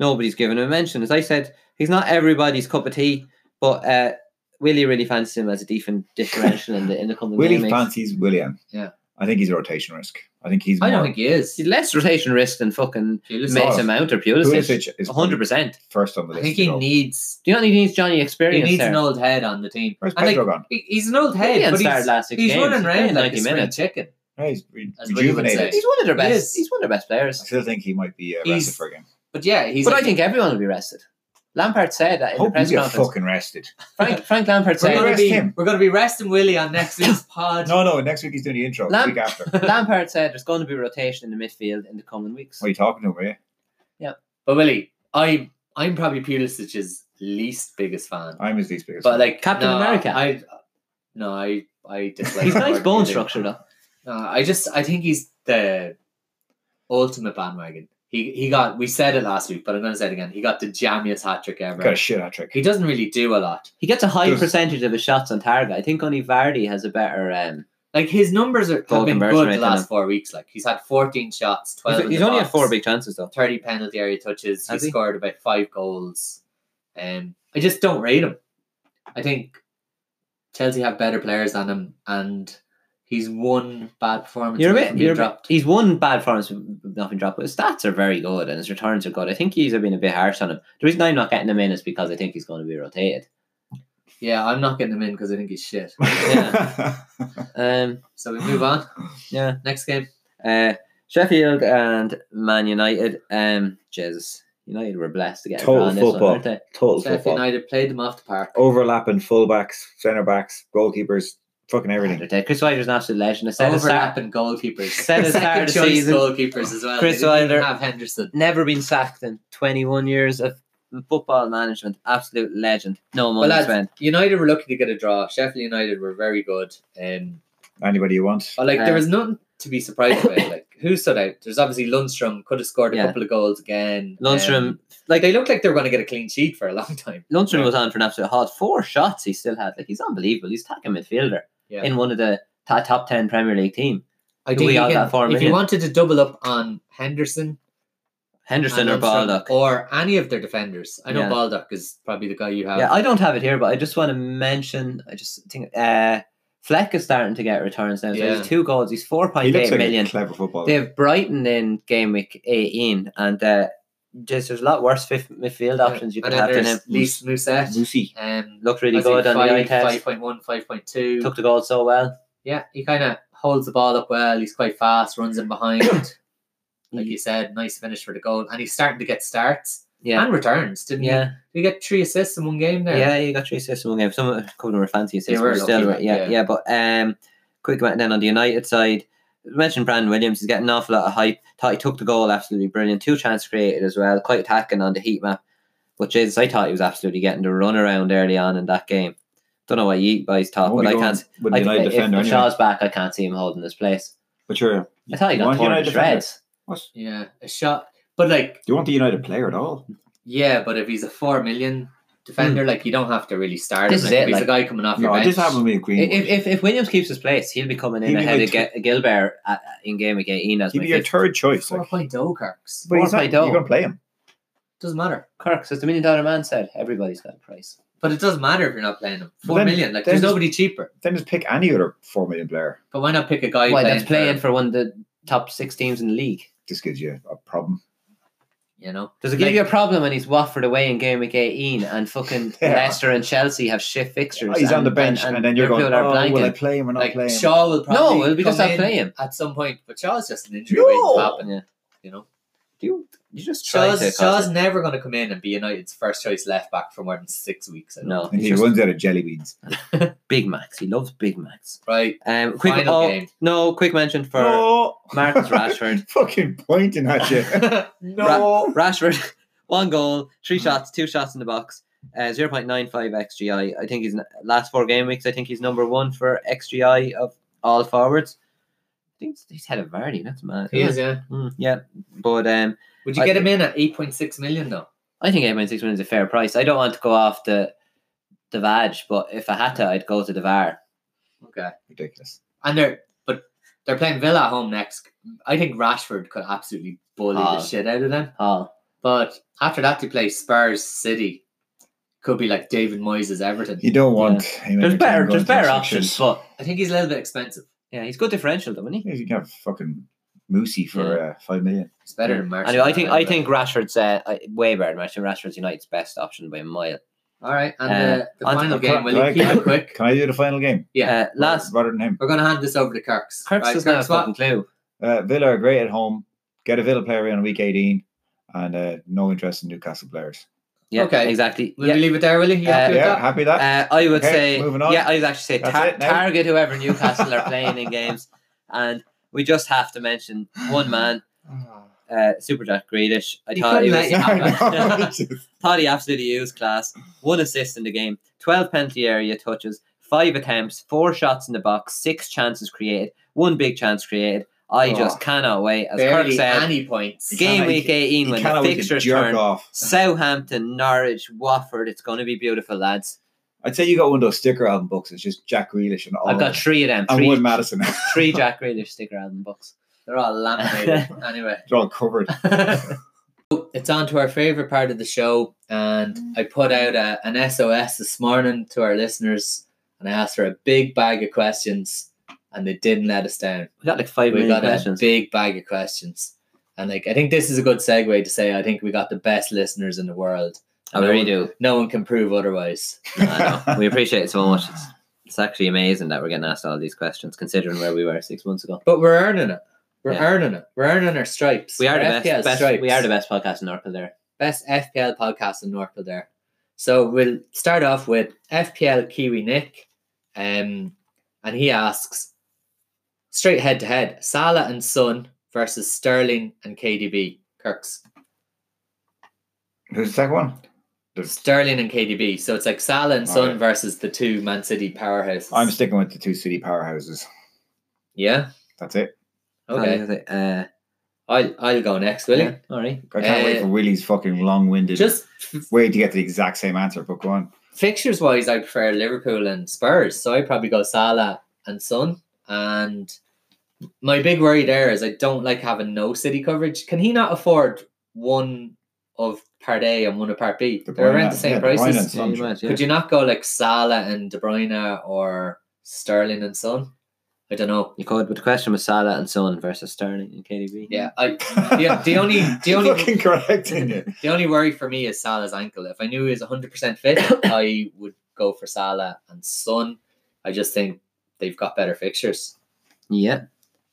[SPEAKER 3] Nobody's given him a mention. As I said, he's not everybody's cup of tea, but uh, Willie really fancies him as a
[SPEAKER 1] (laughs)
[SPEAKER 3] defense differential in the in the coming game
[SPEAKER 2] Willie
[SPEAKER 3] weeks.
[SPEAKER 2] fancies William.
[SPEAKER 1] Yeah.
[SPEAKER 2] I think he's a rotation risk. I think he's. More,
[SPEAKER 1] I don't think he is.
[SPEAKER 3] He's less rotation risk than fucking
[SPEAKER 1] Pulisic.
[SPEAKER 3] Mason Mount or Pulisic.
[SPEAKER 2] Pulisic is
[SPEAKER 3] hundred percent.
[SPEAKER 2] first on the
[SPEAKER 1] I
[SPEAKER 2] list.
[SPEAKER 1] think
[SPEAKER 2] to
[SPEAKER 1] he
[SPEAKER 2] go.
[SPEAKER 1] needs
[SPEAKER 3] Do you not need needs Johnny
[SPEAKER 1] he
[SPEAKER 3] experience?
[SPEAKER 1] needs
[SPEAKER 3] there?
[SPEAKER 1] an old head on the team.
[SPEAKER 2] Where's
[SPEAKER 1] And, like,
[SPEAKER 2] Pedro gone?
[SPEAKER 1] he- he's an old head,
[SPEAKER 3] Willian
[SPEAKER 1] but
[SPEAKER 3] started
[SPEAKER 1] he's,
[SPEAKER 3] last six
[SPEAKER 1] he's
[SPEAKER 3] games.
[SPEAKER 1] running
[SPEAKER 3] He played
[SPEAKER 1] around like a
[SPEAKER 3] 90
[SPEAKER 1] spring
[SPEAKER 3] minutes.
[SPEAKER 1] chicken.
[SPEAKER 2] Yeah, he's re-
[SPEAKER 1] As we would
[SPEAKER 2] rejuvenated.
[SPEAKER 1] say.
[SPEAKER 3] He's one of their
[SPEAKER 1] He
[SPEAKER 3] best.
[SPEAKER 1] is.
[SPEAKER 3] He's one of their best
[SPEAKER 2] I
[SPEAKER 3] players.
[SPEAKER 2] still think he might be arrested
[SPEAKER 1] He's-
[SPEAKER 2] for a game.
[SPEAKER 1] But yeah, he's
[SPEAKER 3] but
[SPEAKER 1] like,
[SPEAKER 3] I think everyone will be rested. Lampard said that in the
[SPEAKER 2] Hope
[SPEAKER 3] press
[SPEAKER 2] you get
[SPEAKER 3] conference.
[SPEAKER 2] fucking rested.
[SPEAKER 3] Frank, Frank Lampard
[SPEAKER 1] we're
[SPEAKER 2] Well,
[SPEAKER 3] (laughs)
[SPEAKER 1] gonna
[SPEAKER 2] rest
[SPEAKER 1] be
[SPEAKER 3] said.
[SPEAKER 2] him.
[SPEAKER 1] we're gonna be resting Willie on
[SPEAKER 3] (laughs)
[SPEAKER 1] next week's pod.
[SPEAKER 2] No, no. Next week he's doing the intro.
[SPEAKER 3] Lam-
[SPEAKER 2] the week after.
[SPEAKER 3] Lampard said there's going to be rotation in the midfield in the coming weeks.
[SPEAKER 2] What are you talking to him? eh? Are you?
[SPEAKER 1] But Willie, I I'm probably Pulisic's least biggest fan.
[SPEAKER 2] I'm his least biggest.
[SPEAKER 1] But
[SPEAKER 2] fan.
[SPEAKER 1] like
[SPEAKER 3] Captain
[SPEAKER 1] no,
[SPEAKER 3] America.
[SPEAKER 1] I no, I I dislike.
[SPEAKER 3] He's nice
[SPEAKER 1] Jordan
[SPEAKER 3] bone
[SPEAKER 1] Willie.
[SPEAKER 3] structure though.
[SPEAKER 1] No, I just I think he's the ultimate bandwagon. He he got we said it last week, but I'm gonna say it again. He got the jammiest hat trick ever.
[SPEAKER 2] got a shit hat trick.
[SPEAKER 1] He doesn't really do a lot.
[SPEAKER 3] He gets a high
[SPEAKER 2] Does-
[SPEAKER 3] percentage of his shots on target. I think only Vardy has a better. Um,
[SPEAKER 1] Like his numbers are,
[SPEAKER 3] Goal
[SPEAKER 1] have been
[SPEAKER 3] conversion
[SPEAKER 1] good
[SPEAKER 3] rate,
[SPEAKER 1] the
[SPEAKER 3] isn't
[SPEAKER 1] last four weeks. Like he's had 14 shots, 12.
[SPEAKER 3] he's
[SPEAKER 1] in
[SPEAKER 3] he's
[SPEAKER 1] the
[SPEAKER 3] only had
[SPEAKER 1] box,
[SPEAKER 3] four big chances though.
[SPEAKER 1] 30 penalty area touches.
[SPEAKER 3] Has
[SPEAKER 1] he
[SPEAKER 3] he?
[SPEAKER 1] scored about five goals. Um, I just don't rate him. I think Chelsea have better players than him, and he's one bad performance.
[SPEAKER 3] You're a
[SPEAKER 1] away
[SPEAKER 3] bit,
[SPEAKER 1] from being
[SPEAKER 3] you're a bit-
[SPEAKER 1] dropped.
[SPEAKER 3] He's one bad performance, with nothing dropped, but his stats are very good and his returns are good. I think he's been a bit harsh on him. The reason I'm not getting him in is because I think he's going to be rotated.
[SPEAKER 1] Yeah, I'm not getting him in because I think he's
[SPEAKER 3] (laughs)
[SPEAKER 1] shit.
[SPEAKER 2] (laughs)
[SPEAKER 3] Yeah. Um,
[SPEAKER 1] So we move on.
[SPEAKER 3] yeah.
[SPEAKER 1] Next game.
[SPEAKER 3] Uh, Sheffield and Man United. Um, Jesus, United were blessed to get
[SPEAKER 2] Total
[SPEAKER 3] around this one,
[SPEAKER 2] football.
[SPEAKER 3] weren't they?
[SPEAKER 2] Total
[SPEAKER 1] Sheffield United played them off the park.
[SPEAKER 3] Oh,
[SPEAKER 2] Overlapping fullbacks, centre backs, goalkeepers, fucking everything.
[SPEAKER 3] They're dead. Chris Wilder's an absolute legend. I said at the start-
[SPEAKER 1] Overlapping
[SPEAKER 3] (laughs)
[SPEAKER 1] goalkeepers.
[SPEAKER 3] Said at the start of the
[SPEAKER 1] Second choice
[SPEAKER 3] season,
[SPEAKER 1] goalkeepers as well.
[SPEAKER 3] Chris
[SPEAKER 1] they didn't even
[SPEAKER 3] Wilder-
[SPEAKER 1] have Henderson.
[SPEAKER 3] never been sacked in 21 years of football management. Absolute legend. No money
[SPEAKER 1] Well, lads,
[SPEAKER 3] spent.
[SPEAKER 1] United were lucky to get a draw. Sheffield United were very good. Um,
[SPEAKER 2] Anybody you want.
[SPEAKER 1] but like there
[SPEAKER 3] Uh,
[SPEAKER 1] was nothing to be surprised
[SPEAKER 3] (laughs)
[SPEAKER 1] about. Like who stood out? There's obviously Lundstrom could have scored a
[SPEAKER 3] Yeah.
[SPEAKER 1] couple of goals again.
[SPEAKER 3] Lundstrom,
[SPEAKER 1] Um,
[SPEAKER 3] like
[SPEAKER 1] they looked like they were going to get a clean sheet for a long time.
[SPEAKER 3] Lundstrom
[SPEAKER 2] Yeah.
[SPEAKER 3] was on for an absolute hot four shots. He still had like he's unbelievable. He's attacking midfielder
[SPEAKER 1] Yeah.
[SPEAKER 3] in one of the ta- top ten Premier League team.
[SPEAKER 1] I
[SPEAKER 3] Do we
[SPEAKER 1] you
[SPEAKER 3] all
[SPEAKER 1] can-
[SPEAKER 3] got four
[SPEAKER 1] if you
[SPEAKER 3] million?
[SPEAKER 1] wanted to double up on Henderson,
[SPEAKER 3] Henderson or
[SPEAKER 1] and Lundstrom
[SPEAKER 3] Baldock.
[SPEAKER 1] or any of their defenders, I know
[SPEAKER 3] Yeah.
[SPEAKER 1] Baldock is probably the guy you have.
[SPEAKER 3] Yeah, I don't have it here, but I just want to mention. I just think uh, Fleck is starting to get returns now. So
[SPEAKER 1] Yeah.
[SPEAKER 3] He's two goals. He's four
[SPEAKER 2] He
[SPEAKER 3] point
[SPEAKER 2] looks
[SPEAKER 3] eight
[SPEAKER 2] like
[SPEAKER 3] million.
[SPEAKER 2] a clever footballer.
[SPEAKER 3] They have Brighton in game week eighteen, and uh, just there's a lot worse fif- midfield options you
[SPEAKER 1] and
[SPEAKER 3] could
[SPEAKER 1] then
[SPEAKER 3] have than him.
[SPEAKER 1] there's Lees Musset.
[SPEAKER 2] Lucy.
[SPEAKER 1] Um,
[SPEAKER 3] Looked really
[SPEAKER 1] I think
[SPEAKER 3] good on the eye
[SPEAKER 1] five,
[SPEAKER 3] test.
[SPEAKER 1] 5.1, 5.2.
[SPEAKER 3] Took the goal so well.
[SPEAKER 1] yeah, he kind of holds the ball up well. He's quite fast, runs in behind.
[SPEAKER 3] (coughs)
[SPEAKER 1] like you said, nice finish for the goal. And he's starting to get starts
[SPEAKER 3] Yeah,
[SPEAKER 1] and returns, didn't he?
[SPEAKER 3] yeah.
[SPEAKER 1] Did he get three assists in one game there?
[SPEAKER 3] Yeah, you got three assists in one game. Some a couple of them were fancy assists,
[SPEAKER 1] They were
[SPEAKER 3] but still,
[SPEAKER 1] lucky,
[SPEAKER 3] yeah,
[SPEAKER 1] yeah.
[SPEAKER 3] yeah, But um, quick comment then on the United side. You Mentioned Brandon Williams. He's getting an awful lot of hype. Thought he took the goal, absolutely brilliant. Two chances created as well. Quite attacking on the heat map. But Jesus, I thought he was absolutely getting the run around early on in that game. Don't know what you guys thought, but I can't.
[SPEAKER 2] With
[SPEAKER 3] I,
[SPEAKER 2] the United
[SPEAKER 3] if, if
[SPEAKER 2] defender, anyway.
[SPEAKER 3] Shaw's back, I can't see him holding his place.
[SPEAKER 2] But you're,
[SPEAKER 3] I thought he
[SPEAKER 2] You
[SPEAKER 3] got
[SPEAKER 2] want
[SPEAKER 3] torn to
[SPEAKER 2] United defender?
[SPEAKER 3] shreds.
[SPEAKER 2] what?
[SPEAKER 1] Yeah, a shot. But like,
[SPEAKER 2] Do you want the United player at all?
[SPEAKER 1] yeah, but if he's a 4 million defender, like, you don't have to really start
[SPEAKER 3] Hmm. This
[SPEAKER 1] him.
[SPEAKER 3] is
[SPEAKER 1] Like,
[SPEAKER 3] it,
[SPEAKER 1] if he's
[SPEAKER 3] like-
[SPEAKER 1] a guy coming off your
[SPEAKER 2] No,
[SPEAKER 1] bench.
[SPEAKER 2] this happened with Greenwood.
[SPEAKER 3] If, if, if Williams keeps his place, he'll be coming in
[SPEAKER 2] He'll be
[SPEAKER 3] ahead
[SPEAKER 2] my
[SPEAKER 3] of Ge- Gilbert at, in game week 18 as
[SPEAKER 2] He'd
[SPEAKER 3] my
[SPEAKER 2] be your
[SPEAKER 3] fifth.
[SPEAKER 2] third choice. Like.
[SPEAKER 1] 4.0 Kirks.
[SPEAKER 2] But he's not,
[SPEAKER 3] Four point
[SPEAKER 2] you're
[SPEAKER 3] oh.
[SPEAKER 2] going to play him.
[SPEAKER 1] Doesn't matter.
[SPEAKER 3] Kirk says the million dollar man said everybody's got a price.
[SPEAKER 1] But it doesn't matter if you're not playing him.
[SPEAKER 2] But
[SPEAKER 1] Four
[SPEAKER 2] then-
[SPEAKER 1] million, Like,
[SPEAKER 2] then
[SPEAKER 1] there's
[SPEAKER 2] just-
[SPEAKER 1] nobody cheaper.
[SPEAKER 2] Then just pick any other 4 million player.
[SPEAKER 1] But why not pick a guy
[SPEAKER 3] Why
[SPEAKER 1] playing
[SPEAKER 3] that's playing
[SPEAKER 1] for,
[SPEAKER 3] for one of the top six teams in the league.
[SPEAKER 2] This gives you a problem.
[SPEAKER 1] you know?
[SPEAKER 3] Does it give
[SPEAKER 1] Like-
[SPEAKER 3] you a problem when he's Watford away in game week eighteen and (laughs) fucking
[SPEAKER 2] Yeah.
[SPEAKER 3] Leicester and Chelsea have shift fixtures?
[SPEAKER 2] Oh, he's on
[SPEAKER 3] and-
[SPEAKER 2] the bench, and, then you're going,
[SPEAKER 3] Liverpool
[SPEAKER 2] oh,
[SPEAKER 3] are
[SPEAKER 2] will I
[SPEAKER 3] blanking."
[SPEAKER 2] play him or not
[SPEAKER 1] like
[SPEAKER 2] play him?
[SPEAKER 1] Shaw will probably
[SPEAKER 3] No, it'll be
[SPEAKER 1] come
[SPEAKER 3] just not
[SPEAKER 1] in
[SPEAKER 3] playing.
[SPEAKER 1] at some point. But Shaw's just an injury
[SPEAKER 2] No.
[SPEAKER 1] waiting to happen.
[SPEAKER 3] Yeah.
[SPEAKER 1] You know,
[SPEAKER 3] You, you just try
[SPEAKER 1] Shaw's,
[SPEAKER 3] to
[SPEAKER 1] Shaw's
[SPEAKER 3] cause it.
[SPEAKER 1] never going to come in and be United's first choice left back for more than six weeks. I don't
[SPEAKER 3] no.
[SPEAKER 2] and
[SPEAKER 3] He's
[SPEAKER 2] he
[SPEAKER 3] just
[SPEAKER 2] runs out of jelly beans.
[SPEAKER 3] Big Max. He loves Big Max.
[SPEAKER 1] Right,
[SPEAKER 3] Um, quick.
[SPEAKER 1] Final
[SPEAKER 3] oh,
[SPEAKER 1] game.
[SPEAKER 3] No, quick mention for
[SPEAKER 2] no.
[SPEAKER 3] (laughs) Marcus
[SPEAKER 2] (laughs)
[SPEAKER 3] Rashford.
[SPEAKER 2] Fucking pointing at
[SPEAKER 1] (laughs)
[SPEAKER 2] you.
[SPEAKER 3] Ra-
[SPEAKER 2] (laughs) no.
[SPEAKER 3] Rashford, (laughs) one goal,
[SPEAKER 1] Mm-hmm.
[SPEAKER 3] three shots, two shots in the box, uh, 0.95 XGI. I think he's n- last four game weeks, I think he's number one for XGI of all forwards. I think he's head of Vardy, that's mad.
[SPEAKER 1] he is. Yeah,
[SPEAKER 3] Mm, yeah, but um,
[SPEAKER 1] would you
[SPEAKER 3] I-
[SPEAKER 1] get him in at eight point six million though?
[SPEAKER 3] I think 8.6 million is a fair price. I don't want to go off the, the Vaj, but if I had to, I'd go to the VAR.
[SPEAKER 1] Okay,
[SPEAKER 2] Ridiculous.
[SPEAKER 1] and they're but they're playing Villa at home next. I think Rashford could absolutely bully
[SPEAKER 3] Ah.
[SPEAKER 1] the shit out of them.
[SPEAKER 3] Hall.
[SPEAKER 1] But after that, they play Spurs, City. Could be like David Moyes' Everton.
[SPEAKER 2] You don't want him.
[SPEAKER 3] There's
[SPEAKER 2] every time
[SPEAKER 3] better,
[SPEAKER 2] going
[SPEAKER 3] there's
[SPEAKER 2] to the
[SPEAKER 3] better
[SPEAKER 2] sections.
[SPEAKER 3] options, but
[SPEAKER 1] I think he's a little bit expensive.
[SPEAKER 3] yeah, he's good differential, though, isn't he?
[SPEAKER 2] Yeah, You can have fucking Moosey for uh, five million.
[SPEAKER 1] It's better than
[SPEAKER 3] Mm.
[SPEAKER 1] Marshall.
[SPEAKER 3] Anyway, I think I think Rashford's uh, I- way better than Rashford. Rashford's United's best option by a mile.
[SPEAKER 1] All right, and
[SPEAKER 3] Uh,
[SPEAKER 1] the, the
[SPEAKER 3] onto-
[SPEAKER 1] final
[SPEAKER 3] can
[SPEAKER 1] game.
[SPEAKER 2] I-
[SPEAKER 1] Will
[SPEAKER 2] can I-
[SPEAKER 1] you keep
[SPEAKER 2] can I-
[SPEAKER 1] it quick?
[SPEAKER 2] Can I do the final game?
[SPEAKER 1] Yeah,
[SPEAKER 3] Uh, last
[SPEAKER 2] rather than him.
[SPEAKER 1] we're going to hand this over to Kirk's.
[SPEAKER 3] Kirk's
[SPEAKER 1] Right,
[SPEAKER 3] does not have a
[SPEAKER 1] what-
[SPEAKER 3] fucking clue.
[SPEAKER 2] Uh, Villa are great at home. Get a Villa player in on week 18, and uh, no interest in Newcastle players.
[SPEAKER 3] Yeah,
[SPEAKER 1] Okay.
[SPEAKER 3] exactly.
[SPEAKER 1] Will
[SPEAKER 3] yeah.
[SPEAKER 1] we leave it there, will you? You
[SPEAKER 3] Uh,
[SPEAKER 1] happy
[SPEAKER 2] Yeah,
[SPEAKER 1] with that?
[SPEAKER 2] happy that.
[SPEAKER 3] Uh, I would
[SPEAKER 2] Okay,
[SPEAKER 3] say,
[SPEAKER 2] moving on.
[SPEAKER 3] yeah, I would actually say
[SPEAKER 2] That's
[SPEAKER 3] tar-
[SPEAKER 2] it now.
[SPEAKER 3] target whoever Newcastle are playing in games, and we just have to mention
[SPEAKER 2] (sighs)
[SPEAKER 3] one man,
[SPEAKER 2] (laughs)
[SPEAKER 3] uh, Super Jack Grealish. I
[SPEAKER 1] He
[SPEAKER 3] thought he
[SPEAKER 1] couldn't let
[SPEAKER 3] was,
[SPEAKER 1] you
[SPEAKER 2] I
[SPEAKER 3] (laughs)
[SPEAKER 2] know, (laughs) it's just-
[SPEAKER 3] thought he absolutely used class. One assist in the game, twelve penalty area touches, five attempts, four shots in the box, six chances created, one big chance created. I
[SPEAKER 1] Oh.
[SPEAKER 3] just cannot wait. As Kirk
[SPEAKER 1] Barely
[SPEAKER 3] said,
[SPEAKER 1] any points.
[SPEAKER 2] He
[SPEAKER 3] game
[SPEAKER 2] cannot-
[SPEAKER 3] week eighteen
[SPEAKER 2] You
[SPEAKER 3] when
[SPEAKER 2] cannot
[SPEAKER 3] the
[SPEAKER 2] wait to
[SPEAKER 3] fixtures
[SPEAKER 2] jerk
[SPEAKER 3] turn.
[SPEAKER 2] off.
[SPEAKER 3] Southampton, Norwich, Watford. It's going to be beautiful, lads.
[SPEAKER 2] I'd say you got one of those sticker album books. It's just Jack Grealish and all.
[SPEAKER 3] I've got
[SPEAKER 2] of them.
[SPEAKER 3] three of them.
[SPEAKER 2] and
[SPEAKER 3] Three,
[SPEAKER 2] Wood Madison. (laughs)
[SPEAKER 3] three Jack Grealish sticker album books.
[SPEAKER 1] They're all laminated.
[SPEAKER 3] (laughs)
[SPEAKER 1] anyway. (laughs)
[SPEAKER 2] They're all covered.
[SPEAKER 1] So, it's on to our favorite part of the show, and I put out a, an SOS this morning to our listeners, and I asked for a big bag of questions, and they didn't let us down.
[SPEAKER 3] We got uh, like five
[SPEAKER 1] we
[SPEAKER 3] million
[SPEAKER 1] got a
[SPEAKER 3] questions.
[SPEAKER 1] big bag of questions, and like I think this is a good segue to say I think we got the best listeners in the world.
[SPEAKER 3] I
[SPEAKER 1] and no
[SPEAKER 3] really
[SPEAKER 1] one-
[SPEAKER 3] do.
[SPEAKER 1] No one can prove otherwise.
[SPEAKER 3] I
[SPEAKER 2] (laughs)
[SPEAKER 3] (laughs) know. We appreciate it so much. It's, it's actually amazing that we're getting asked all these questions, considering where we were six months ago.
[SPEAKER 1] But we're earning it. We're
[SPEAKER 3] Yeah.
[SPEAKER 1] earning it. We're earning our stripes.
[SPEAKER 3] We are
[SPEAKER 1] Our
[SPEAKER 3] the
[SPEAKER 1] FPL
[SPEAKER 3] best. best
[SPEAKER 1] stripes.
[SPEAKER 3] we are the best podcast in Norfolk there.
[SPEAKER 1] best FPL podcast in North there. So we'll start off with FPL Kiwi Nick, um, and he asks straight head to head: Salah and Son versus Sterling and KDB. Kirk's
[SPEAKER 2] Who's the second one? There's-
[SPEAKER 1] Sterling and KDB. So it's like Salah and Son
[SPEAKER 2] Alright.
[SPEAKER 1] versus the two Man City powerhouses.
[SPEAKER 2] I'm sticking with the two city powerhouses.
[SPEAKER 1] yeah.
[SPEAKER 2] That's it.
[SPEAKER 1] Okay.
[SPEAKER 3] Uh,
[SPEAKER 1] I'll I'll go next, will
[SPEAKER 3] yeah,
[SPEAKER 1] you?
[SPEAKER 3] all right.
[SPEAKER 2] I can't wait
[SPEAKER 1] Uh,
[SPEAKER 2] for Willie's fucking long-winded.
[SPEAKER 1] Just
[SPEAKER 2] wait to get the exact same answer. But go on.
[SPEAKER 1] fixtures wise, I prefer Liverpool and Spurs, so I probably go Salah and Son. And my big worry there is I don't like having no city coverage. Can he not afford one of part A and one of part B?
[SPEAKER 2] De
[SPEAKER 1] They're around
[SPEAKER 2] Bruyne-
[SPEAKER 1] the same
[SPEAKER 2] yeah, De Bruyne and
[SPEAKER 1] prices.
[SPEAKER 2] Son,
[SPEAKER 3] Yeah, you
[SPEAKER 2] sure.
[SPEAKER 3] might, yeah.
[SPEAKER 1] Could you not go like Salah and De Bruyne or Sterling and Son? I don't know.
[SPEAKER 3] You could, but the question was Salah and Son versus Sterling and KDB.
[SPEAKER 1] Yeah, I the,
[SPEAKER 2] (laughs)
[SPEAKER 1] the only the only
[SPEAKER 2] fucking correct in you.
[SPEAKER 1] The only worry for me is Salah's ankle. If I knew he was 100%
[SPEAKER 2] (coughs)
[SPEAKER 1] fit, I would go for Salah and Son. I just think they've got better fixtures.
[SPEAKER 3] Yeah,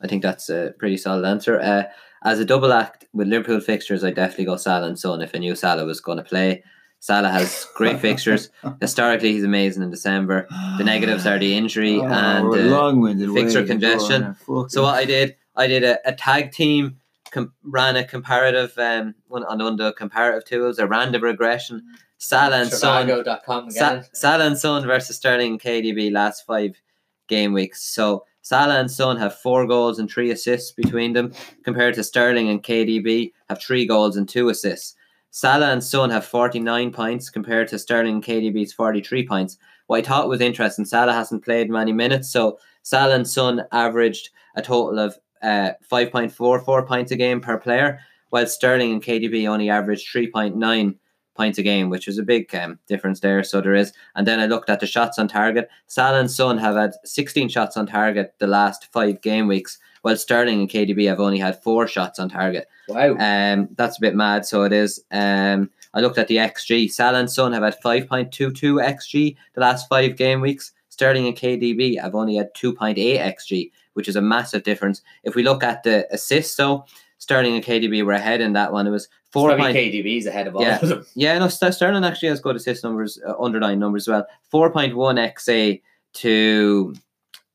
[SPEAKER 3] I think that's a pretty solid answer. Uh, as a double act with Liverpool fixtures, I definitely go Salah and Son if I knew Salah was going to play. Salah has (laughs) great fixtures. Historically, he's amazing in December. The negatives are (sighs) the
[SPEAKER 1] Oh,
[SPEAKER 3] injury and uh,
[SPEAKER 2] long-winded
[SPEAKER 3] fixture way to go congestion. on So what I did, I did a, a tag team, com- ran a comparative um one on one of the comparative tools. I ran the regression. Salah and Son,
[SPEAKER 1] Trivago.com
[SPEAKER 3] Sa-
[SPEAKER 1] again.
[SPEAKER 3] Salah and Son versus Sterling and KDB last five game weeks. So Salah and Son have four goals and three assists between them, compared to Sterling and KDB have three goals and two assists. Salah and Son have 49 points compared to Sterling and KDB's 43 points. What I thought was interesting, Salah hasn't played many minutes, so Salah and Son averaged a total of uh, 5.44 points a game per player, while Sterling and KDB only averaged 3.9 points a game, which is a big um, difference there. So there is. And then I looked at the shots on target. Salah and Son have had 16 shots on target the last five game weeks, while Sterling and KDB have only had four shots on target.
[SPEAKER 1] Wow.
[SPEAKER 3] Um, that's a bit mad. So it is. Um, I looked at the XG. Salah and Son have had five point two two XG the last five game weeks. Sterling and KDB have only had two point eight XG, which is a massive difference. If we look at the assists, though, Sterling and KDB were ahead in that one. It was
[SPEAKER 1] Four
[SPEAKER 3] four
[SPEAKER 1] probably
[SPEAKER 3] point
[SPEAKER 1] KDB's ahead of all
[SPEAKER 3] Yeah.
[SPEAKER 1] of
[SPEAKER 3] (laughs)
[SPEAKER 1] them.
[SPEAKER 3] yeah, no, Ster- Sterling actually has good assist numbers, uh, underlying numbers as well. 4.1 XA to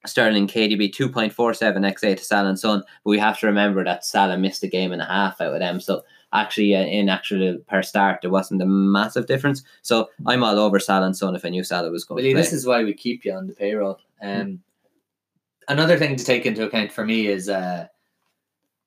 [SPEAKER 3] Sterling KDB, 2.47 XA to Salah and Son. But we have to remember that Salah missed a game and a half out of them. So actually, uh, in actual per start, there wasn't a massive difference. So I'm all over Salah and Son if I knew Salah was going
[SPEAKER 1] Willie,
[SPEAKER 3] to
[SPEAKER 1] this
[SPEAKER 3] play.
[SPEAKER 1] is why we keep you on the payroll.
[SPEAKER 3] Mm-hmm.
[SPEAKER 1] Um, another thing to take into account for me is uh,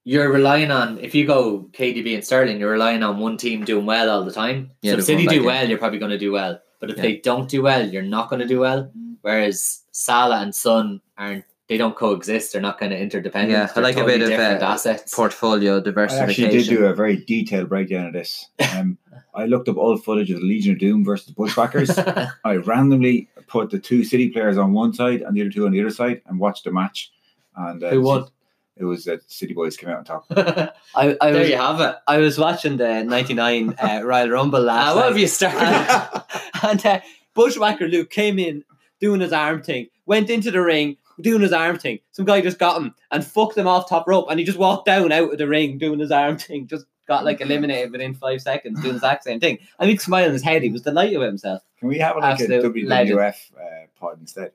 [SPEAKER 1] you're relying on if you go KDB and Sterling, you're relying on one team doing well all the time.
[SPEAKER 3] Yeah,
[SPEAKER 1] so
[SPEAKER 3] they're
[SPEAKER 1] if City
[SPEAKER 3] going back
[SPEAKER 1] do
[SPEAKER 3] in.
[SPEAKER 1] well, you're probably going to do well. But if
[SPEAKER 3] Yeah.
[SPEAKER 1] they don't do well, you're not going to do well.
[SPEAKER 3] Mm-hmm.
[SPEAKER 1] Whereas Salah and Son aren't. They don't coexist. They're not kind of interdependent.
[SPEAKER 3] Yeah, I
[SPEAKER 1] They're
[SPEAKER 3] like a
[SPEAKER 1] totally
[SPEAKER 3] bit of,
[SPEAKER 1] different
[SPEAKER 3] uh,
[SPEAKER 1] assets. (laughs)
[SPEAKER 3] Portfolio
[SPEAKER 2] I
[SPEAKER 3] diversification.
[SPEAKER 2] actually did do a very detailed breakdown of this. Um, I looked up old footage of Legion of Doom versus
[SPEAKER 1] (laughs)
[SPEAKER 2] Bushwhackers. I randomly put the two City players on one side and the other two on the other side and watched the match. And uh,
[SPEAKER 1] Who won?
[SPEAKER 2] it was that City Boys came out on top.
[SPEAKER 1] there
[SPEAKER 3] I, I was
[SPEAKER 1] you have it.
[SPEAKER 3] I was watching the '99 uh, Royal Rumble
[SPEAKER 1] Uh,
[SPEAKER 3] last
[SPEAKER 1] what have
[SPEAKER 3] night,
[SPEAKER 1] you (laughs) started?
[SPEAKER 3] (laughs) and uh, Bushwhacker Luke came in doing his arm thing, went into the ring doing his arm thing. Some guy just got him and fucked him off top rope, and he just walked down out of the ring doing his arm thing. Just got like eliminated within five seconds doing the exact same thing. And he'd smile in his head. He was delighted with himself.
[SPEAKER 2] Can we have like
[SPEAKER 3] Absolute
[SPEAKER 2] a WWF uh, pod instead?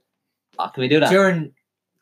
[SPEAKER 3] Oh, can we do that?
[SPEAKER 1] During,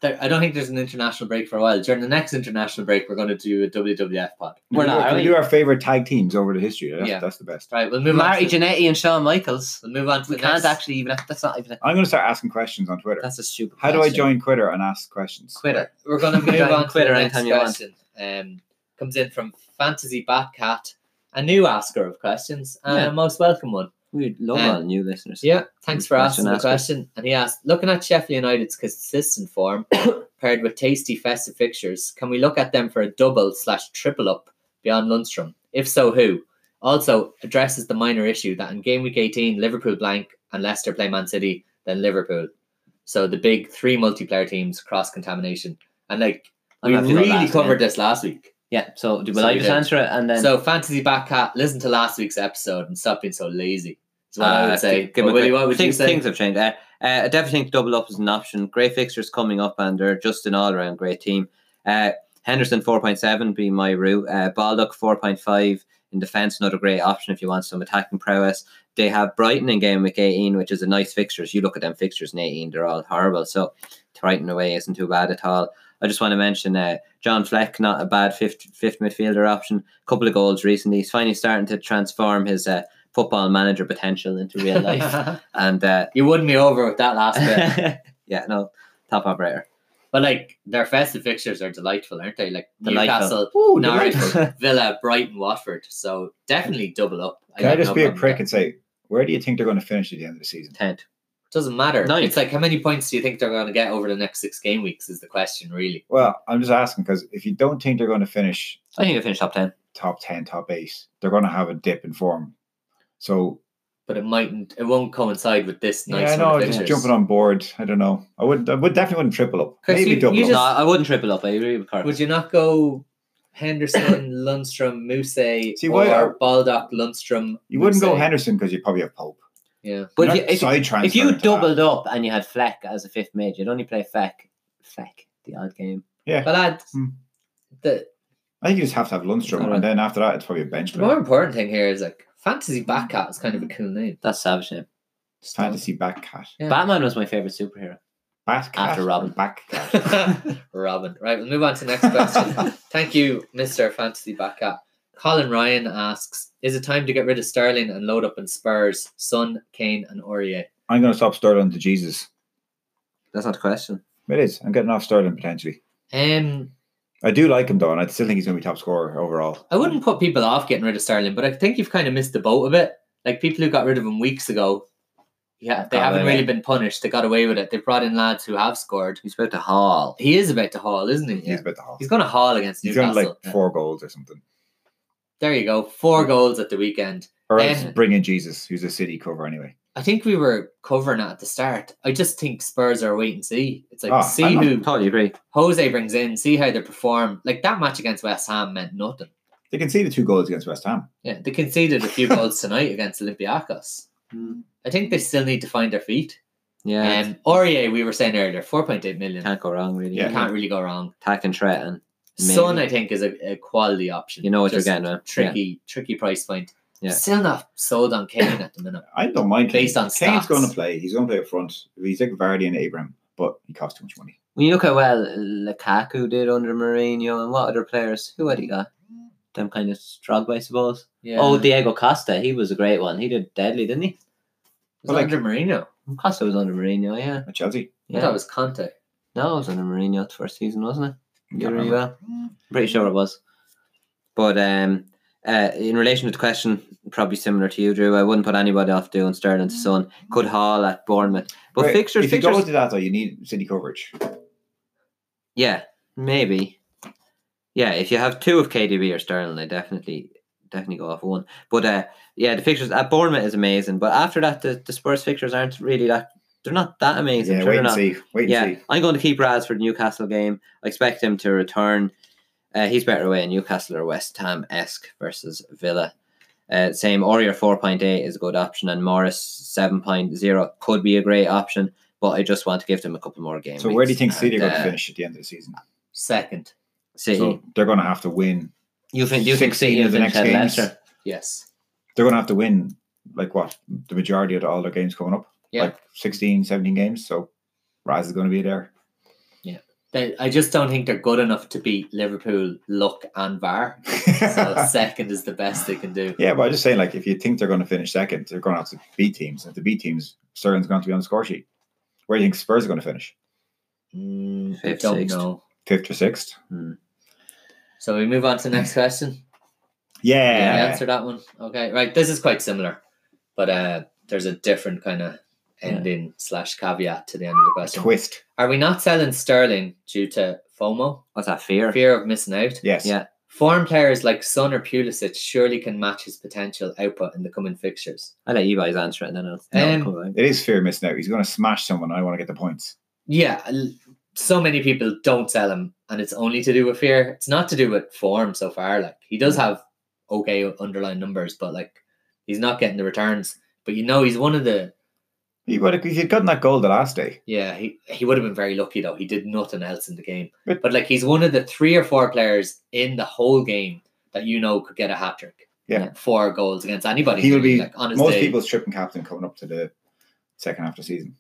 [SPEAKER 1] there, I don't think there's an international break for a while. During the next international break, we're going to do a WWF pod.
[SPEAKER 3] We're
[SPEAKER 2] Can we
[SPEAKER 3] not,
[SPEAKER 2] do-
[SPEAKER 3] are
[SPEAKER 2] Can we
[SPEAKER 3] we?
[SPEAKER 2] do our favorite tag teams over the history? That's,
[SPEAKER 1] Yeah.
[SPEAKER 2] that's the best.
[SPEAKER 1] Right, we'll move
[SPEAKER 3] Marty
[SPEAKER 1] on. To,
[SPEAKER 3] Jannetty and Shawn Michaels.
[SPEAKER 1] we'll move on to
[SPEAKER 3] We
[SPEAKER 1] the
[SPEAKER 3] can't
[SPEAKER 1] next.
[SPEAKER 3] actually even. That's not even. A,
[SPEAKER 2] I'm going to start asking questions on Twitter.
[SPEAKER 3] that's a stupid.
[SPEAKER 2] How do I
[SPEAKER 3] question.
[SPEAKER 2] join Twitter and ask questions?
[SPEAKER 3] Quitter?
[SPEAKER 1] We're going to (laughs) move
[SPEAKER 3] Yeah,
[SPEAKER 1] on to
[SPEAKER 3] Twitter
[SPEAKER 1] the next
[SPEAKER 3] anytime you want.
[SPEAKER 1] question. Um, comes in from Fantasy Batcat, a new asker of questions and
[SPEAKER 3] Yeah.
[SPEAKER 1] a most welcome one.
[SPEAKER 3] We'd love
[SPEAKER 1] Um,
[SPEAKER 3] our new listeners.
[SPEAKER 1] Yeah, thanks for
[SPEAKER 3] Question
[SPEAKER 1] asking the
[SPEAKER 3] asker.
[SPEAKER 1] question. And he asked, looking at Sheffield United's consistent form (coughs) paired with tasty festive fixtures, can we look at them for a double slash triple up beyond Lundstrom? If so, who? Also addresses the minor issue that in game week 18, Liverpool blank and Leicester play Man City, then Liverpool. So the big three multiplayer teams cross contamination. And like
[SPEAKER 3] I'm happy
[SPEAKER 1] we
[SPEAKER 3] about
[SPEAKER 1] really
[SPEAKER 3] that,
[SPEAKER 1] covered
[SPEAKER 3] yeah.
[SPEAKER 1] this last week.
[SPEAKER 3] Yeah. So do
[SPEAKER 1] So
[SPEAKER 3] will I
[SPEAKER 1] we
[SPEAKER 3] just
[SPEAKER 1] did.
[SPEAKER 3] answer it and then?
[SPEAKER 1] So fantasy back cat, listen to last week's episode and stop being so lazy. Is what I
[SPEAKER 3] Uh,
[SPEAKER 1] would say.
[SPEAKER 3] give- give
[SPEAKER 1] But
[SPEAKER 3] him a
[SPEAKER 1] Willie,
[SPEAKER 3] quick-
[SPEAKER 1] what would you
[SPEAKER 3] things,
[SPEAKER 1] say?
[SPEAKER 3] Things have changed. Uh, uh, I definitely think double up is an option. Great fixtures coming up, and they're just an all around great team. Uh, Henderson 4.7 being my route. Uh, Baldock 4.5 in defence, another great option if you want some attacking prowess. They have Brighton in game week 18, which is a nice fixtures. You look at them fixtures in 18, they're all horrible. So Brighton away isn't too bad at all. I just want to mention uh, John Fleck, not a bad fifth, fifth midfielder option. couple of goals recently. He's finally starting to transform his uh, football manager potential into (laughs) real life. and uh,
[SPEAKER 1] (laughs) you won me over with that last bit.
[SPEAKER 3] (laughs) yeah, no, top operator.
[SPEAKER 1] But like their festive fixtures are delightful, aren't they? Like
[SPEAKER 3] Delightful.
[SPEAKER 1] Newcastle,
[SPEAKER 2] Ooh,
[SPEAKER 1] Norwich,
[SPEAKER 3] (laughs)
[SPEAKER 1] Villa, Brighton, Watford. So definitely double up.
[SPEAKER 2] Can I
[SPEAKER 1] have
[SPEAKER 2] just
[SPEAKER 1] no
[SPEAKER 2] be a
[SPEAKER 1] problem with
[SPEAKER 2] prick
[SPEAKER 1] that.
[SPEAKER 2] and say, where do you think they're going to finish at the end of the season?
[SPEAKER 3] Tent.
[SPEAKER 1] Doesn't matter.
[SPEAKER 3] Ninth.
[SPEAKER 1] It's like how many points do you think they're going to get over the next six game weeks is the question, really.
[SPEAKER 2] Well, I'm just asking because if you don't think they're going to finish
[SPEAKER 3] I think I finished top ten.
[SPEAKER 2] top 10, top 8, they're going to have a dip in form. So,
[SPEAKER 1] But it mightn't. It won't coincide with this nice.
[SPEAKER 2] yeah, I
[SPEAKER 1] run of
[SPEAKER 2] know, just
[SPEAKER 1] fixtures.
[SPEAKER 2] jumping on board. I don't know. I would I would definitely wouldn't triple up.
[SPEAKER 1] Chris,
[SPEAKER 2] Maybe
[SPEAKER 1] you-
[SPEAKER 2] double
[SPEAKER 1] you
[SPEAKER 2] up.
[SPEAKER 1] Just-
[SPEAKER 3] no, I wouldn't triple up. I agree with Carl.
[SPEAKER 1] Would you not go Henderson, (coughs) Lundstrom, Muse,
[SPEAKER 2] See,
[SPEAKER 1] or
[SPEAKER 2] why are-
[SPEAKER 1] Baldock, Lundstrom?
[SPEAKER 2] you wouldn't go
[SPEAKER 1] Muse?
[SPEAKER 2] Henderson because you probably have Pope.
[SPEAKER 1] Yeah.
[SPEAKER 3] But
[SPEAKER 2] You're
[SPEAKER 3] if
[SPEAKER 2] not
[SPEAKER 3] you, if,
[SPEAKER 2] side
[SPEAKER 3] if you
[SPEAKER 2] transferring to that.
[SPEAKER 3] doubled up and you had Fleck as a fifth mid, you'd only play Fleck. Fleck, the odd game.
[SPEAKER 1] But I'd,
[SPEAKER 2] Hmm.
[SPEAKER 1] the,
[SPEAKER 2] I think you just have to have Lundstrom,
[SPEAKER 3] Alright.
[SPEAKER 2] and then after that, it's probably a bench
[SPEAKER 1] the
[SPEAKER 2] player.
[SPEAKER 1] more important thing here is like fantasy
[SPEAKER 3] Mm.
[SPEAKER 1] backcat is kind of a cool
[SPEAKER 3] (laughs)
[SPEAKER 1] name. (laughs)
[SPEAKER 3] That's savage name.
[SPEAKER 1] Just
[SPEAKER 2] Fantasy back cat.
[SPEAKER 1] Yeah.
[SPEAKER 3] Batman was my favorite superhero.
[SPEAKER 2] Back cat.
[SPEAKER 3] After
[SPEAKER 2] or
[SPEAKER 3] Robin.
[SPEAKER 2] Back cat.
[SPEAKER 1] Robin. Right, we'll move on to the next
[SPEAKER 3] (laughs)
[SPEAKER 1] question. Thank you, Mr. Fantasy Backcat. Colin Ryan asks, is it time to get rid of Sterling and load up in Spurs, Son, Kane, and Aurier?
[SPEAKER 2] I'm going to stop Sterling to Jesus.
[SPEAKER 3] That's not a question.
[SPEAKER 2] It is. I'm getting off Sterling potentially.
[SPEAKER 1] Um,
[SPEAKER 2] I do like him though, and I still think he's going to be top scorer overall.
[SPEAKER 1] I wouldn't put people off getting rid of Sterling, but I think you've kind of missed the boat a bit. Like people who got rid of him weeks ago, yeah, they
[SPEAKER 3] Got
[SPEAKER 1] haven't
[SPEAKER 3] away
[SPEAKER 1] really
[SPEAKER 3] with
[SPEAKER 1] been punished. They got away with it. They brought in lads who have scored.
[SPEAKER 3] He's about to haul.
[SPEAKER 1] He is about to haul, isn't he?
[SPEAKER 2] He's about the half.
[SPEAKER 1] He's going to haul against
[SPEAKER 2] He's
[SPEAKER 1] Newcastle.
[SPEAKER 2] going to like four goals or something.
[SPEAKER 1] There you go. Four goals at the weekend.
[SPEAKER 2] Or else
[SPEAKER 1] Um,
[SPEAKER 2] bring in Jesus, who's a city cover anyway.
[SPEAKER 1] I think we were covering it at the start. I just think Spurs are a wait and see. It's like
[SPEAKER 2] Ah,
[SPEAKER 1] see
[SPEAKER 2] I'm not-
[SPEAKER 1] who
[SPEAKER 3] Totally agree.
[SPEAKER 1] Jose brings in, see how they perform. Like that match against West Ham meant nothing.
[SPEAKER 2] They can see the two goals against West Ham.
[SPEAKER 1] Yeah, they conceded a
[SPEAKER 3] (laughs)
[SPEAKER 1] few goals tonight against Olympiacos. I think they still need to find their feet.
[SPEAKER 3] Hmm. Yeah.
[SPEAKER 1] Um, Aurier, we were saying earlier, four point eight million.
[SPEAKER 3] can't go wrong really.
[SPEAKER 2] Yeah.
[SPEAKER 1] You can't really go wrong.
[SPEAKER 3] Attack and threaten. Maybe.
[SPEAKER 1] Son, I think, is a, a quality option.
[SPEAKER 3] You know what
[SPEAKER 1] Just
[SPEAKER 3] you're getting, man.
[SPEAKER 1] Tricky, tricky price point.
[SPEAKER 3] Yeah. Oh,
[SPEAKER 1] Still not sold on Kane at the minute.
[SPEAKER 2] I don't mind. Kane.
[SPEAKER 1] Based on
[SPEAKER 2] Kane's
[SPEAKER 1] stats.
[SPEAKER 2] going to play. He's going to play up front. He's like Vardy and Abraham, but he costs too much money.
[SPEAKER 3] When you look at well Lukaku did under Mourinho and what other players, who had he got? Them kind of struggle, I suppose.
[SPEAKER 1] Yeah.
[SPEAKER 3] Oh, Diego Costa, he was a great one. He did deadly, didn't he?
[SPEAKER 1] was
[SPEAKER 2] like-
[SPEAKER 1] under Marino.
[SPEAKER 3] Costa was under Mourinho, yeah.
[SPEAKER 2] At Chelsea,
[SPEAKER 1] I thought
[SPEAKER 3] yeah.
[SPEAKER 1] it was Conte.
[SPEAKER 3] No, it was under Mourinho the first season, wasn't it? He Did
[SPEAKER 2] Can't
[SPEAKER 3] really
[SPEAKER 2] remember.
[SPEAKER 3] well. Pretty sure it was. But um, uh, in relation to the question, probably similar to you, Drew. I wouldn't put anybody off doing Sterling to Son. Could Hall at Bournemouth, but
[SPEAKER 2] Right,
[SPEAKER 3] fixtures,
[SPEAKER 2] If you
[SPEAKER 3] fixtures,
[SPEAKER 2] go to that though, you need city coverage.
[SPEAKER 3] Yeah, maybe. Yeah, if you have two of KDB or Sterling, I definitely definitely go off one. But uh, yeah, the fixtures at Bournemouth is amazing. But after that, the, the Spurs fixtures aren't really that They're not that amazing.
[SPEAKER 2] yeah,
[SPEAKER 3] sure
[SPEAKER 2] wait
[SPEAKER 3] they're
[SPEAKER 2] and
[SPEAKER 3] not.
[SPEAKER 2] see. Wait
[SPEAKER 3] yeah,
[SPEAKER 2] and see.
[SPEAKER 3] I'm going to keep Raz for the Newcastle game. I expect him to return. Uh, he's better away in Newcastle or West Ham esque versus Villa. Uh, same Orier 4.8 is a good option, and Morris 7.0 could be a great option, but I just want to give them a couple more games.
[SPEAKER 2] So where do you think City are going to
[SPEAKER 3] uh,
[SPEAKER 2] finish at the end of the season?
[SPEAKER 1] Second.
[SPEAKER 3] City.
[SPEAKER 2] So they're going to have to win.
[SPEAKER 3] you think, do you think
[SPEAKER 2] 16
[SPEAKER 3] City
[SPEAKER 2] of the
[SPEAKER 3] will finish
[SPEAKER 2] next
[SPEAKER 3] ahead of
[SPEAKER 2] games.
[SPEAKER 3] Leicester?
[SPEAKER 1] Yes.
[SPEAKER 2] They're going to have to win like what the majority of all their games coming up.
[SPEAKER 1] Yeah.
[SPEAKER 2] Like 16, 17 games. So Raz is going to be there.
[SPEAKER 1] They, I just don't think they're good enough to beat Liverpool, Luck, and VAR.
[SPEAKER 3] (laughs)
[SPEAKER 1] So second is the best they can do.
[SPEAKER 2] (laughs) yeah, but I'm just saying, like, if you think they're going to finish second, they're going to have to beat teams. And if the beat teams, Sterling's going to be on the score sheet. Where do you think Spurs are going to finish?
[SPEAKER 1] Mm, I
[SPEAKER 3] Fifth,
[SPEAKER 1] don't
[SPEAKER 3] sixth.
[SPEAKER 1] know.
[SPEAKER 2] Fifth or sixth?
[SPEAKER 1] So we move on to the next question. Did we
[SPEAKER 2] Yeah.
[SPEAKER 1] answer that one? Okay, right. This is quite similar, but uh, there's a different kind of ending slash caveat to the end of the question.
[SPEAKER 2] Twist.
[SPEAKER 1] Are we not selling Sterling due to FOMO,
[SPEAKER 3] What's that, fear?
[SPEAKER 1] fear of missing out?
[SPEAKER 2] Yes.
[SPEAKER 3] Yeah.
[SPEAKER 1] Form players like Son or Pulisic surely can match his potential output in the coming fixtures.
[SPEAKER 3] I'll let you guys answer it and then I'll. then I'll
[SPEAKER 1] Um,
[SPEAKER 3] come back.
[SPEAKER 2] It is fear of missing out. He's going to smash someone. I want to get the points.
[SPEAKER 1] Yeah, l- so many people don't sell him, and it's only to do with fear. It's not to do with form so far. Like he
[SPEAKER 2] Mm.
[SPEAKER 1] does have okay underlying numbers, but like he's not getting the returns. But you know, he's one of the
[SPEAKER 2] He would have, if he'd gotten that goal the last day,
[SPEAKER 1] Yeah, he, he would have been very lucky though. He did nothing else in the game.
[SPEAKER 2] But-
[SPEAKER 1] But, like he's one of the three or four players in the whole game that you know could get a hat trick.
[SPEAKER 2] Yeah.
[SPEAKER 1] Four goals against anybody.
[SPEAKER 2] He'll
[SPEAKER 1] really,
[SPEAKER 2] be
[SPEAKER 1] like on his
[SPEAKER 2] most
[SPEAKER 1] day.
[SPEAKER 2] people's tripping captain coming up to the second half of the season.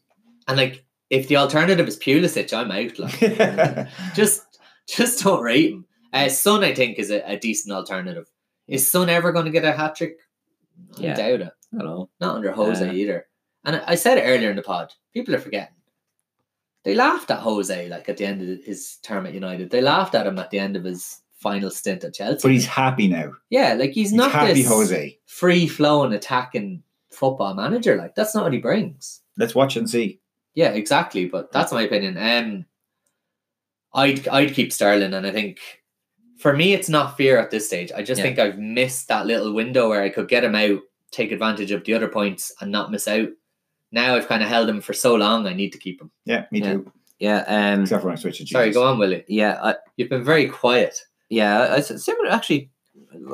[SPEAKER 1] and like if the alternative is Pulisic, I'm out. Like just just don't rate him. Uh, Son, I think, is a, a decent alternative. Is Son ever gonna get a hat trick? I
[SPEAKER 3] Yeah.
[SPEAKER 1] doubt it.
[SPEAKER 3] I don't know.
[SPEAKER 1] Not under Jose
[SPEAKER 3] Yeah.
[SPEAKER 1] either. And I, I said it earlier in the pod. People are forgetting. They laughed at Jose like at the end of his term at United. They laughed at him at the end of his final stint at Chelsea.
[SPEAKER 2] but he's happy now.
[SPEAKER 1] yeah, like he's,
[SPEAKER 2] He's,
[SPEAKER 1] not
[SPEAKER 2] happy,
[SPEAKER 1] this
[SPEAKER 2] Jose.
[SPEAKER 1] free flowing attacking football manager. Like that's not what he brings.
[SPEAKER 2] Let's watch and see.
[SPEAKER 1] Yeah, exactly. But that's my opinion. Um, I'd I'd keep Sterling, and I think for me it's not fear at this stage. I just
[SPEAKER 3] Yeah.
[SPEAKER 1] think I've missed that little window where I could get him out, take advantage of the other points, and not miss out. Now I've kind of held him for so long. I need to keep him.
[SPEAKER 2] Yeah, me
[SPEAKER 3] Yeah.
[SPEAKER 2] too.
[SPEAKER 3] Yeah. Um,
[SPEAKER 2] Except for when I switch to Jesus.
[SPEAKER 1] Sorry, go on, Willie.
[SPEAKER 3] yeah. I,
[SPEAKER 1] You've been very quiet.
[SPEAKER 3] Yeah, I- I s- similar. Actually,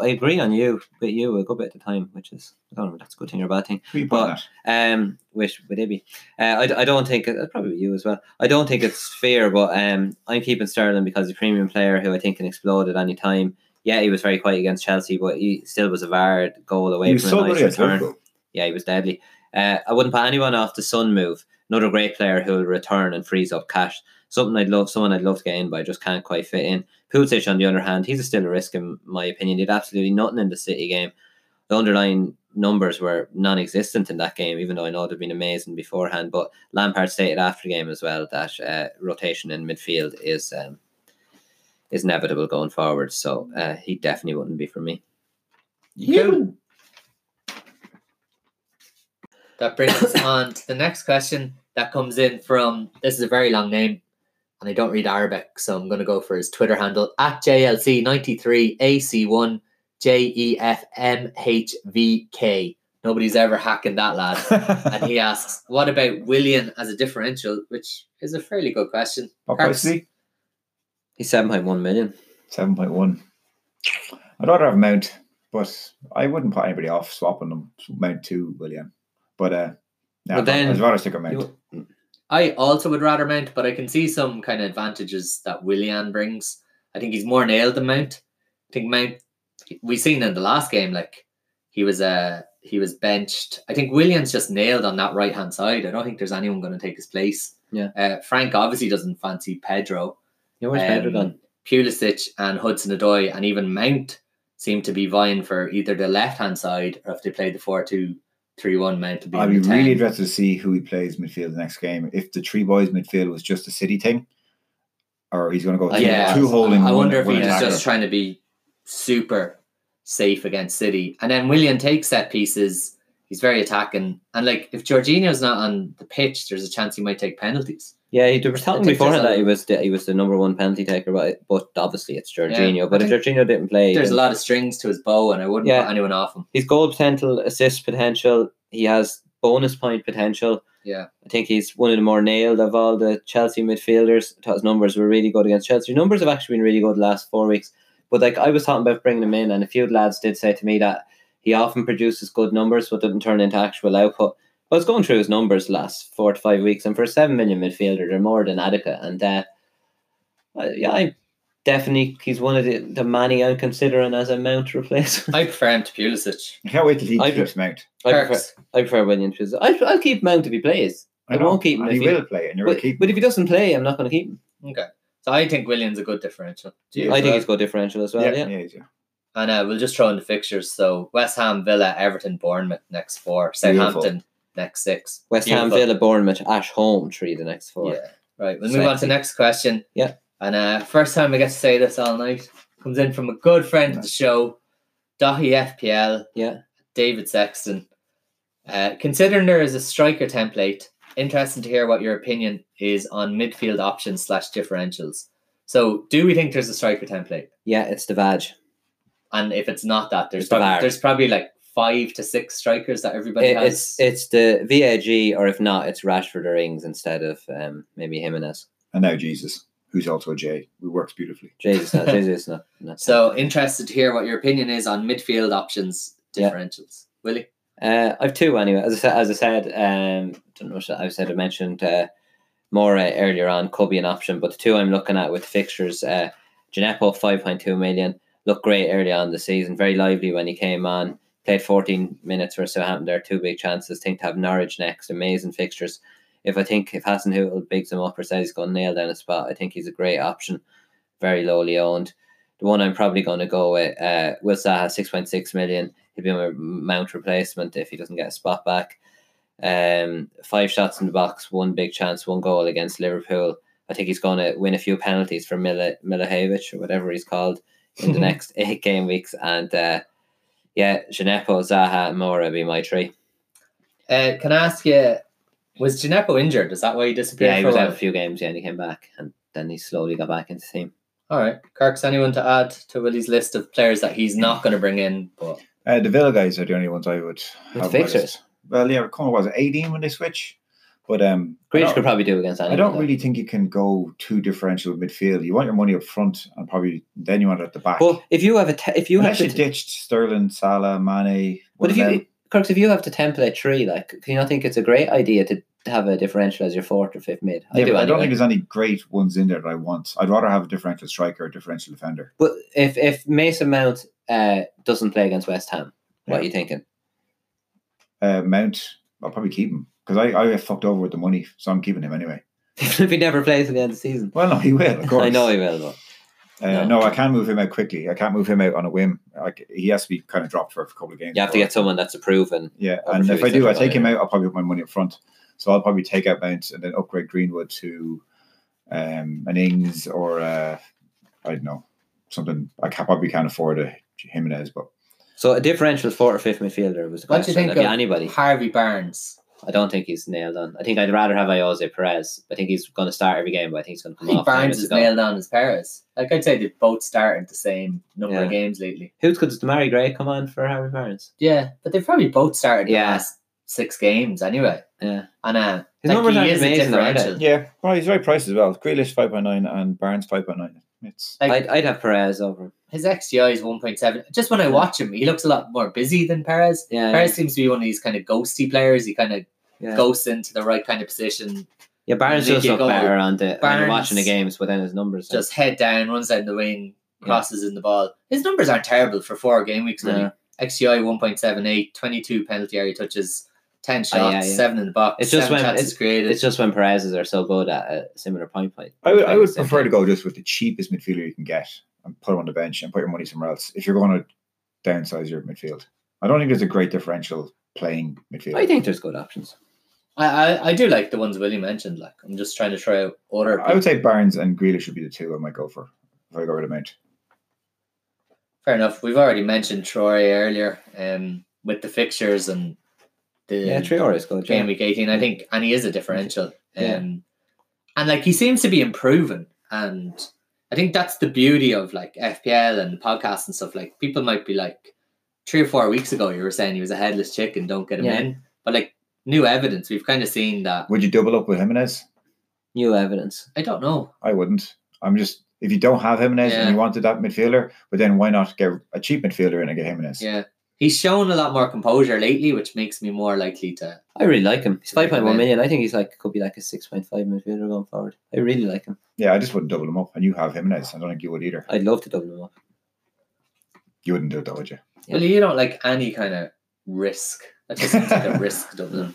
[SPEAKER 3] I agree on you, but you a good bit at the time, which is I don't know if that's a good thing or a bad thing.
[SPEAKER 2] We put
[SPEAKER 3] But-
[SPEAKER 2] that.
[SPEAKER 3] Um, which would it be? Uh, I, d- I don't think uh, probably you as well. I don't think it's fair, but um, I'm keeping Sterling because he's a premium player who I think can explode at any time. Yeah, he was very quiet against Chelsea, but he still was a VAR goal away
[SPEAKER 2] He was
[SPEAKER 3] from
[SPEAKER 2] so
[SPEAKER 3] a nice
[SPEAKER 2] good against
[SPEAKER 3] return.
[SPEAKER 2] Liverpool.
[SPEAKER 3] Yeah, he was deadly. Uh, I wouldn't put anyone off the Sun move. Another great player who will return and frees up cash. Something I'd love, someone I'd love to get in, but I just can't quite fit in. Pulisic, on the other hand, he's still a risk in my opinion. He did absolutely nothing in the City game. The underlying numbers were non-existent in that game, even though I know they've been amazing beforehand. But Lampard stated after the game as well that uh, rotation in midfield is um, is inevitable going forward. So uh, he definitely wouldn't be for me.
[SPEAKER 1] You. That brings us on to the next question that comes in from this is a very long name, and I don't read Arabic, so I'm going to go for his Twitter handle at E JLC93AC1JEFMHVK. Nobody's ever hacking that lad. (laughs) And he asks, what about William as a differential? Which is a fairly good question.
[SPEAKER 2] what price is he?
[SPEAKER 3] He's seven point one million.
[SPEAKER 2] 7.1. I'd rather have Mount, but I wouldn't put anybody off swapping them. Mount 2, William. But, uh, nah,
[SPEAKER 3] But
[SPEAKER 2] I'd
[SPEAKER 3] then-
[SPEAKER 2] rather- I'd rather stick with Mount.
[SPEAKER 3] You-
[SPEAKER 1] I also would rather Mount, but I can see some kind of advantages that Willian brings. I think he's more nailed than Mount. I think Mount we seen in the last game, like he was uh he was benched. I think Willian's just nailed on that right hand side. I don't think there's anyone going to take his place.
[SPEAKER 3] Yeah.
[SPEAKER 1] Uh, Frank obviously doesn't fancy Pedro.
[SPEAKER 3] You're always better
[SPEAKER 1] Um,
[SPEAKER 3] than
[SPEAKER 1] Pulisic and Hudson Odoi and even Mount seem to be vying for either the left hand side or if they played the 4 2 3 1 Mount to be.
[SPEAKER 2] I'd
[SPEAKER 1] in
[SPEAKER 2] be
[SPEAKER 1] the
[SPEAKER 2] really
[SPEAKER 1] 10.
[SPEAKER 2] interested to see who he plays midfield the next game. If the three boys midfield was just a city thing, or he's going to go
[SPEAKER 1] Uh,
[SPEAKER 2] two,
[SPEAKER 1] yeah.
[SPEAKER 2] two holding.
[SPEAKER 1] I
[SPEAKER 2] one-
[SPEAKER 1] wonder if
[SPEAKER 2] one
[SPEAKER 1] he's
[SPEAKER 2] attacker.
[SPEAKER 1] just trying to be super safe against City. And then William takes set pieces. He's very attacking. And like if Jorginho's not on the pitch, there's a chance he might take penalties.
[SPEAKER 3] Yeah, he- they were telling me
[SPEAKER 1] think there's
[SPEAKER 3] beforehand that
[SPEAKER 1] a-
[SPEAKER 3] he was the, he was the number one penalty taker, but but obviously it's Jorginho.
[SPEAKER 1] Yeah, I
[SPEAKER 3] but if Jorginho didn't play,
[SPEAKER 1] There's a
[SPEAKER 3] then
[SPEAKER 1] lot of strings to his bow and I wouldn't
[SPEAKER 3] Yeah.
[SPEAKER 1] put anyone off him.
[SPEAKER 3] his goal potential, assist potential, he has bonus point potential.
[SPEAKER 1] Yeah.
[SPEAKER 3] I think he's one of the more nailed of all the Chelsea midfielders. I thought his numbers were really good against Chelsea. His numbers have actually been really good the last four weeks. But like I was talking about bringing him in, and a few lads did say to me that he often produces good numbers but doesn't turn into actual output. I was going through his numbers last four to five weeks, and for a seven million midfielder, they're more than adequate. And uh, I- yeah, I definitely he's one of the the Manny I'm considering as a mount replacement.
[SPEAKER 1] I prefer him to Pulisic.
[SPEAKER 2] I can't wait till he
[SPEAKER 3] I-
[SPEAKER 2] flips him out.
[SPEAKER 3] I prefer
[SPEAKER 1] Perks.
[SPEAKER 3] I prefer Williams. because I I'll keep Mount if he plays. I
[SPEAKER 2] know,
[SPEAKER 3] won't keep him
[SPEAKER 2] And
[SPEAKER 3] if
[SPEAKER 2] he
[SPEAKER 3] he-
[SPEAKER 2] will play, and you're
[SPEAKER 3] But,
[SPEAKER 2] going to keep him.
[SPEAKER 3] but if he doesn't play, I'm not going to keep him.
[SPEAKER 1] Okay. So I think William's a good differential. Do you?
[SPEAKER 3] I
[SPEAKER 1] Well,
[SPEAKER 3] think he's got differential as well. Yeah.
[SPEAKER 2] yeah, yeah.
[SPEAKER 1] And uh, we'll just throw in the fixtures. So West Ham, Villa, Everton, Bournemouth next four,
[SPEAKER 2] Beautiful.
[SPEAKER 1] Southampton next six.
[SPEAKER 3] West Ham,
[SPEAKER 1] Beautiful.
[SPEAKER 3] Villa, Bournemouth, Ash home three the next four.
[SPEAKER 1] Yeah. Right. We'll move on to
[SPEAKER 3] Sexy.
[SPEAKER 1] the next question.
[SPEAKER 3] Yeah.
[SPEAKER 1] And uh, first time I get to say this all night comes in from a good friend of the show, Dahi FPL.
[SPEAKER 3] Yeah.
[SPEAKER 1] David Sexton. Uh, considering there is a striker template, interesting to hear what your opinion is on midfield options slash differentials. So, do we think there's a striker template?
[SPEAKER 3] Yeah, it's the Vaj.
[SPEAKER 1] And if it's not that, there's
[SPEAKER 3] It's the
[SPEAKER 1] probably,
[SPEAKER 3] VAR.
[SPEAKER 1] there's probably like five to six strikers that everybody
[SPEAKER 3] It-
[SPEAKER 1] has.
[SPEAKER 3] it's it's the VAG, or if not, it's Rashford or Ings instead of um, maybe Jimenez.
[SPEAKER 2] And now Jesus, who's also a J, who works beautifully.
[SPEAKER 3] Jesus, not Jesus, not, not
[SPEAKER 1] so interested to hear what your opinion is on midfield options
[SPEAKER 3] Yeah.
[SPEAKER 1] differentials. Willie,
[SPEAKER 3] Uh, I've two anyway. As I said, as I said, um, don't know. If I said I mentioned uh, Mora earlier on could be an option, but the two I'm looking at with fixtures, uh, Gineppo five point two million looked great early on the season, very lively when he came on. Played fourteen minutes for Southampton there, two big chances. Think to have Norwich next, amazing fixtures. If I think if Hassan Hootel bigs him up or says he's going to nail down a spot, I think he's a great option. Very lowly owned. The one I'm probably going to go with, uh, Will Saha, 6.6 million he'll be on a mount replacement if he doesn't get a spot back. Um, five shots in the box, one big chance, one goal against Liverpool. I think he's going to win a few penalties for Mila Milajevic or whatever he's called
[SPEAKER 2] (laughs)
[SPEAKER 3] in the next eight game weeks. And uh, yeah, Gineppo, Zaha, and Mora be my three.
[SPEAKER 1] uh, can I ask you, was Gineppo injured? Is that why he disappeared?
[SPEAKER 3] Yeah, he
[SPEAKER 1] for
[SPEAKER 3] was
[SPEAKER 1] a
[SPEAKER 3] out a
[SPEAKER 1] while?
[SPEAKER 3] few games, yeah, and he came back, and then he slowly got back into the team.
[SPEAKER 1] All right, Kirk's anyone to add to Willie's list of players that he's not going to bring in? But
[SPEAKER 2] Uh, the Villa guys are the only ones I would have. on my
[SPEAKER 3] fixers.
[SPEAKER 2] list. Well, yeah, Connor was it 18 when they switch? But um, I
[SPEAKER 3] Grealish
[SPEAKER 2] don't-
[SPEAKER 3] could probably do against anyone.
[SPEAKER 2] I don't
[SPEAKER 3] though.
[SPEAKER 2] really think you can go too differential midfield. You want your money up front, and probably then you want it at the back.
[SPEAKER 3] But if you have a, te- if you have
[SPEAKER 2] Unless
[SPEAKER 3] to
[SPEAKER 2] you ditched Sterling, Salah, Mane. one
[SPEAKER 3] But if
[SPEAKER 2] of them.
[SPEAKER 3] you, Kirk, if you have to template three, like, can you not think it's a great idea to have a differential as your fourth or fifth mid? I
[SPEAKER 2] Yeah,
[SPEAKER 3] do.
[SPEAKER 2] but I don't
[SPEAKER 3] anyway.
[SPEAKER 2] think there's any great ones in there that I want. I'd rather have a differential striker, or a differential defender.
[SPEAKER 3] But if if Mason Mount uh, doesn't play against West Ham, what are
[SPEAKER 2] Yeah.
[SPEAKER 3] you thinking? (laughs)
[SPEAKER 2] Uh, Mount, I'll probably keep him because I, I get fucked over with the money, so I'm keeping him anyway.
[SPEAKER 3] if he never plays at the end of the season,
[SPEAKER 2] Well, no, he will, of course.
[SPEAKER 3] (laughs) I know he will. But
[SPEAKER 2] Uh,
[SPEAKER 3] No.
[SPEAKER 2] no. I can't move him out quickly. I can't move him out on a whiim. Like he has to be kind of dropped for a couple of games.
[SPEAKER 3] you have to
[SPEAKER 2] before-
[SPEAKER 3] get someone that's a proven.
[SPEAKER 2] Yeah,
[SPEAKER 3] over
[SPEAKER 2] and
[SPEAKER 3] two
[SPEAKER 2] if I
[SPEAKER 3] weeks
[SPEAKER 2] do, I
[SPEAKER 3] after
[SPEAKER 2] take him
[SPEAKER 3] buying
[SPEAKER 2] out. I'll probably put my money up front, so I'll probably take out Mount and then upgrade Greenwood to um, an Ings or uh, I don't know something. I can, probably can't afford a Jimenez, but
[SPEAKER 3] So a differential fourth or fifth midfielder was the
[SPEAKER 1] What do
[SPEAKER 3] question.
[SPEAKER 1] you think
[SPEAKER 3] That'd be
[SPEAKER 1] of-
[SPEAKER 3] anybody?
[SPEAKER 1] Harvey Barnes,
[SPEAKER 3] I don't think he's nailed on. I think I'd rather have Jose Perez. I think he's going to start every game, but I think he's going to
[SPEAKER 1] I
[SPEAKER 3] come
[SPEAKER 1] think
[SPEAKER 3] off. nine
[SPEAKER 1] Barnes
[SPEAKER 3] minutes
[SPEAKER 1] is
[SPEAKER 3] ago.
[SPEAKER 1] nailed on as Paris. Like I'd say, they've both started the same number
[SPEAKER 3] Yeah.
[SPEAKER 1] of games lately.
[SPEAKER 3] Who's good? Does Damari Gray come on for Harry Barnes?
[SPEAKER 1] Yeah, but they've probably both started the
[SPEAKER 3] Yeah.
[SPEAKER 1] last six games anyway.
[SPEAKER 3] Yeah.
[SPEAKER 1] And uh,
[SPEAKER 3] His
[SPEAKER 1] like,
[SPEAKER 3] numbers
[SPEAKER 1] he
[SPEAKER 3] aren't
[SPEAKER 1] is a
[SPEAKER 3] amazing, though, are they?
[SPEAKER 1] differential.
[SPEAKER 2] yeah, well, he's right priced as well. Grealish five point nine and Barnes five point nine. It's
[SPEAKER 1] Like,
[SPEAKER 3] I'd, I'd have Perez over him.
[SPEAKER 1] his XGI is 1.7. Just when I watch him, he looks a lot more busy than Perez.
[SPEAKER 3] Yeah,
[SPEAKER 1] Perez seems to be one of these kind of ghosty players. He kind of
[SPEAKER 3] yeah.
[SPEAKER 1] ghosts into the right kind of position,
[SPEAKER 3] Yeah, Barnes
[SPEAKER 1] Make
[SPEAKER 3] does
[SPEAKER 1] it
[SPEAKER 3] look
[SPEAKER 1] go.
[SPEAKER 3] better on the when you're
[SPEAKER 1] Barnes-
[SPEAKER 3] watching the games, but then his numbers are-
[SPEAKER 1] just head down, runs down the wing,
[SPEAKER 3] Yeah.
[SPEAKER 1] crosses in the ball. His numbers aren't terrible for four game weeks, really.
[SPEAKER 3] Yeah.
[SPEAKER 1] XGI 1.78, 22 penalty area touches, 10 shots,
[SPEAKER 3] Oh, yeah, yeah.
[SPEAKER 1] 7 in the box,
[SPEAKER 3] It's just
[SPEAKER 1] 7
[SPEAKER 3] when-
[SPEAKER 1] chances created.
[SPEAKER 3] it's just when Perez's are so good at a similar point point.
[SPEAKER 2] I would, I would prefer to go just with the cheapest midfielder you can get and put him on the bench and put your money somewhere else if you're going to downsize your midfield. I don't think there's a great differential playing midfield.
[SPEAKER 3] I think there's good options.
[SPEAKER 1] I, I, I do like the ones Willie mentioned. Like I'm just trying to try out other.
[SPEAKER 2] I
[SPEAKER 1] people.
[SPEAKER 2] would say Barnes and Grealish would be the two I might go for if I go with a mount.
[SPEAKER 1] Fair enough. We've already mentioned Troy earlier, um, with the fixtures and the
[SPEAKER 3] Yeah, Trior is good.
[SPEAKER 1] game
[SPEAKER 3] Yeah.
[SPEAKER 1] week 18 i think and he is a differential um,
[SPEAKER 3] Yeah.
[SPEAKER 1] and like he seems to be improving and i think that's the beauty of like fpl and podcasts and stuff like people might be like three or four weeks ago you were saying he was a headless chicken don't get him
[SPEAKER 3] Yeah.
[SPEAKER 1] in but like new evidence. We've kind of seen that.
[SPEAKER 2] Would you double up with Jimenez?
[SPEAKER 3] New evidence.
[SPEAKER 1] I don't know.
[SPEAKER 2] I wouldn't. I'm just if you don't have Jimenez
[SPEAKER 1] Yeah.
[SPEAKER 2] and you wanted that midfielder, but then why not get a cheap midfielder and get Jimenez?
[SPEAKER 1] Yeah, he's shown a lot more composure lately, which makes me more likely to.
[SPEAKER 3] I really like him. He's
[SPEAKER 1] Like
[SPEAKER 3] five
[SPEAKER 1] him,
[SPEAKER 3] point one
[SPEAKER 1] eh?
[SPEAKER 3] million. I think he's like could be like a six point five midfielder going forward. I really like him.
[SPEAKER 2] Yeah, I just wouldn't double him up. And you have Jimenez. I don't think you would either.
[SPEAKER 3] I'd love to double him up.
[SPEAKER 2] You wouldn't do it, though, would you?
[SPEAKER 3] Yeah.
[SPEAKER 1] Well, you don't like any kind of risk. That just seems like a risk,
[SPEAKER 3] (laughs)
[SPEAKER 1] Dublin.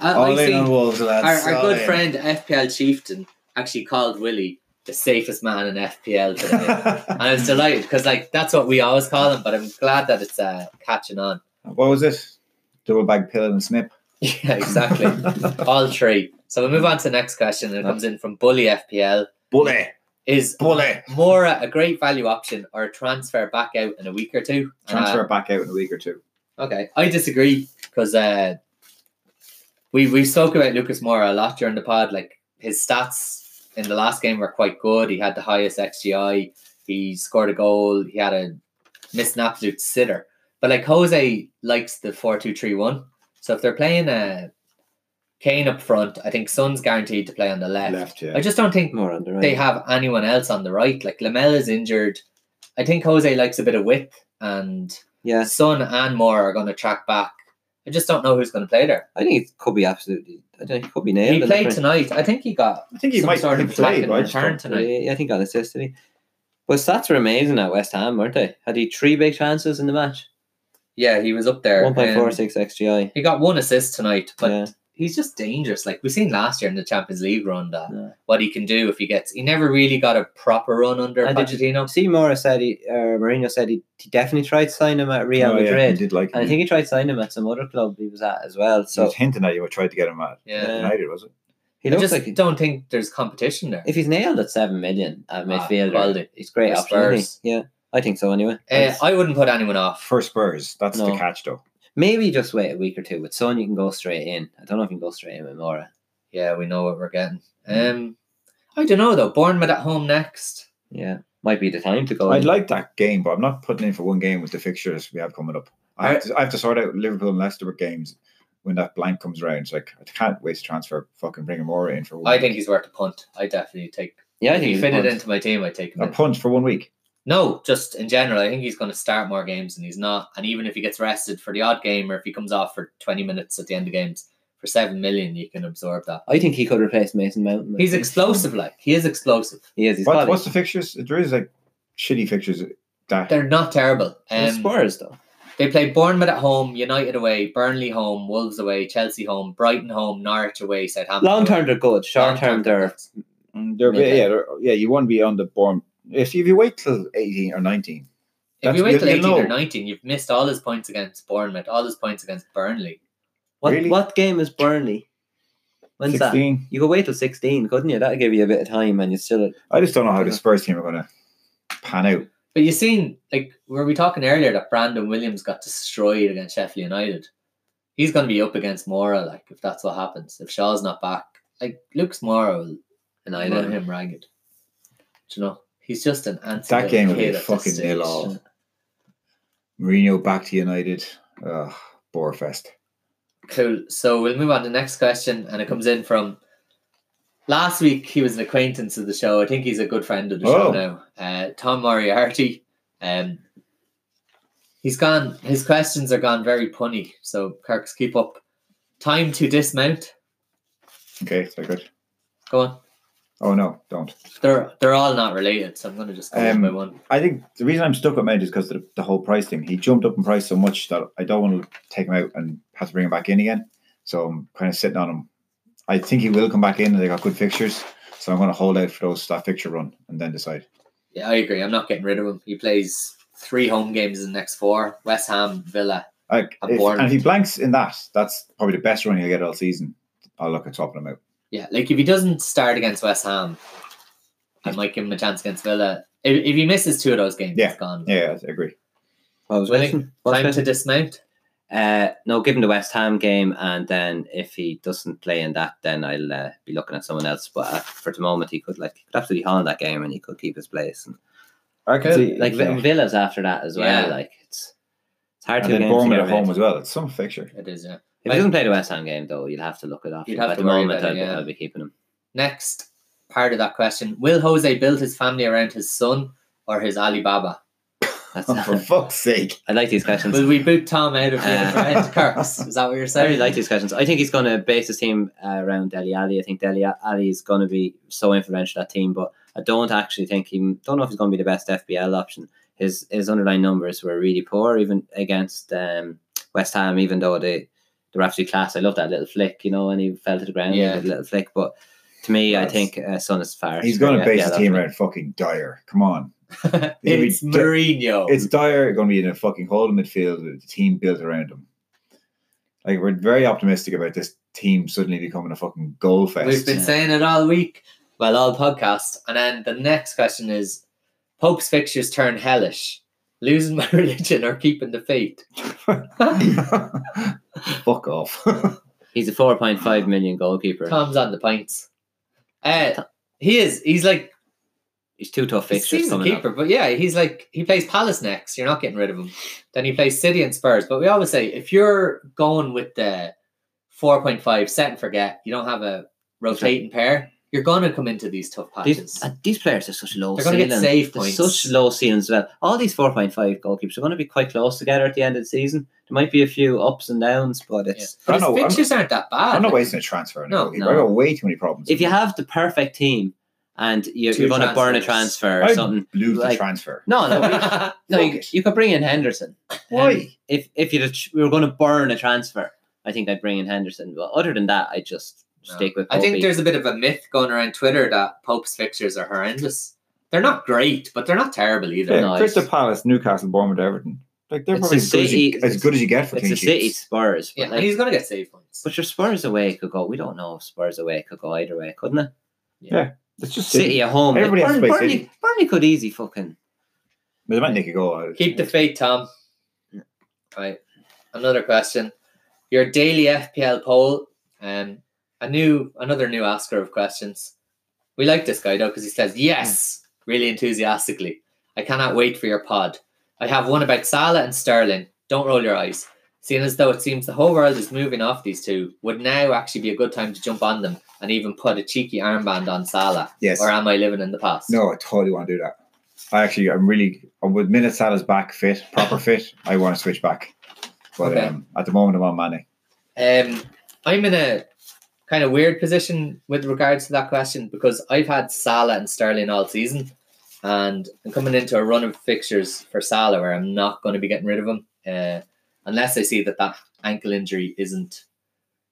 [SPEAKER 1] I, Oh, I see
[SPEAKER 2] Wolves,
[SPEAKER 1] our,
[SPEAKER 2] lads.
[SPEAKER 1] our good (laughs) friend FPL chieftain actually called Willie the safest man in FPL today. (laughs) and I was delighted because like that's what we always call him, but I'm glad that it's uh, catching on. (laughs)
[SPEAKER 2] what was it? Double bag pill and snip.
[SPEAKER 1] Yeah, exactly. All three. So we move on to the next question, and it comes in from Bully FPL.
[SPEAKER 2] Bully,
[SPEAKER 1] Is
[SPEAKER 2] bully.
[SPEAKER 1] Mora a great value option or a transfer back out in a week or two? And, uh,
[SPEAKER 2] Transfer back out in a week or two.
[SPEAKER 1] Okay, I disagree because uh, we we spoke about Lucas Moura a lot during the pod. Like his stats in the last game were quite good. He had the highest XGI. He scored a goal. He had a missed an absolute sitter. But like Jose likes the four two three one. So if they're playing uh, Kane up front, I think Son's guaranteed to play on the left.
[SPEAKER 2] Left, yeah.
[SPEAKER 1] I just don't think
[SPEAKER 3] More on the right.
[SPEAKER 1] they have anyone else on the right. Like Lamella is injured. I think Jose likes a bit of width and.
[SPEAKER 3] yeah.
[SPEAKER 1] Son and Moore are going to track back. I just don't know who's going to play there.
[SPEAKER 3] I think it could be absolutely. I don't know. It could be nailed.
[SPEAKER 1] He
[SPEAKER 3] in the
[SPEAKER 1] played
[SPEAKER 3] front.
[SPEAKER 1] tonight. I think he got
[SPEAKER 2] I think he
[SPEAKER 1] some
[SPEAKER 2] might
[SPEAKER 1] sort of
[SPEAKER 2] have played,
[SPEAKER 1] attacking
[SPEAKER 2] right?
[SPEAKER 1] return tonight.
[SPEAKER 3] Yeah, I think on assist did he? But stats were amazing at West Ham, weren't they? Had he three big chances in the match?
[SPEAKER 1] Yeah, he was up there.
[SPEAKER 3] One point four
[SPEAKER 1] Um,
[SPEAKER 3] six xgi.
[SPEAKER 1] He got one assist tonight, but
[SPEAKER 3] Yeah.
[SPEAKER 1] he's just dangerous. Like we've seen last year in the Champions League run, that
[SPEAKER 3] Yeah.
[SPEAKER 1] what he can do if he gets. He never really got a proper run under
[SPEAKER 3] And did
[SPEAKER 1] Pochettino.
[SPEAKER 3] See, Mora said he, uh, Mourinho said he, he definitely tried to sign him at Real
[SPEAKER 2] Oh, yeah, he
[SPEAKER 3] Madrid,
[SPEAKER 2] did like.
[SPEAKER 3] and I
[SPEAKER 2] him.
[SPEAKER 3] think he tried to sign him at some other club he was at as well.
[SPEAKER 2] he
[SPEAKER 3] So
[SPEAKER 2] was hinting at you. I tried to get him at
[SPEAKER 1] Yeah.
[SPEAKER 2] United, was it?
[SPEAKER 3] he
[SPEAKER 1] I
[SPEAKER 3] looks
[SPEAKER 1] just
[SPEAKER 3] like he-
[SPEAKER 1] don't think there's competition there.
[SPEAKER 3] if he's nailed at seven million at midfield,
[SPEAKER 1] quality.
[SPEAKER 3] he's a great
[SPEAKER 1] For
[SPEAKER 3] option. isn't he?
[SPEAKER 1] Spurs.
[SPEAKER 3] Yeah, I think so. Anyway,
[SPEAKER 1] Uh, I wouldn't put anyone off.
[SPEAKER 2] For Spurs, that's
[SPEAKER 3] No.
[SPEAKER 2] the catch, though.
[SPEAKER 3] maybe just wait a week or two. With Son, you can go straight in. I don't know if you can go straight in with Mora.
[SPEAKER 1] Yeah, we know what we're getting.
[SPEAKER 3] Hmm.
[SPEAKER 1] Um, I don't know though. Bournemouth at home next.
[SPEAKER 3] Yeah, might be the time to go.
[SPEAKER 2] I'd
[SPEAKER 3] in.
[SPEAKER 2] like that game, but I'm not putting in for one game with the fixtures we have coming up. I have, to, I have to sort out Liverpool and Leicester games when that blank comes around. It's like I can't waste transfer fucking bringing Mora in for one.
[SPEAKER 1] I think he's worth a punt. I definitely take.
[SPEAKER 3] yeah, I
[SPEAKER 1] if
[SPEAKER 3] think
[SPEAKER 1] you
[SPEAKER 3] he's
[SPEAKER 1] fit it
[SPEAKER 3] pumped.
[SPEAKER 1] into my team, I take him.
[SPEAKER 2] a
[SPEAKER 1] In.
[SPEAKER 2] punch for one week.
[SPEAKER 1] No, just in general, I think he's going to start more games than he's not. And even if he gets rested for the odd game, or if he comes off for twenty minutes at the end of games for seven million, you can absorb that.
[SPEAKER 3] I think he could replace Mason Mount.
[SPEAKER 1] He's explosive, like he is explosive.
[SPEAKER 3] He is. He's
[SPEAKER 2] What,
[SPEAKER 3] got it.
[SPEAKER 2] what's the fixtures? There is like shitty fixtures. That
[SPEAKER 1] They're not terrible.
[SPEAKER 3] The
[SPEAKER 1] Um,
[SPEAKER 3] Spurs though.
[SPEAKER 1] they play Bournemouth at home, United away, Burnley home, Wolves away, Chelsea home, Brighton home, Norwich away, Southampton.
[SPEAKER 3] Long
[SPEAKER 1] away.
[SPEAKER 3] term they're good. Short term
[SPEAKER 1] uh, Long-term
[SPEAKER 3] they're
[SPEAKER 2] Mm, they're,
[SPEAKER 3] Maybe.
[SPEAKER 2] yeah, they're, yeah. You want to be on the born if you, if you wait till eighteen or nineteen.
[SPEAKER 1] If
[SPEAKER 2] That's-
[SPEAKER 1] you wait till
[SPEAKER 2] you'll-
[SPEAKER 1] eighteen
[SPEAKER 2] you'll
[SPEAKER 1] or
[SPEAKER 2] know.
[SPEAKER 1] nineteen, you've missed all his points against Bournemouth, all his points against Burnley.
[SPEAKER 3] what,
[SPEAKER 2] Really?
[SPEAKER 3] what game is Burnley? When's that?
[SPEAKER 2] 16.
[SPEAKER 3] You could wait till sixteen, couldn't you? That'll give you a bit of time and you still
[SPEAKER 2] I just don't know how the Spurs team are going to pan out.
[SPEAKER 1] But you seen, like, were we talking earlier that Brandon Williams got destroyed against Sheffield United? He's going to be up against Mora, like, if that's what happens. If Shaw's not back, like, Luke's Mora will
[SPEAKER 3] and I
[SPEAKER 1] run
[SPEAKER 3] know.
[SPEAKER 1] him ragged. Do you know? He's just an anti
[SPEAKER 2] That game will be fucking nil all. Mourinho back to United. Ugh, bore fest.
[SPEAKER 1] Cool. So we'll move on to the next question, and it comes in from last week. He was an acquaintance of the show. I think he's a good friend of the show
[SPEAKER 2] Oh.
[SPEAKER 1] now. Uh, Tom Moriarty. Um, he's gone. His questions are gone very punny. So Kirk's keep up. Time to dismount.
[SPEAKER 2] Okay, so good.
[SPEAKER 1] Go on.
[SPEAKER 2] Oh no, don't.
[SPEAKER 1] They're they're all not related, so I'm gonna just go
[SPEAKER 2] Um,
[SPEAKER 1] one by one.
[SPEAKER 2] I think the reason I'm stuck with Mount is because of the, the whole price thing. He jumped up in price so much that I don't want to take him out and have to bring him back in again. So I'm kind of sitting on him. I think he will come back in and they got good fixtures. So I'm going to hold out for those that fixture run and then decide.
[SPEAKER 1] Yeah, I agree. I'm not getting rid of him. He plays three home games in the next four: West Ham, Villa.
[SPEAKER 2] Like,
[SPEAKER 1] I'm
[SPEAKER 2] if,
[SPEAKER 1] bored.
[SPEAKER 2] and if he blanks in that, that's probably the best run he'll get all season. I'll look at swapping him out.
[SPEAKER 1] Yeah, like if he doesn't start against West Ham, I might give him a chance against Villa. If, if he misses two of those games,
[SPEAKER 2] Yeah.
[SPEAKER 1] it's gone.
[SPEAKER 2] Yeah, I agree.
[SPEAKER 3] What was
[SPEAKER 1] Willing?
[SPEAKER 3] Wilson? What was
[SPEAKER 1] Time to
[SPEAKER 3] Wilson?
[SPEAKER 1] dismount.
[SPEAKER 3] Uh, no, given the West Ham game, and then if he doesn't play in that, then I'll uh, be looking at someone else. But uh, for the moment, he could like he could absolutely hand that game, and he could keep his place. And,
[SPEAKER 2] I can see
[SPEAKER 3] like
[SPEAKER 2] yeah.
[SPEAKER 3] Vi- Villa's after that as
[SPEAKER 1] Yeah.
[SPEAKER 3] well. Like it's it's hard
[SPEAKER 2] and
[SPEAKER 3] to
[SPEAKER 2] then Bournemouth at home as well. It's some fixture. (laughs)
[SPEAKER 1] It is, yeah.
[SPEAKER 3] If
[SPEAKER 1] Like-
[SPEAKER 3] he doesn't play the West Ham game, though, you'll have to look it up.
[SPEAKER 1] You'd
[SPEAKER 3] But
[SPEAKER 1] have
[SPEAKER 3] At
[SPEAKER 1] to
[SPEAKER 3] the
[SPEAKER 1] worry
[SPEAKER 3] moment,
[SPEAKER 1] about
[SPEAKER 3] I'll,
[SPEAKER 1] it,
[SPEAKER 3] be
[SPEAKER 1] yeah.
[SPEAKER 3] I'll be keeping
[SPEAKER 1] (laughs)
[SPEAKER 3] him.
[SPEAKER 1] Next part of that question: Will Jose build his family around his son or his Alibaba?
[SPEAKER 3] That's (laughs) uh,
[SPEAKER 2] For fuck's sake.
[SPEAKER 3] I like these questions.
[SPEAKER 1] Will we boot Tom out of here
[SPEAKER 3] (laughs) Uh,
[SPEAKER 1] for end curse? Is that what you're
[SPEAKER 3] I really
[SPEAKER 1] saying?
[SPEAKER 3] like these questions. I think he's going to base his team uh, around Deli Ali. I think Deli Ali is going to be so influential to that team, but I don't actually think he don't know if he's going to be the best FBL option. His his underlying numbers were really poor, even against um, West Ham. Even though they they were absolutely class, I love that little flick, you know, and he fell to the ground
[SPEAKER 1] Yeah.
[SPEAKER 3] with a little flick. But to me, I
[SPEAKER 2] Yes.
[SPEAKER 3] think uh, Son is far.
[SPEAKER 2] He's going to
[SPEAKER 3] superior
[SPEAKER 2] base his
[SPEAKER 3] FPL
[SPEAKER 2] team
[SPEAKER 3] option.
[SPEAKER 2] around fucking Dyer. Come on.
[SPEAKER 1] (laughs) it's
[SPEAKER 2] He'd be-
[SPEAKER 1] Mourinho.
[SPEAKER 2] It's Dyer going to be in a fucking hole in midfield with a team built around him. Like, we're very optimistic about this team suddenly becoming a fucking goal fest.
[SPEAKER 1] We've been
[SPEAKER 3] (laughs) Yeah.
[SPEAKER 1] saying it all week, well, all podcast. And then the next question is Pope's fixtures turn hellish. Losing (laughs) my religion or keeping the faith?
[SPEAKER 2] (laughs) Fuck off. (laughs)
[SPEAKER 3] He's a four point five million goalkeeper.
[SPEAKER 1] Tom's on the pints. Uh, he is. He's like
[SPEAKER 3] He's two tough
[SPEAKER 1] he's
[SPEAKER 3] fixtures
[SPEAKER 1] season
[SPEAKER 3] coming up.
[SPEAKER 1] keeper, but yeah, he's like he plays Palace next. You're not getting rid of him. Then he plays City and Spurs. But we always say if you're going with the four point five set and forget, you don't have a rotating pair. You're gonna come into these tough patches.
[SPEAKER 3] These, uh, these players are such low
[SPEAKER 1] They're gonna get
[SPEAKER 3] ceiling.
[SPEAKER 1] save
[SPEAKER 3] They're
[SPEAKER 1] points.
[SPEAKER 3] Such low ceilings as well. All these 4.5 goalkeepers are going to be quite close together at the end of the season. There might be a few ups and downs, but
[SPEAKER 1] Yeah.
[SPEAKER 3] it's
[SPEAKER 2] I
[SPEAKER 1] But
[SPEAKER 2] know,
[SPEAKER 1] his
[SPEAKER 2] I'm-
[SPEAKER 1] fixtures aren't that bad.
[SPEAKER 2] I'm not wasting a transfer. on a
[SPEAKER 1] No,
[SPEAKER 2] goalkeeper.
[SPEAKER 3] no.
[SPEAKER 2] I got way too many problems.
[SPEAKER 3] if you have the perfect team and you're,
[SPEAKER 1] Two
[SPEAKER 3] you're going to burn a
[SPEAKER 1] transfers.
[SPEAKER 3] transfer or
[SPEAKER 2] I
[SPEAKER 3] something.
[SPEAKER 2] lose the
[SPEAKER 3] like-
[SPEAKER 2] transfer.
[SPEAKER 3] No,
[SPEAKER 1] (laughs)
[SPEAKER 3] no, no.
[SPEAKER 2] Fuck
[SPEAKER 3] You,
[SPEAKER 2] it.
[SPEAKER 3] you could bring in Henderson.
[SPEAKER 2] Why?
[SPEAKER 3] If if you we were going to burn a transfer, I think I'd bring in Henderson. But other than that, I just
[SPEAKER 1] No.
[SPEAKER 3] stick with.
[SPEAKER 1] I think
[SPEAKER 3] Pope.
[SPEAKER 1] there's a bit of a myth going around Twitter that Pope's fixtures are horrendous. They're not great, but they're not terrible either.
[SPEAKER 2] Yeah,
[SPEAKER 3] nice.
[SPEAKER 2] Crystal Palace, Newcastle, Bournemouth, Everton. Like they're
[SPEAKER 3] It's
[SPEAKER 2] probably
[SPEAKER 3] a
[SPEAKER 2] as good, as, you,
[SPEAKER 3] city-
[SPEAKER 2] as good as you get for
[SPEAKER 3] it's
[SPEAKER 2] clean
[SPEAKER 3] the City
[SPEAKER 2] sheets.
[SPEAKER 3] Spurs. But,
[SPEAKER 1] Yeah, and
[SPEAKER 3] like,
[SPEAKER 1] he's gonna get save points.
[SPEAKER 3] but your Spurs away could go. We don't know if Spurs away could go either way, couldn't it?
[SPEAKER 2] It's just City.
[SPEAKER 3] City at home.
[SPEAKER 2] Everybody has to
[SPEAKER 3] Burnley,
[SPEAKER 2] play
[SPEAKER 3] Burnley,
[SPEAKER 2] City.
[SPEAKER 3] Burnley could easy fucking.
[SPEAKER 2] But they might make a goal. out of it.
[SPEAKER 1] Keep the faith, Tom. Right. Another question. Your daily FPL poll. Um, a new, another new asker of questions. We like this guy though because he says yes, really enthusiastically. I cannot wait for your pod. I have one about Salah and Sterling. Don't roll your eyes. Seeing as though it seems the whole world is moving off these two, would now actually be a good time to jump on them and even put a cheeky armband on Salah?
[SPEAKER 2] Yes.
[SPEAKER 1] Or am I living in the past?
[SPEAKER 2] No, I totally want to do that. I actually, I'm really uh, with minute Salah's back fit, proper fit. I want to switch back, but
[SPEAKER 1] Okay.
[SPEAKER 2] um, at the moment I'm on Mane.
[SPEAKER 1] Um, I'm in a kind of weird position with regards to that question because I've had Salah and Sterling all season, and I'm coming into a run of fixtures for Salah where I'm not going to be getting rid of him uh, unless I see that that ankle injury isn't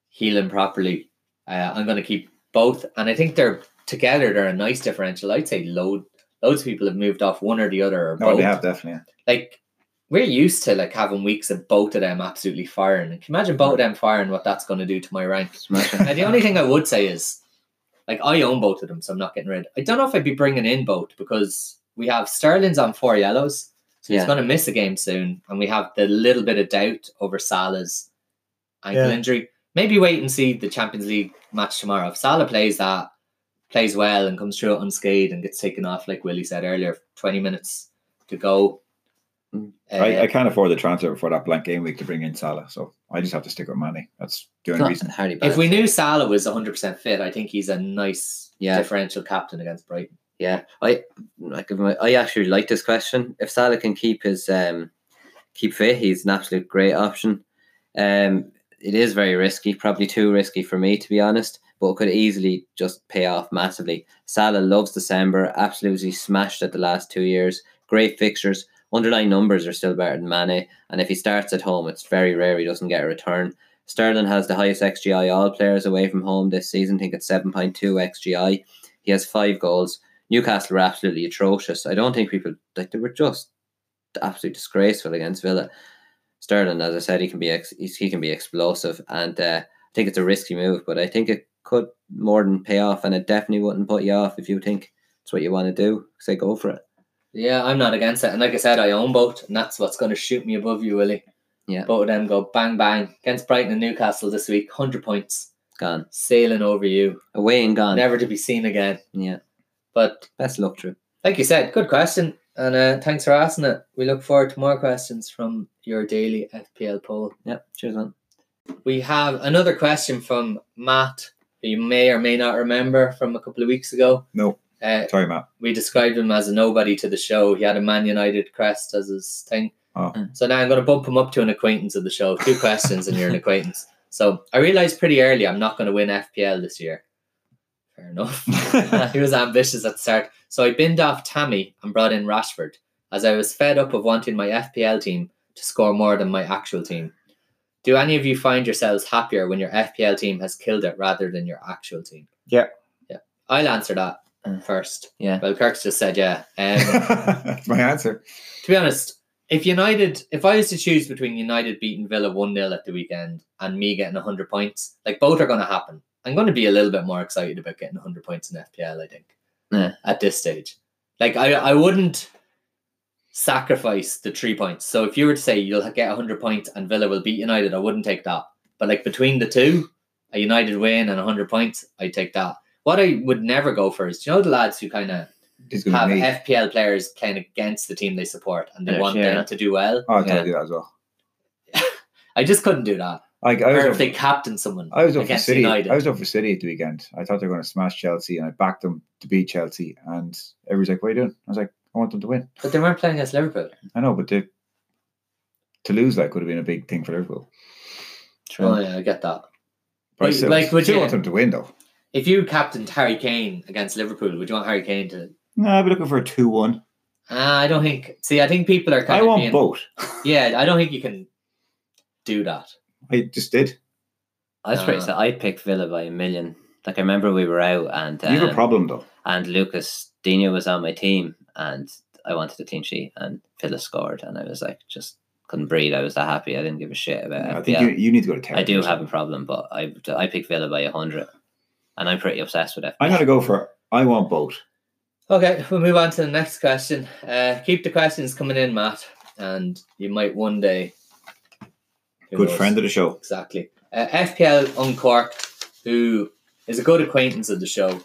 [SPEAKER 1] healing properly. Uh, I'm going to keep both, and I think they're together. They're a nice differential. I'd say load loads of people have moved off one or the other or
[SPEAKER 2] No,
[SPEAKER 1] both
[SPEAKER 2] they have definitely.
[SPEAKER 1] like we're used to like having weeks of both of them absolutely firing. Can you imagine both of them firing what that's going to do to my rank?
[SPEAKER 2] (laughs)
[SPEAKER 3] Smash
[SPEAKER 1] now the only thing I would say is, like I own both of them, so I'm not getting rid. I don't know if I'd be bringing in both because we have Sterling's on four yellows, so he's
[SPEAKER 3] Yeah.
[SPEAKER 1] going to miss a game soon, and we have the little bit of doubt over Salah's ankle
[SPEAKER 2] Yeah.
[SPEAKER 1] injury. Maybe wait and see the Champions League match tomorrow. If Salah plays that, plays well, and comes through it unscathed and gets taken off, like Willie said earlier, twenty minutes to go.
[SPEAKER 3] Mm.
[SPEAKER 2] I,
[SPEAKER 1] Uh,
[SPEAKER 2] I can't afford the transfer for that blank game week to bring in Salah, so I just have to stick with Mane. That's the only reason.
[SPEAKER 3] Harry
[SPEAKER 1] If we knew Salah was 100% fit, I think he's a nice
[SPEAKER 3] Yeah.
[SPEAKER 1] differential captain against Brighton.
[SPEAKER 3] yeah, I like. if I I actually like this question. If Salah can keep his um, keep fit, he's an absolute great option. Um, it is very risky, probably too risky for me to be honest, but it could easily just pay off massively. Salah loves December, absolutely smashed at the last two years. Great fixtures, underlying numbers are still better than Mane, and if he starts at home, it's very rare he doesn't get a return. Sterling has the highest XGI all players away from home this season. I think it's seven point two XGI. He has five goals. Newcastle were absolutely atrocious. I don't think people like they were just absolutely disgraceful against Villa. Sterling, as I said, he can be ex- he's- he can be explosive, and uh, I think it's a risky move, but I think it could more than pay off, and it definitely wouldn't put you off if you think it's what you want to do. Say go for it.
[SPEAKER 1] Yeah, I'm not against it. And like I said, I own both, and that's what's going to shoot me above you, Willie.
[SPEAKER 3] Yeah.
[SPEAKER 1] Both of them go bang, bang against Brighton and Newcastle this week. 100 points
[SPEAKER 3] Gone
[SPEAKER 1] sailing over you,
[SPEAKER 3] away and gone.
[SPEAKER 1] never to be seen again.
[SPEAKER 3] Yeah,
[SPEAKER 1] But
[SPEAKER 3] best luck, Drew.
[SPEAKER 1] like you said, good question. And uh, thanks for asking it. We look forward to more questions from your daily FPL poll.
[SPEAKER 3] Yeah, cheers, man.
[SPEAKER 1] We have another question from Matt, who you may or may not remember from a couple of weeks ago.
[SPEAKER 2] No.
[SPEAKER 1] Uh,
[SPEAKER 2] Sorry, Matt.
[SPEAKER 1] we described him as a nobody to the show. He had a Man United crest as his thing.
[SPEAKER 2] Oh.
[SPEAKER 1] So now I'm going to bump him up to an acquaintance of the show. Two questions, and you're an acquaintance. So I realized pretty early I'm not going to win FPL this year. Fair enough. (laughs) he was ambitious at the start. So I binned off Tammy and brought in Rashford, as I was fed up of wanting my FPL team to score more than my actual team. Do any of you find yourselves happier when your FPL team has killed it rather than your actual team?
[SPEAKER 2] Yeah.
[SPEAKER 1] Yeah. I'll answer that
[SPEAKER 3] Mm.
[SPEAKER 1] first.
[SPEAKER 3] Yeah.
[SPEAKER 1] Well, Kirk's just said, yeah. Um,
[SPEAKER 2] That's (laughs) my answer.
[SPEAKER 1] to be honest, if United, if I was to choose between United beating Villa 1 0 at the weekend and me getting 100 points, like both are going to happen. I'm going to be a little bit more excited about getting 100 points in FPL, I think,
[SPEAKER 3] Yeah.
[SPEAKER 1] at this stage. Like, I, I wouldn't sacrifice the three points. So if you were to say you'll get 100 points and Villa will beat United, I wouldn't take that. But like between the two, a United win and 100 points, I take that. What I would never go for is, do you know the lads who kind of
[SPEAKER 2] It's going to
[SPEAKER 1] have
[SPEAKER 2] be me.
[SPEAKER 1] FPL players playing against the team they support and they
[SPEAKER 3] Yeah,
[SPEAKER 1] want
[SPEAKER 3] sure.
[SPEAKER 1] them to do well.
[SPEAKER 2] Oh, I can
[SPEAKER 3] Yeah.
[SPEAKER 2] do that as well.
[SPEAKER 1] I just couldn't do that.
[SPEAKER 2] I, I
[SPEAKER 1] Or
[SPEAKER 2] was
[SPEAKER 1] if
[SPEAKER 2] up,
[SPEAKER 1] they captain someone
[SPEAKER 2] I was up for
[SPEAKER 1] against
[SPEAKER 2] City.
[SPEAKER 1] United.
[SPEAKER 2] I was up for City at the weekend. I thought they were going to smash Chelsea, and I backed them to beat Chelsea. And everybody's like, "What are you doing?" I was like, "I want them to win."
[SPEAKER 1] but they weren't playing against Liverpool.
[SPEAKER 2] I know, but they, to lose like would have been a big thing for Liverpool.
[SPEAKER 3] True.
[SPEAKER 1] Oh yeah, I get that.
[SPEAKER 2] But I
[SPEAKER 1] Like-
[SPEAKER 2] still,
[SPEAKER 1] like, would
[SPEAKER 2] still
[SPEAKER 1] you-
[SPEAKER 2] want them to win though.
[SPEAKER 1] If you captained Harry Kane against Liverpool, would you want Harry Kane to
[SPEAKER 2] No, I'd be looking for a two-one.
[SPEAKER 1] Ah, I don't think see I think people are kind
[SPEAKER 2] I
[SPEAKER 1] of
[SPEAKER 2] want
[SPEAKER 1] being,
[SPEAKER 2] both.
[SPEAKER 1] Yeah, I don't think you can do that.
[SPEAKER 2] I just did.
[SPEAKER 3] I was pretty
[SPEAKER 1] Uh,
[SPEAKER 3] so I picked Villa by a million. Like I remember we were out and
[SPEAKER 2] you have a
[SPEAKER 3] um,
[SPEAKER 2] problem though.
[SPEAKER 3] and Lucas Dina was on my team and I wanted a clean sheet and Villa scored and I was like just couldn't breathe. I was that happy. I didn't give a shit
[SPEAKER 1] Uh,
[SPEAKER 3] about
[SPEAKER 2] I
[SPEAKER 3] FPL.
[SPEAKER 2] think you, you need to go to therapy.
[SPEAKER 3] I do
[SPEAKER 2] or
[SPEAKER 3] have a
[SPEAKER 2] something.
[SPEAKER 3] problem, but I I picked Villa by hundred and I'm pretty obsessed with it.
[SPEAKER 2] I'm going to go for. I want both.
[SPEAKER 1] Okay, we'll move on to the next question. Uh, keep the questions coming in, Matt, and you might one day who
[SPEAKER 2] Good
[SPEAKER 1] knows?
[SPEAKER 2] friend of the show.
[SPEAKER 1] Exactly. Uh, FPL Uncorked, who is a good acquaintance of the show.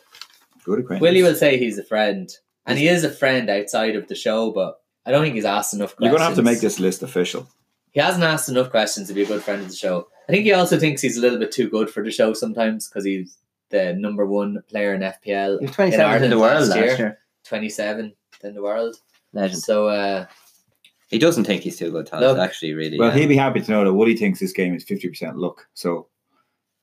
[SPEAKER 2] Good acquaintance.
[SPEAKER 1] Willie will say he's a friend, and he is a friend outside of the show, but I don't think he's asked enough
[SPEAKER 2] You're
[SPEAKER 1] questions.
[SPEAKER 2] going to have to make this list official.
[SPEAKER 1] He hasn't asked enough questions to be a good friend of the show. I think he also thinks he's a little bit too good for the show sometimes because he's the number one player in FPL,
[SPEAKER 3] You're 27th in
[SPEAKER 1] Ireland
[SPEAKER 3] the world
[SPEAKER 1] last
[SPEAKER 3] last
[SPEAKER 1] year.
[SPEAKER 3] year.
[SPEAKER 1] 27 in the world.
[SPEAKER 3] Legend.
[SPEAKER 1] So, uh,
[SPEAKER 3] He doesn't think he's too good, Thomas.
[SPEAKER 1] Look,
[SPEAKER 3] actually, really.
[SPEAKER 2] Well,
[SPEAKER 3] yeah.
[SPEAKER 2] he'd be happy to know that Woody thinks this game is 50% luck. So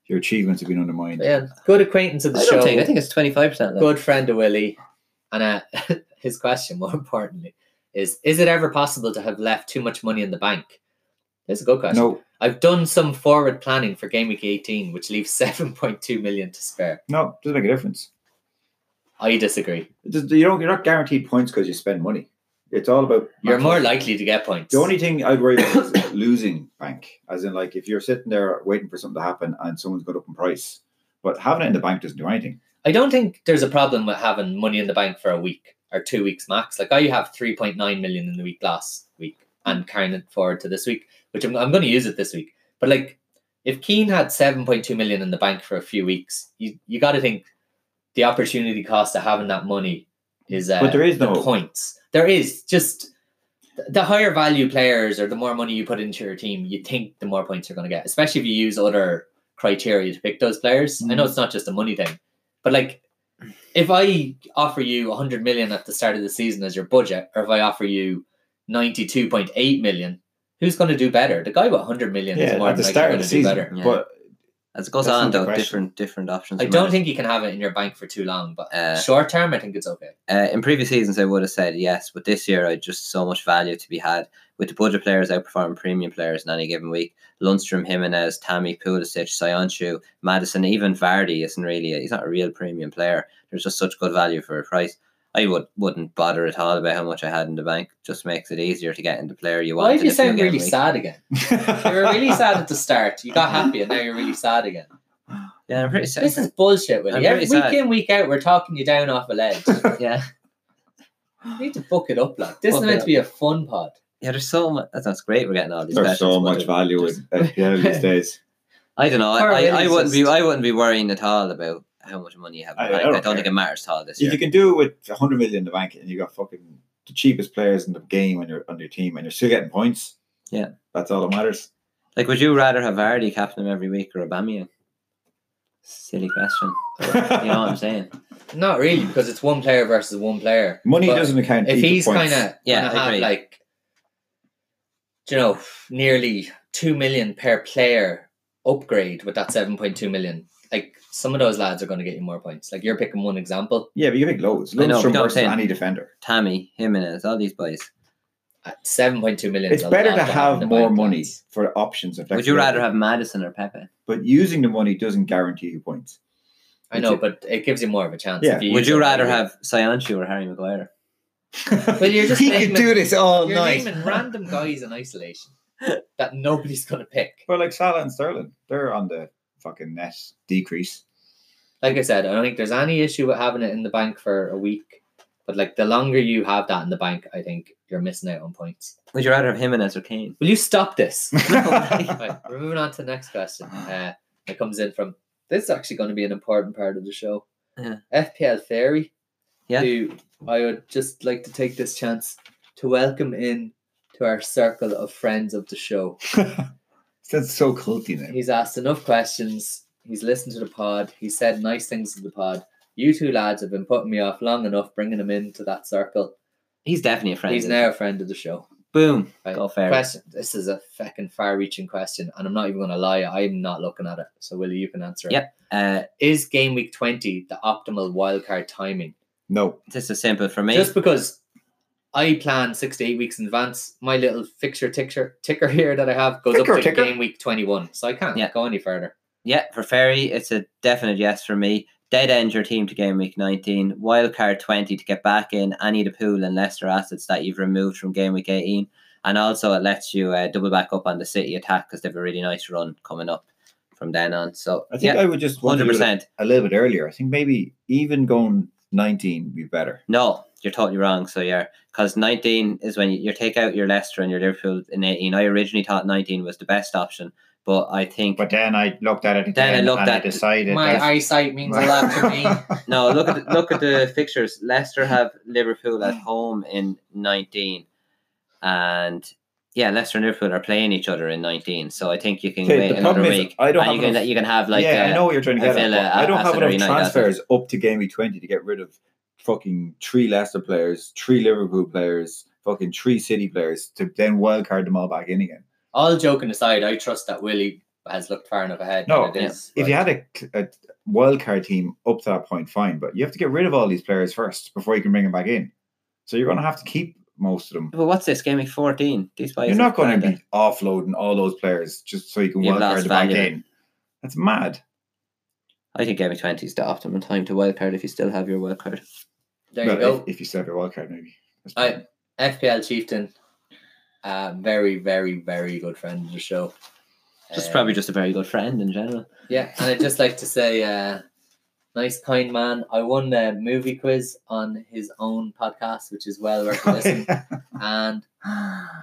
[SPEAKER 2] your achievements have been undermined.
[SPEAKER 1] yeah, good acquaintance of the
[SPEAKER 3] I
[SPEAKER 1] show.
[SPEAKER 3] don't think. I think it's twenty five percent.
[SPEAKER 1] good friend of Willie. And uh, (laughs) his question, more importantly, is Is it ever possible to have left too much money in the bank? That's a good question.
[SPEAKER 2] No,
[SPEAKER 1] I've done some forward planning for Game Week 18, which leaves (laughs) 7.2 million to spare.
[SPEAKER 2] no, doesn't make a difference.
[SPEAKER 1] I disagree.
[SPEAKER 2] It does- You don't, you're not guaranteed points because you spend money. It's all about.
[SPEAKER 1] You're more likely to get points.
[SPEAKER 2] The only thing I'd worry about is losing bank. As in, like, if you're sitting there waiting for something to happen and someone's got up in price. But having it in the bank doesn't do anything.
[SPEAKER 1] I don't think there's a problem with having money in the bank for a week or two weeks max. Like I have 3.9 million in the week last week and carrying it forward to this week, which I'm, I'm going to use it this week. But like if Keane had 7.2 million in the bank for a few weeks, you, you got to think the opportunity cost of having that money is uh,
[SPEAKER 2] But there is
[SPEAKER 1] the
[SPEAKER 2] no-
[SPEAKER 1] points. There is just th- the higher value players or the more money you put into your team, you think the more points you're going to get, especially if you use other criteria to pick those players. I
[SPEAKER 2] Mm.
[SPEAKER 1] know it's not just a money thing, but like if I offer you 100 million at the start of the season as your budget, or if I offer you 92.8 million, who's going to do better? The guy with 100 million is more
[SPEAKER 2] at the
[SPEAKER 1] than likely
[SPEAKER 2] start
[SPEAKER 1] going
[SPEAKER 2] of
[SPEAKER 1] to
[SPEAKER 2] the
[SPEAKER 1] do
[SPEAKER 2] season.
[SPEAKER 1] better.
[SPEAKER 3] Yeah.
[SPEAKER 2] But
[SPEAKER 3] As it goes
[SPEAKER 2] That's
[SPEAKER 3] on,
[SPEAKER 2] not the
[SPEAKER 3] though,
[SPEAKER 2] question.
[SPEAKER 3] different different options.
[SPEAKER 1] I
[SPEAKER 3] emerge.
[SPEAKER 1] don't think you can have it in your bank for too long, but
[SPEAKER 3] Uh,
[SPEAKER 1] short term, I think it's okay.
[SPEAKER 3] Uh, in previous seasons, I would have said yes, but this year, I just so much value to be had with the budget players outperforming premium players in any given week. Lundstrom, Jimenez, Tammy, Pulisic, Sionchu, Madison, even Vardy isn't really a, he's not a real premium player. There's just such good value for a price. I would wouldn't bother at all about how much I had in the bank. Just makes it easier to get in the player you want.
[SPEAKER 1] Why
[SPEAKER 3] in
[SPEAKER 1] do you
[SPEAKER 3] a few
[SPEAKER 1] sound
[SPEAKER 3] game
[SPEAKER 1] really
[SPEAKER 3] weeks.
[SPEAKER 1] sad again?
[SPEAKER 2] (laughs)
[SPEAKER 1] You were really sad at the start. You got happy, and now you're really sad again.
[SPEAKER 3] Yeah, I'm pretty sad.
[SPEAKER 1] This is bullshit, Willie.
[SPEAKER 3] I'm
[SPEAKER 1] Every
[SPEAKER 3] pretty
[SPEAKER 1] week
[SPEAKER 3] sad.
[SPEAKER 1] in, week out, we're talking you down off a
[SPEAKER 3] (laughs)
[SPEAKER 1] ledge.
[SPEAKER 3] yeah,
[SPEAKER 1] you need to book it up, like this is
[SPEAKER 3] Buck it
[SPEAKER 1] meant
[SPEAKER 3] up.
[SPEAKER 1] to be a fun pod.
[SPEAKER 3] yeah. There's so much. That's, that's great. We're getting all these.
[SPEAKER 2] there's
[SPEAKER 3] questions,
[SPEAKER 2] so
[SPEAKER 3] but
[SPEAKER 2] much
[SPEAKER 3] there's-
[SPEAKER 2] value in FPL (laughs) these days.
[SPEAKER 3] I don't know.
[SPEAKER 1] Or
[SPEAKER 3] I, I, I
[SPEAKER 1] it's
[SPEAKER 3] wouldn't be.
[SPEAKER 1] just-
[SPEAKER 3] I wouldn't be worrying at all about how much money you have. in
[SPEAKER 2] I-
[SPEAKER 3] the
[SPEAKER 2] I
[SPEAKER 3] bank. I,
[SPEAKER 2] don't
[SPEAKER 3] don't think it
[SPEAKER 2] care.
[SPEAKER 3] matters at all this
[SPEAKER 2] If
[SPEAKER 3] year.
[SPEAKER 2] you can do it with 100 million in the bank and you got fucking the cheapest players in the game on your on your team and you're still getting points,
[SPEAKER 3] Yeah.
[SPEAKER 2] that's all that matters.
[SPEAKER 3] Like, would you rather have Vardy captain him every week or Aubameyang? Silly question. You know
[SPEAKER 2] (laughs)
[SPEAKER 3] what I'm saying?
[SPEAKER 1] Not really, because it's one player versus one player.
[SPEAKER 2] Money
[SPEAKER 1] But
[SPEAKER 2] doesn't account.
[SPEAKER 1] If
[SPEAKER 2] equal
[SPEAKER 1] he's kind
[SPEAKER 2] points.
[SPEAKER 1] of
[SPEAKER 3] Yeah, I
[SPEAKER 1] gonna have
[SPEAKER 3] agree.
[SPEAKER 1] like, do you know, nearly two million per player upgrade with that seven point two million, like some of those lads are going to get you more points. Like you're picking one example.
[SPEAKER 2] yeah, but you pick loads.
[SPEAKER 3] I know,
[SPEAKER 2] Loads
[SPEAKER 3] but
[SPEAKER 2] from
[SPEAKER 3] you know what I'm
[SPEAKER 2] versus
[SPEAKER 3] saying.
[SPEAKER 2] any defender.
[SPEAKER 3] Tammy, Jimenez, all these boys.
[SPEAKER 1] Seven point two million.
[SPEAKER 2] It's better to have more money for options. And
[SPEAKER 3] Would you rather
[SPEAKER 2] flexibility.
[SPEAKER 3] have Madison or Pepe?
[SPEAKER 2] But using the money doesn't guarantee you points. (laughs)
[SPEAKER 1] I know,
[SPEAKER 2] Would
[SPEAKER 1] but it gives you more of a chance.
[SPEAKER 2] Yeah.
[SPEAKER 1] if
[SPEAKER 3] Would
[SPEAKER 1] use
[SPEAKER 3] you
[SPEAKER 1] it
[SPEAKER 3] rather
[SPEAKER 1] anyway.
[SPEAKER 3] have Sionchu or Harry Maguire?
[SPEAKER 1] But you're just
[SPEAKER 2] he
[SPEAKER 1] naming-
[SPEAKER 2] could do this all
[SPEAKER 1] You're
[SPEAKER 2] night.
[SPEAKER 1] naming
[SPEAKER 2] (laughs)
[SPEAKER 1] random guys in
[SPEAKER 3] (laughs)
[SPEAKER 1] isolation that nobody's going to pick.
[SPEAKER 2] But like Salah and Sterling, they're on the fucking net decrease.
[SPEAKER 1] like I said, I don't think there's any issue with having it in the bank for a week. But like the longer you have that in the bank, I think you're missing out on points.
[SPEAKER 3] Would you rather have Jimenez or Kane?
[SPEAKER 1] Will you stop this?
[SPEAKER 2] Why
[SPEAKER 1] (laughs) right, we're moving on to the next question. Uh, it comes in from this is actually going to be an important part of the show.
[SPEAKER 3] Yeah.
[SPEAKER 1] FPL Fairy.
[SPEAKER 3] Yeah.
[SPEAKER 1] Who I would just like to take this chance to welcome in to our circle of friends of the show.
[SPEAKER 2] That's so culty now.
[SPEAKER 1] He's asked enough questions. He's listened to the pod. He said nice things to the pod. You two lads have been putting me off long enough, bringing him into that circle.
[SPEAKER 3] He's definitely a friend.
[SPEAKER 1] He's
[SPEAKER 3] isn't he?
[SPEAKER 1] now a friend of the show.
[SPEAKER 3] Boom.
[SPEAKER 1] Right.
[SPEAKER 3] Go fair.
[SPEAKER 1] Question. This is a fucking far-reaching question, and I'm not even going to lie. I'm not looking at it. So, Willie, you can answer it.
[SPEAKER 3] Yep. Uh,
[SPEAKER 1] Is game week 20 the optimal wildcard timing?
[SPEAKER 2] No.
[SPEAKER 3] this is simple for me.
[SPEAKER 1] Just because I plan six to eight weeks in advance, my little fixture ticker ticker here that I have goes
[SPEAKER 2] Ticker,
[SPEAKER 1] up to
[SPEAKER 2] ticker.
[SPEAKER 1] game week 21, so I can't
[SPEAKER 3] Yeah.
[SPEAKER 1] go any further.
[SPEAKER 3] Yeah, for Ferry, it's a definite yes for me. Dead end your team to game week 19, wildcard 20 to get back in any of the pool and Leicester assets that you've removed from game week 18. And also, it lets you uh, double back up on the City attack because they have a really nice run coming up from then on. So,
[SPEAKER 2] I think
[SPEAKER 3] yeah,
[SPEAKER 2] I would just want to do it
[SPEAKER 3] 100%.
[SPEAKER 2] a little bit earlier. I think maybe even going 19 would be better.
[SPEAKER 3] No, you're totally wrong. So yeah, because 19 is when you, you take out your Leicester and your Liverpool in 18. I originally thought 19 was the best option, but I think
[SPEAKER 2] But then I looked at it again
[SPEAKER 3] Then I looked
[SPEAKER 2] and I
[SPEAKER 3] at-
[SPEAKER 2] decided
[SPEAKER 1] My
[SPEAKER 2] (laughs) that-
[SPEAKER 1] eyesight means a lot to
[SPEAKER 3] (laughs)
[SPEAKER 1] me.
[SPEAKER 3] no. Look at the, look at the fixtures. Leicester have Liverpool at home in 19, and yeah, Leicester and Liverpool are playing each other in 19. So I think you can
[SPEAKER 2] Okay,
[SPEAKER 3] wait
[SPEAKER 2] the problem
[SPEAKER 3] another
[SPEAKER 2] is
[SPEAKER 3] week.
[SPEAKER 2] I don't
[SPEAKER 3] and
[SPEAKER 2] have
[SPEAKER 3] you can
[SPEAKER 2] enough-
[SPEAKER 3] you can have like
[SPEAKER 2] yeah, I
[SPEAKER 3] uh,
[SPEAKER 2] know what you're trying to
[SPEAKER 3] I
[SPEAKER 2] get.
[SPEAKER 3] feel,
[SPEAKER 2] at,
[SPEAKER 3] uh,
[SPEAKER 2] but I don't have
[SPEAKER 3] Aston
[SPEAKER 2] enough
[SPEAKER 3] United, I think.
[SPEAKER 2] transfers up to game week 20 to get rid of fucking three Leicester players, three Liverpool players, fucking three City players to then wildcard them all back in again.
[SPEAKER 1] All joking aside, I trust that Willie has looked far enough ahead.
[SPEAKER 2] No,
[SPEAKER 1] and it is,
[SPEAKER 2] If you had a, a wildcard team up to that point, fine, but you have to get rid of all these players first before you can bring them back in. So you're going to have to keep most of them.
[SPEAKER 3] But what's this game week 14? These boys
[SPEAKER 2] You're
[SPEAKER 3] are
[SPEAKER 2] not going to
[SPEAKER 3] branded.
[SPEAKER 2] be offloading all those players just so you can
[SPEAKER 3] You've
[SPEAKER 2] wildcard
[SPEAKER 3] lost
[SPEAKER 2] them back
[SPEAKER 3] value.
[SPEAKER 2] in. That's mad.
[SPEAKER 3] I think game week 20 is the optimum time to wildcard if you still have your wildcard.
[SPEAKER 1] there
[SPEAKER 2] Well,
[SPEAKER 1] you go.
[SPEAKER 2] If, if you still have your wildcard, maybe. That's
[SPEAKER 1] I-
[SPEAKER 2] fine.
[SPEAKER 1] FPL Chieftain, uh, very, very, very good friend of the show.
[SPEAKER 3] Just
[SPEAKER 1] Um,
[SPEAKER 3] probably just a very good friend in general.
[SPEAKER 1] Yeah, and I'd just like to say, uh, nice, kind man. I won the movie quiz on his own podcast, which is well worth a
[SPEAKER 3] (laughs)
[SPEAKER 1] listen. and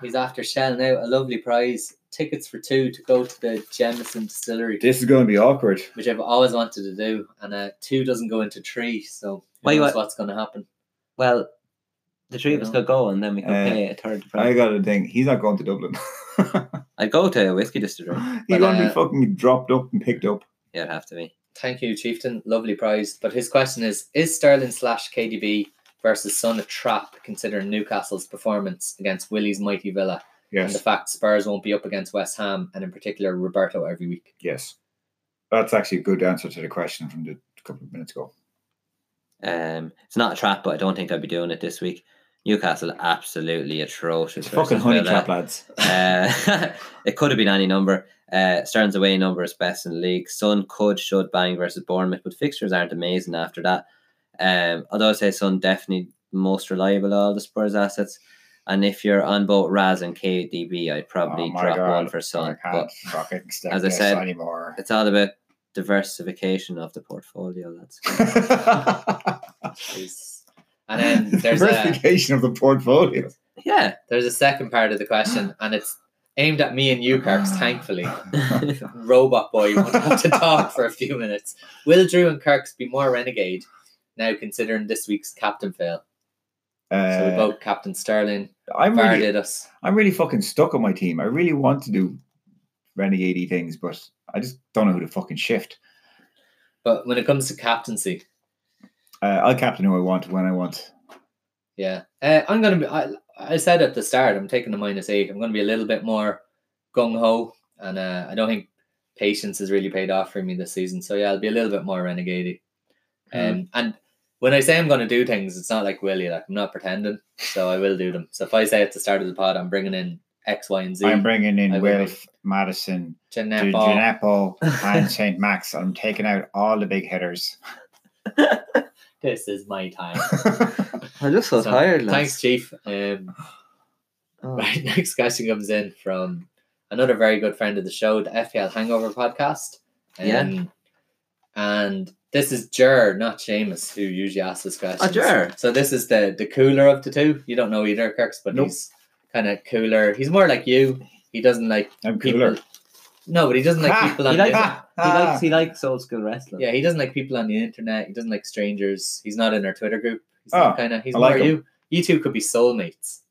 [SPEAKER 1] he's after shelling out a lovely prize tickets for two to go to the Jemison Distillery,
[SPEAKER 2] (laughs) this is going to be awkward.
[SPEAKER 1] which I've always wanted to do. And uh, two doesn't go into three, so who
[SPEAKER 3] Why you
[SPEAKER 1] knows
[SPEAKER 3] wa-
[SPEAKER 1] what's going to happen.
[SPEAKER 3] Well, the three of us
[SPEAKER 1] Yeah.
[SPEAKER 3] could go and then we could
[SPEAKER 2] Uh,
[SPEAKER 3] pay a third
[SPEAKER 2] I
[SPEAKER 3] price.
[SPEAKER 2] got to think he's not going to Dublin. (laughs) he's
[SPEAKER 3] I'd go to a whiskey distillery.
[SPEAKER 1] But,
[SPEAKER 2] going to
[SPEAKER 1] uh,
[SPEAKER 2] be fucking dropped up and picked up.
[SPEAKER 3] Yeah, it'd have to be.
[SPEAKER 1] Thank you, Chieftain. Lovely prize. But his question is Is Sterling slash KDB versus Son a trap considering Newcastle's performance against Willie's mighty Villa and the
[SPEAKER 2] Yes,
[SPEAKER 1] fact Spurs won't be up against West Ham and in particular Roberto every week?
[SPEAKER 2] yes. That's actually a good answer to the question from the couple of minutes ago.
[SPEAKER 3] Um, it's not a trap, but I don't think I'd be doing it this week. Newcastle absolutely atrocious.
[SPEAKER 2] It's fucking
[SPEAKER 3] versus
[SPEAKER 2] honey
[SPEAKER 3] Villa.
[SPEAKER 2] trap, lads.
[SPEAKER 3] Uh, (laughs) it could have been any number. Uh, Sterns away number is best in the league. Sun could should bang versus Bournemouth, but fixtures aren't amazing after that. Um, although I say Sun definitely most reliable of all the Spurs assets. And if you're on both Raz and KDB, I'd probably
[SPEAKER 2] Oh my
[SPEAKER 3] drop
[SPEAKER 2] God,
[SPEAKER 3] one for
[SPEAKER 2] I
[SPEAKER 3] Sun.
[SPEAKER 2] can't
[SPEAKER 3] But
[SPEAKER 2] fucking stand
[SPEAKER 3] as I
[SPEAKER 2] this
[SPEAKER 3] said-
[SPEAKER 2] anymore.
[SPEAKER 3] it's all about diversification of the portfolio. That's
[SPEAKER 2] (laughs)
[SPEAKER 1] Is- And
[SPEAKER 2] (laughs)
[SPEAKER 1] then there's a,
[SPEAKER 2] Diversification of the portfolio.
[SPEAKER 3] (laughs)
[SPEAKER 2] (laughs)
[SPEAKER 3] yeah. (laughs)
[SPEAKER 1] there's a second part of the question and it's aimed at me and you, Kirks,
[SPEAKER 2] Ah. (laughs)
[SPEAKER 1] thankfully. Robot boy won't have to talk for a few minutes. Will Drew and Kirks be more renegade now considering this week's captain fail? so we
[SPEAKER 2] Uh,
[SPEAKER 1] both captain Sterling.
[SPEAKER 2] I'm
[SPEAKER 1] Var
[SPEAKER 2] really,
[SPEAKER 1] did us.
[SPEAKER 2] I'm really fucking stuck on my team. I really want to do renegade things, but I just don't know who to fucking shift.
[SPEAKER 1] But when it comes to captaincy,
[SPEAKER 2] Uh, I'll captain who I want when I want.
[SPEAKER 1] yeah, uh, I'm gonna be. I, I said at the start, I'm taking the minus eight. I'm gonna be a little bit more gung ho, and uh, I don't think patience has really paid off for me this season. So yeah, I'll be a little bit more renegade. Um, and when I say I'm gonna do things, it's not like Willie. Like I'm not pretending, so I will do them. So if I say at the start of the pod, I'm bringing in X, Y, and Z.
[SPEAKER 2] I'm bringing in
[SPEAKER 1] I will.
[SPEAKER 2] Wilf, Madison,
[SPEAKER 1] Jeanette Ball.
[SPEAKER 2] Gineppo, and St. Max. I'm taking out all the big hitters. (laughs)
[SPEAKER 1] This is my time.
[SPEAKER 3] I'm just (laughs) so,
[SPEAKER 1] So,
[SPEAKER 3] tired. lads.
[SPEAKER 1] Thanks, Chief. Um,
[SPEAKER 3] Oh.
[SPEAKER 1] Right, (laughs) next question comes in from another very good friend of the show, the FPL Hangover podcast. Um,
[SPEAKER 3] Yeah.
[SPEAKER 1] And this is Jer, not Seamus, who usually asks this question.
[SPEAKER 3] Oh, Jer.
[SPEAKER 1] So this is the the cooler of the two. You don't know either, Kirks, but
[SPEAKER 2] Nope.
[SPEAKER 1] he's kind of cooler. He's more like you. He doesn't like
[SPEAKER 2] I'm cooler.
[SPEAKER 1] people. No, but he doesn't like
[SPEAKER 2] Ha!
[SPEAKER 1] people on
[SPEAKER 3] He
[SPEAKER 1] the
[SPEAKER 3] likes-
[SPEAKER 1] internet.
[SPEAKER 3] He
[SPEAKER 2] Ah. (laughs)
[SPEAKER 3] likes he likes old school wrestling.
[SPEAKER 1] Yeah, he doesn't like people on the internet. He doesn't like strangers. He's not in our Twitter group. He's
[SPEAKER 2] Oh,
[SPEAKER 1] kind of. He's
[SPEAKER 2] I like
[SPEAKER 1] more
[SPEAKER 2] him.
[SPEAKER 1] you. You two could be soulmates.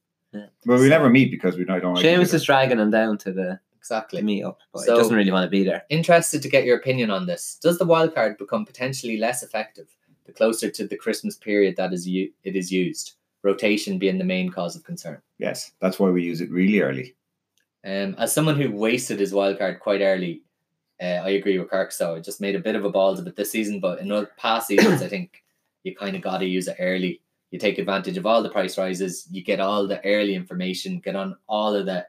[SPEAKER 2] Well, we never meet because we don't like each
[SPEAKER 3] Seamus
[SPEAKER 2] other.
[SPEAKER 3] is dragging him down to the
[SPEAKER 1] Exactly.
[SPEAKER 3] meetup, but
[SPEAKER 1] So-
[SPEAKER 3] he doesn't really want to be there.
[SPEAKER 1] Interested to get your opinion on this. Does the wild card become potentially less effective the closer to the Christmas period that is u- it is used? Rotation being the main cause of concern.
[SPEAKER 2] Yes, that's why we use it really early.
[SPEAKER 1] Um, as someone who wasted his wild card quite early, uh, I agree with Kirk. So I just made a bit of a balls of it this season, but in other past seasons, I think you kind of got to use it early. You take advantage of all the price rises. You get all the early information. Get on all of the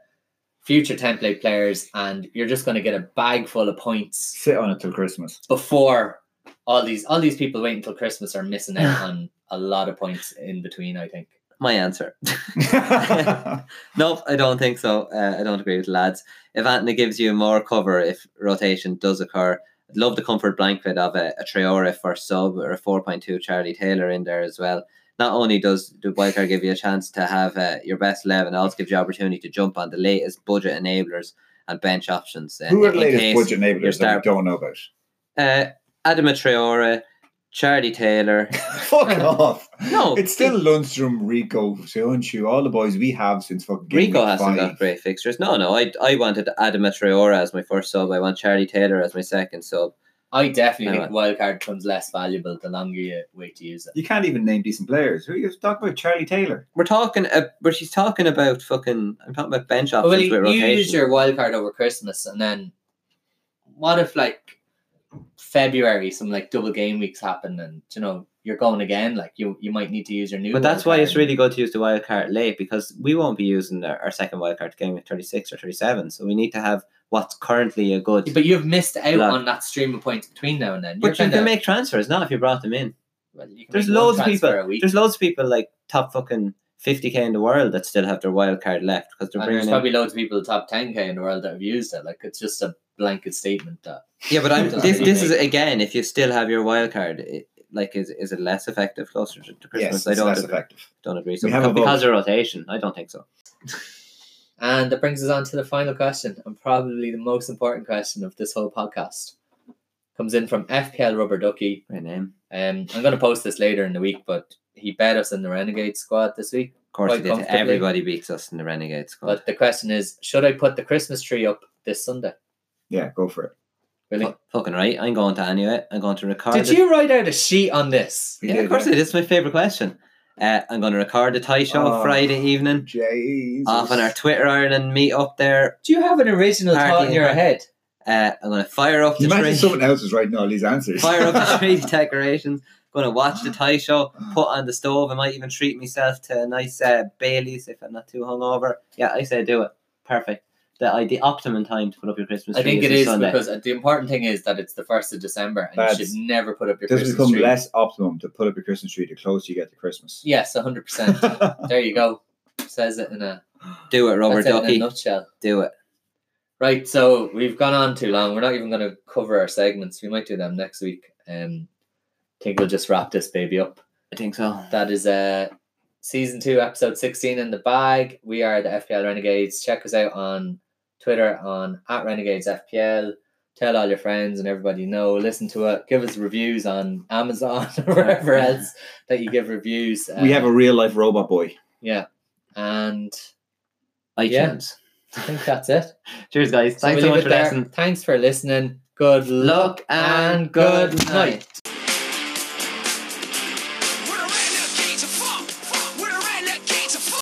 [SPEAKER 1] future template players, and you're just going to get a bag full of points
[SPEAKER 2] Sit on it till (laughs)
[SPEAKER 3] (laughs)
[SPEAKER 2] Christmas.
[SPEAKER 1] before all these all these people waiting until Christmas are missing out
[SPEAKER 3] (sighs)
[SPEAKER 1] on a lot of points in between. I think.
[SPEAKER 3] My answer. (laughs) Nope, I don't think so. Uh, I don't agree with the lads. If Antony gives you more cover if rotation does occur, I'd love the comfort blanket of a, a Traore first sub or a 4.2 Charlie Taylor in there as well. Not only does the wildcard give you a chance to have uh, your best 11, it also gives you opportunity to jump on the latest budget enablers and bench options. uh,
[SPEAKER 2] Who are the
[SPEAKER 3] in
[SPEAKER 2] latest
[SPEAKER 3] case-
[SPEAKER 2] budget
[SPEAKER 3] your
[SPEAKER 2] enablers that we
[SPEAKER 3] star-
[SPEAKER 2] don't know about? (laughs)
[SPEAKER 3] Uh, Adama Traore, Charlie Taylor.
[SPEAKER 2] Fuck off.
[SPEAKER 3] No,
[SPEAKER 2] It's still Lundstrom, Rico, Soonshu, all the boys we have since fucking game
[SPEAKER 3] Rico
[SPEAKER 2] week
[SPEAKER 3] hasn't
[SPEAKER 2] five.
[SPEAKER 3] got great fixtures. No, no, I I wanted Adam Traore as my first sub. I want Charlie Taylor as my second sub.
[SPEAKER 1] I definitely
[SPEAKER 3] Yeah.
[SPEAKER 1] think wildcard becomes less valuable the longer you wait to use it.
[SPEAKER 2] You can't even name decent players. Who are you talking about? Charlie Taylor.
[SPEAKER 3] We're talking, uh, but she's talking about fucking. I'm talking about bench
[SPEAKER 1] But
[SPEAKER 3] options
[SPEAKER 1] well, you,
[SPEAKER 3] with
[SPEAKER 1] you
[SPEAKER 3] rotation.
[SPEAKER 1] use your wildcard over Christmas, and then what if like February some like double game weeks happen, and you know you're going again? Like you you might need to use your new.
[SPEAKER 3] but that's
[SPEAKER 1] wild
[SPEAKER 3] why it's
[SPEAKER 1] card.
[SPEAKER 3] really good to use the wild card late because we won't be using our, our second wild card game at 36 or 37. So we need to have what's currently a good.
[SPEAKER 1] But you've missed out
[SPEAKER 3] Lad.
[SPEAKER 1] on that stream of points between now and then. You're
[SPEAKER 3] But you
[SPEAKER 1] kinda-
[SPEAKER 3] can make transfers, not if you brought them in.
[SPEAKER 1] well, you can
[SPEAKER 3] There's
[SPEAKER 1] make one
[SPEAKER 3] loads of
[SPEAKER 1] transfer
[SPEAKER 3] people.
[SPEAKER 1] a week.
[SPEAKER 3] There's loads of people like top fucking 50k in the world that still have their wild card left because they're
[SPEAKER 1] And
[SPEAKER 3] bringing
[SPEAKER 1] there's
[SPEAKER 3] in
[SPEAKER 1] probably loads of people top 10k in the world that have used it. Like it's just a blanket statement that
[SPEAKER 3] Yeah, but I'm,
[SPEAKER 1] Doesn't
[SPEAKER 3] this
[SPEAKER 1] really
[SPEAKER 3] this is
[SPEAKER 1] make-
[SPEAKER 3] again. If you still have your wild card, it, like is is it less effective closer to, to Christmas?
[SPEAKER 2] Yes,
[SPEAKER 3] I
[SPEAKER 2] it's
[SPEAKER 3] don't
[SPEAKER 2] less effective.
[SPEAKER 3] don't agree. So
[SPEAKER 2] We have a
[SPEAKER 3] because, because of rotation, I don't think so.
[SPEAKER 1] And that brings us on to the final question, and probably the most important question of this whole podcast. Comes in from FPL Rubber Ducky.
[SPEAKER 3] My name,
[SPEAKER 1] Um, I'm going to post this later in the week, but he bet us in the Renegade squad this week.
[SPEAKER 3] of course,
[SPEAKER 1] Quite
[SPEAKER 3] he did.
[SPEAKER 1] comfortably.
[SPEAKER 3] Everybody beats us in the Renegade squad.
[SPEAKER 1] But the question is, should I put the Christmas tree up this Sunday?
[SPEAKER 2] Yeah, go for it.
[SPEAKER 1] Really?
[SPEAKER 3] Fu- fucking right. I'm going to anyway. I'm going to record.
[SPEAKER 1] Did
[SPEAKER 3] the-
[SPEAKER 1] you write out a sheet on this?
[SPEAKER 2] We
[SPEAKER 3] Yeah,
[SPEAKER 2] did,
[SPEAKER 3] of course.
[SPEAKER 2] yeah.
[SPEAKER 3] It is my favorite question. Uh, I'm going to record the tie show
[SPEAKER 2] Oh,
[SPEAKER 3] Friday evening.
[SPEAKER 2] Jesus.
[SPEAKER 3] Off on our Twitter Ireland meet up there.
[SPEAKER 1] Do you have an original
[SPEAKER 3] Party
[SPEAKER 1] thought in
[SPEAKER 3] in
[SPEAKER 1] your
[SPEAKER 3] Park.
[SPEAKER 1] head?
[SPEAKER 3] Uh, I'm going to fire up the
[SPEAKER 2] Imagine
[SPEAKER 3] tree.
[SPEAKER 2] someone else is writing all these answers.
[SPEAKER 3] fire up
[SPEAKER 1] (laughs)
[SPEAKER 2] (laughs)
[SPEAKER 3] the tree decorations. Going to watch the Thai show, put on the stove. I might even treat myself to a nice uh, Bailey's if I'm not too hungover. Yeah, I say do it. Perfect. The I the optimum time to put up your Christmas tree.
[SPEAKER 1] I think it
[SPEAKER 3] this
[SPEAKER 1] is
[SPEAKER 3] Sunday.
[SPEAKER 1] because the important thing is that it's the 1st of December and you
[SPEAKER 2] That's-
[SPEAKER 1] should never put up your
[SPEAKER 2] Does it
[SPEAKER 1] Christmas
[SPEAKER 2] become
[SPEAKER 1] tree.
[SPEAKER 2] less optimum to put up your Christmas tree the closer you get to Christmas?
[SPEAKER 1] Yes,
[SPEAKER 2] (laughs)
[SPEAKER 1] 100%. There you go. Says it in a,
[SPEAKER 3] do it, Robert
[SPEAKER 1] that's it in a
[SPEAKER 3] Ducky.
[SPEAKER 1] nutshell.
[SPEAKER 3] Do it.
[SPEAKER 1] Right, so we've gone on too long. We're not even going to cover our segments. We might do them next week. Um, I think we'll just wrap this baby up.
[SPEAKER 3] I think so.
[SPEAKER 1] That is uh, season two, episode 16 in the bag. We are the FPL Renegades. Check us out on Twitter on at Renegades FPL. Tell all your friends and everybody you know. Listen to it. Give us reviews on Amazon (laughs) or wherever else that you give reviews.
[SPEAKER 2] we have a real life robot boy.
[SPEAKER 1] yeah, and
[SPEAKER 3] iTunes.
[SPEAKER 1] Yeah. I think that's it.
[SPEAKER 3] Cheers, guys.
[SPEAKER 1] So
[SPEAKER 3] Thanks
[SPEAKER 1] we'll leave
[SPEAKER 3] so much
[SPEAKER 1] it
[SPEAKER 3] for
[SPEAKER 1] there.
[SPEAKER 3] listening.
[SPEAKER 1] Thanks for listening. Good luck
[SPEAKER 3] Look and good night.